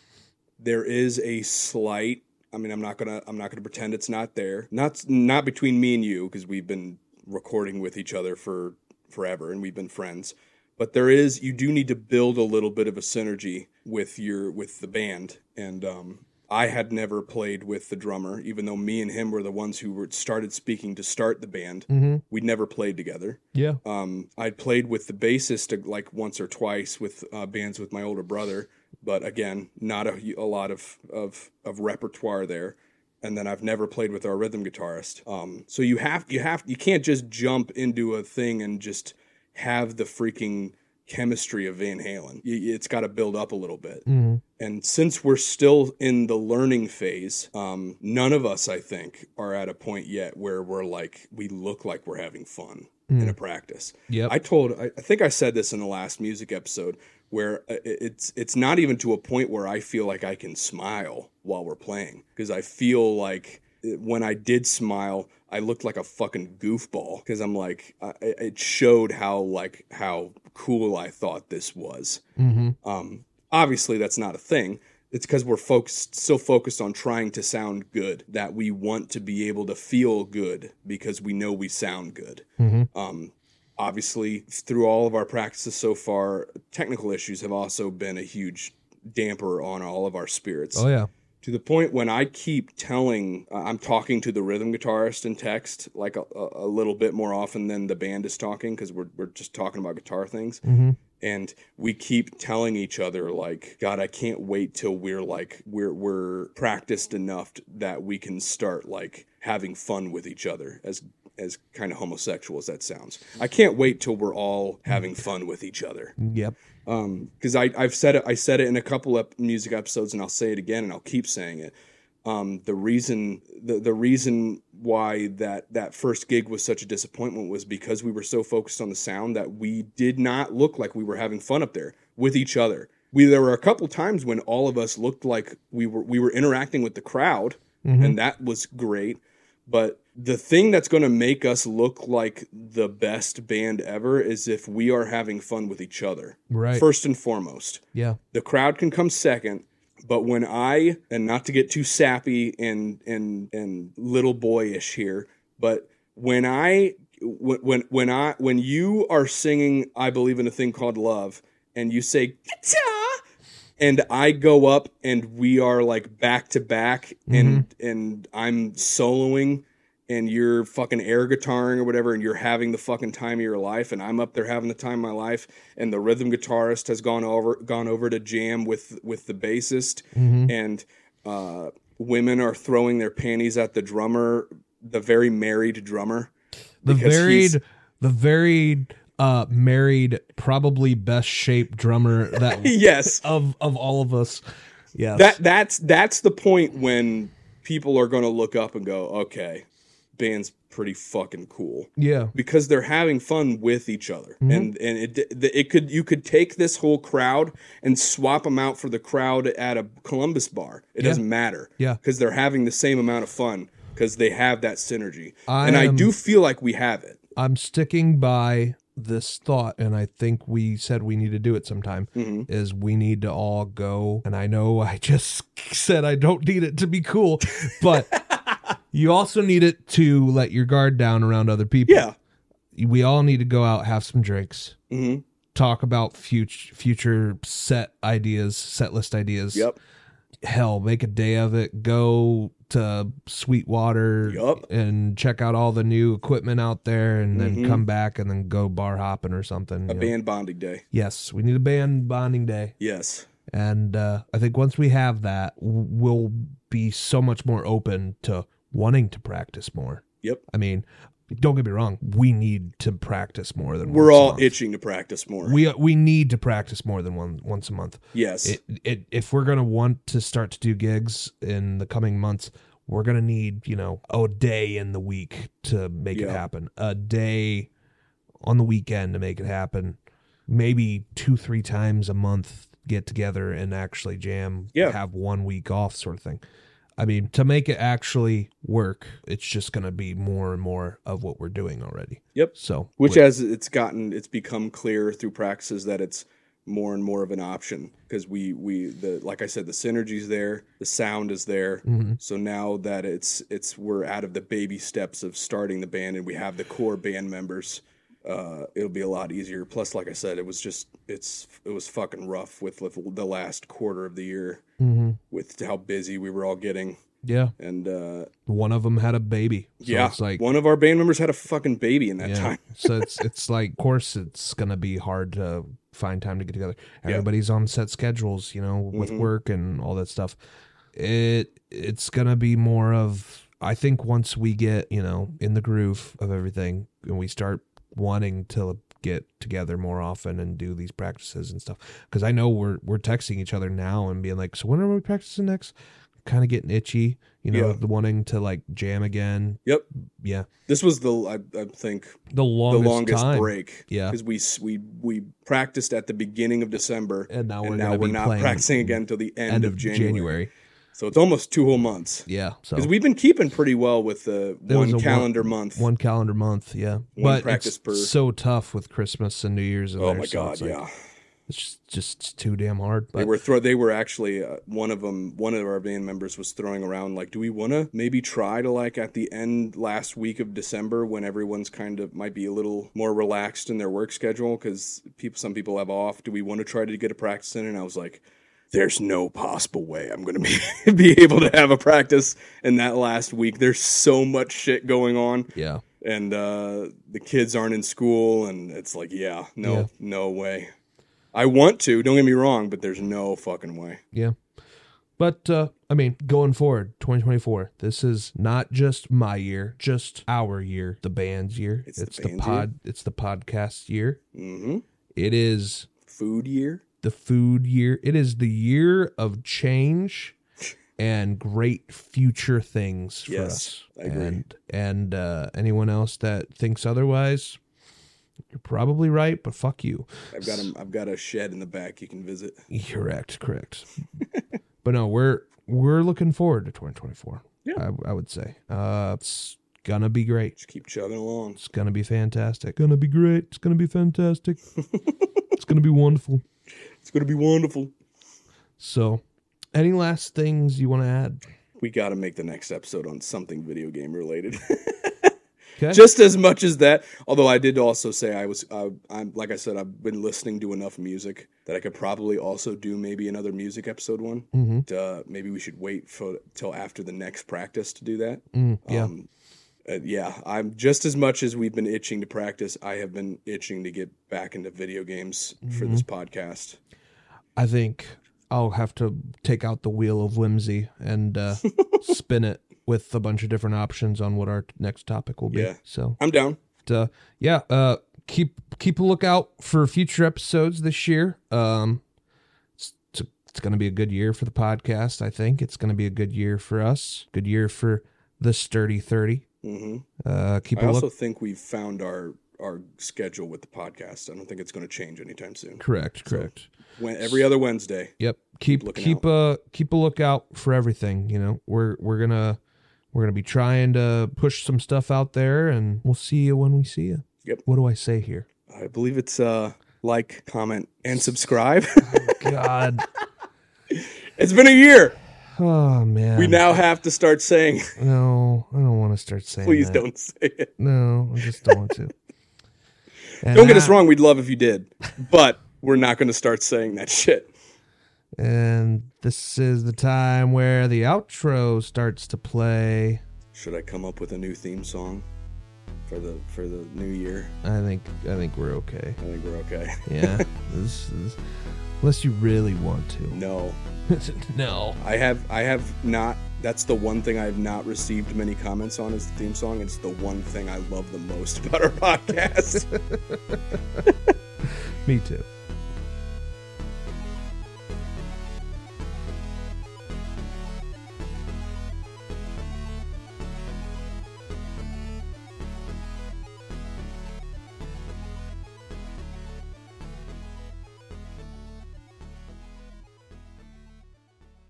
Speaker 2: there is a slight. I mean, I'm not gonna I'm not gonna pretend it's not there. Not not between me and you because we've been recording with each other for forever and we've been friends. But there is you do need to build a little bit of a synergy with your with the band and um, I had never played with the drummer, even though me and him were the ones who were started speaking to start the band
Speaker 1: mm-hmm.
Speaker 2: we'd never played together.
Speaker 1: yeah,
Speaker 2: Um, I'd played with the bassist uh, like once or twice with uh, bands with my older brother, but again, not a, a lot of, of of repertoire there. And then I've never played with our rhythm guitarist. Um, so you have you have you can't just jump into a thing and just have the freaking chemistry of Van Halen. You, it's got to build up a little bit.
Speaker 1: mm-hmm.
Speaker 2: And since we're still in the learning phase, um, none of us, I think, are at a point yet where we're like, we look like we're having fun in a practice.
Speaker 1: yep,
Speaker 2: I told, I, I think I said this in the last music episode, where uh, it- it's it's not even to a point where I feel like I can smile while we're playing because I feel like it- when I did smile, I looked like a fucking goofball because I'm like, I, I- it showed how like how cool I thought this was.
Speaker 1: mm-hmm.
Speaker 2: Um, obviously, that's not a thing. It's because we're focused, so focused on trying to sound good that we want to be able to feel good because we know we sound good.
Speaker 1: Mhm.
Speaker 2: Um, obviously, through all of our practices so far, technical issues have also been a huge damper on all of our spirits
Speaker 1: oh yeah,
Speaker 2: to the point when I keep telling, uh, I'm talking to the rhythm guitarist in text like a, a, a little bit more often than the band is talking because we're, we're just talking about guitar things.
Speaker 1: Mhm.
Speaker 2: And we keep telling each other, like, God, I can't wait till we're like, we're, we're practiced enough t- that we can start like having fun with each other as as kind of homosexual as that sounds. I can't wait till we're all having fun with each other
Speaker 1: yep,
Speaker 2: um because i i've said it i said it in a couple of music episodes and i'll say it again and i'll keep saying it um the reason the the reason why that that first gig was such a disappointment was because we were so focused on the sound that we did not look like we were having fun up there with each other we there were a couple times when all of us looked like we were we were interacting with the crowd
Speaker 1: Mhm.
Speaker 2: and that was great but the thing that's going to make us look like the best band ever is if we are having fun with each other
Speaker 1: right,
Speaker 2: first and foremost.
Speaker 1: yeah,
Speaker 2: The crowd can come second, but when I and not to get too sappy and and and little boyish here, but when I when when, when I when you are singing I believe in a thing called love and you say "Ta-ta," and I go up and we are like back to back and and I'm soloing and you're fucking air guitaring or whatever, and you're having the fucking time of your life, and I'm up there having the time of my life, and the rhythm guitarist has gone over gone over to jam with with the bassist,
Speaker 1: Mhm.
Speaker 2: and uh, women are throwing their panties at the drummer, the very married drummer.
Speaker 1: the
Speaker 2: because he's-
Speaker 1: varied, the varied, uh, married, probably best shaped drummer that
Speaker 2: yes,
Speaker 1: of of all of us. Yes.
Speaker 2: That that's that's the point when people are going to look up and go, okay, band's pretty fucking cool
Speaker 1: yeah.
Speaker 2: because they're having fun with each other
Speaker 1: Mm-hmm.
Speaker 2: and and it the- it could you could take this whole crowd and swap them out for the crowd at a Columbus bar it doesn't matter
Speaker 1: Yeah.
Speaker 2: because they're having the same amount of fun because they have that synergy
Speaker 1: I
Speaker 2: and I
Speaker 1: am-
Speaker 2: do feel like we have it
Speaker 1: I'm sticking by this thought, and I think we said we need to do it sometime.
Speaker 2: Mhm.
Speaker 1: Is we need to all go, and I know I just said I don't need it to be cool, but you also need it to let your guard down around other people.
Speaker 2: yeah
Speaker 1: we all need to go out, have some drinks,
Speaker 2: hmm
Speaker 1: talk about future future set ideas, set list ideas.
Speaker 2: yep
Speaker 1: Hell, make a day of it. Go to Sweetwater
Speaker 2: Yup.
Speaker 1: and check out all the new equipment out there and then
Speaker 2: Mhm.
Speaker 1: come back and then go bar hopping or something.
Speaker 2: a
Speaker 1: you know.
Speaker 2: band bonding day
Speaker 1: Yes, we need a band bonding day.
Speaker 2: yes
Speaker 1: And uh, I think once we have that, w- we'll be so much more open to wanting to practice more.
Speaker 2: yep
Speaker 1: I mean, don't get me wrong, we need to practice more than
Speaker 2: we're
Speaker 1: once a
Speaker 2: all
Speaker 1: month.
Speaker 2: itching to practice more
Speaker 1: We we need to practice more than one once a month.
Speaker 2: yes
Speaker 1: It, it if we're gonna want to start to do gigs in the coming months, we're gonna need you know a day in the week to make it
Speaker 2: Yeah.
Speaker 1: happen. A day on the weekend to make it happen. Maybe two three times a month get together and actually jam.
Speaker 2: Yeah.
Speaker 1: have one week off sort of thing. I mean, to make it actually work, it's just gonna be more and more of what we're doing already.
Speaker 2: Yep.
Speaker 1: So
Speaker 2: which
Speaker 1: we-
Speaker 2: as it's gotten it's become clear through practices that it's more and more of an option because we we the like i said the synergy's there the sound is there
Speaker 1: Mhm.
Speaker 2: so now that it's it's we're out of the baby steps of starting the band and we have the core band members uh it'll be a lot easier plus like i said it was just it's it was fucking rough with, with the last quarter of the year
Speaker 1: Mhm.
Speaker 2: with how busy we were all getting
Speaker 1: yeah,
Speaker 2: and uh
Speaker 1: one of them had a baby. So
Speaker 2: yeah
Speaker 1: it's like
Speaker 2: one of our band members had a fucking baby in that
Speaker 1: yeah.
Speaker 2: time
Speaker 1: so it's it's like, of course, it's gonna be hard to find time to get together.
Speaker 2: Yeah.
Speaker 1: Everybody's on set schedules, you know, with
Speaker 2: Mhm.
Speaker 1: work and all that stuff. It it's gonna be more of I think once we get you know in the groove of everything and we start wanting to get together more often and do these practices and stuff because I know we're we're texting each other now and being like, so when are we practicing next? Kind of getting itchy, you know,
Speaker 2: Yeah.
Speaker 1: the wanting to like jam again.
Speaker 2: Yep.
Speaker 1: Yeah,
Speaker 2: this was the i, I think
Speaker 1: the longest,
Speaker 2: the longest
Speaker 1: time.
Speaker 2: break
Speaker 1: Yeah.
Speaker 2: because we s- we we practiced at the beginning of December,
Speaker 1: and now we're
Speaker 2: and
Speaker 1: gonna
Speaker 2: now we're
Speaker 1: be
Speaker 2: not
Speaker 1: playing
Speaker 2: practicing again until the end, of, January. So it's almost two whole months
Speaker 1: Yeah, so
Speaker 2: because we've been keeping pretty well with the
Speaker 1: There was a
Speaker 2: one
Speaker 1: one-
Speaker 2: calendar month.
Speaker 1: one calendar month. Yeah, but
Speaker 2: practice
Speaker 1: it's
Speaker 2: per-
Speaker 1: so tough with Christmas and New Year's. In
Speaker 2: Oh
Speaker 1: there,
Speaker 2: my
Speaker 1: so
Speaker 2: god,
Speaker 1: it's like-
Speaker 2: yeah.
Speaker 1: it's just, just it's too damn hard.
Speaker 2: They
Speaker 1: But
Speaker 2: were throw. They were actually uh, one of them. One of our band members was throwing around like, do we want to maybe try to like at the end last week of December when everyone's kind of might be a little more relaxed in their work schedule because people some people have off. Do we want to try to get a practice in? And I was like. There's no possible way I'm going to be, be able to have a practice in that last week. There's so much shit going on,
Speaker 1: yeah,
Speaker 2: and uh, the kids aren't in school, and it's like, yeah, no,
Speaker 1: Yeah.
Speaker 2: no way. I want to, don't get me wrong, but there's no fucking way.
Speaker 1: but uh, I mean, going forward, 2024. This is not just my year, just our year, the band's year.
Speaker 2: It's the band's year.
Speaker 1: pod. It's the podcast year.
Speaker 2: Mm-hmm.
Speaker 1: It is
Speaker 2: Food year.
Speaker 1: the food year. It is the year of change and great future things for
Speaker 2: Yes,
Speaker 1: us.
Speaker 2: I agree.
Speaker 1: And and uh, anyone else that thinks otherwise, you're probably right, but fuck you.
Speaker 2: I've got a, I've got a shed in the back you can visit.
Speaker 1: Correct, correct. but no, we're we're looking forward to 2024.
Speaker 2: Yeah.
Speaker 1: I, I would say uh, it's gonna be great.
Speaker 2: Just keep chugging along.
Speaker 1: It's gonna be fantastic. Gonna be great. It's gonna be fantastic. it's gonna be wonderful.
Speaker 2: It's gonna be wonderful.
Speaker 1: So, any last things you want to add?
Speaker 2: We got to make the next episode on something video game related.
Speaker 1: Okay.
Speaker 2: Just as much as that. Although I did also say I was, uh, I'm like I said, I've been listening to enough music that I could probably also do maybe another music episode one.
Speaker 1: mm-hmm.
Speaker 2: Uh, maybe we should wait for till after the next practice to do that.
Speaker 1: Mm, yeah.
Speaker 2: Um, uh, yeah, I'm just as much as we've been itching to practice. I have been itching to get back into video games for this podcast.
Speaker 1: I think I'll have to take out the wheel of whimsy and uh, spin it with a bunch of different options on what our next topic will be.
Speaker 2: Yeah.
Speaker 1: So,
Speaker 2: I'm down.
Speaker 1: uh, yeah, uh, keep keep a lookout for future episodes this year. Um, it's, it's a It's going to be a good year for the podcast, I think. It's going to be a good year for us, good year for the Sturdy 30.
Speaker 2: Mm-hmm.
Speaker 1: Uh, keep
Speaker 2: I
Speaker 1: a
Speaker 2: also
Speaker 1: look.
Speaker 2: think we've found our our schedule with the podcast. I don't think it's going to change anytime soon.
Speaker 1: Correct, correct.
Speaker 2: When, every other Wednesday.
Speaker 1: Yep. Keep
Speaker 2: looking
Speaker 1: keep a keep a lookout for everything. You know, we're we're gonna we're gonna be trying to push some stuff out there, and we'll see you when we see you.
Speaker 2: Yep.
Speaker 1: What do I say here?
Speaker 2: I believe it's uh like, comment, and subscribe.
Speaker 1: Oh, God.
Speaker 2: it's been a year.
Speaker 1: Oh man.
Speaker 2: We now have to start saying.
Speaker 1: No, I don't want to start saying.
Speaker 2: Please
Speaker 1: that.
Speaker 2: don't say it.
Speaker 1: No, I just don't want to. And
Speaker 2: Don't get us
Speaker 1: that-
Speaker 2: wrong. We'd love if you did, but we're not going to start saying that shit.
Speaker 1: And this is the time where the outro starts to play.
Speaker 2: Should I come up with a new theme song for the for the new year?
Speaker 1: I think I think we're okay.
Speaker 2: I think we're okay.
Speaker 1: Yeah. this is, unless you really want to.
Speaker 2: No,
Speaker 1: no.
Speaker 2: I have I have not. That's the one thing I have not received many comments on is the theme song. It's the one thing I love the most about our podcast.
Speaker 1: Me too.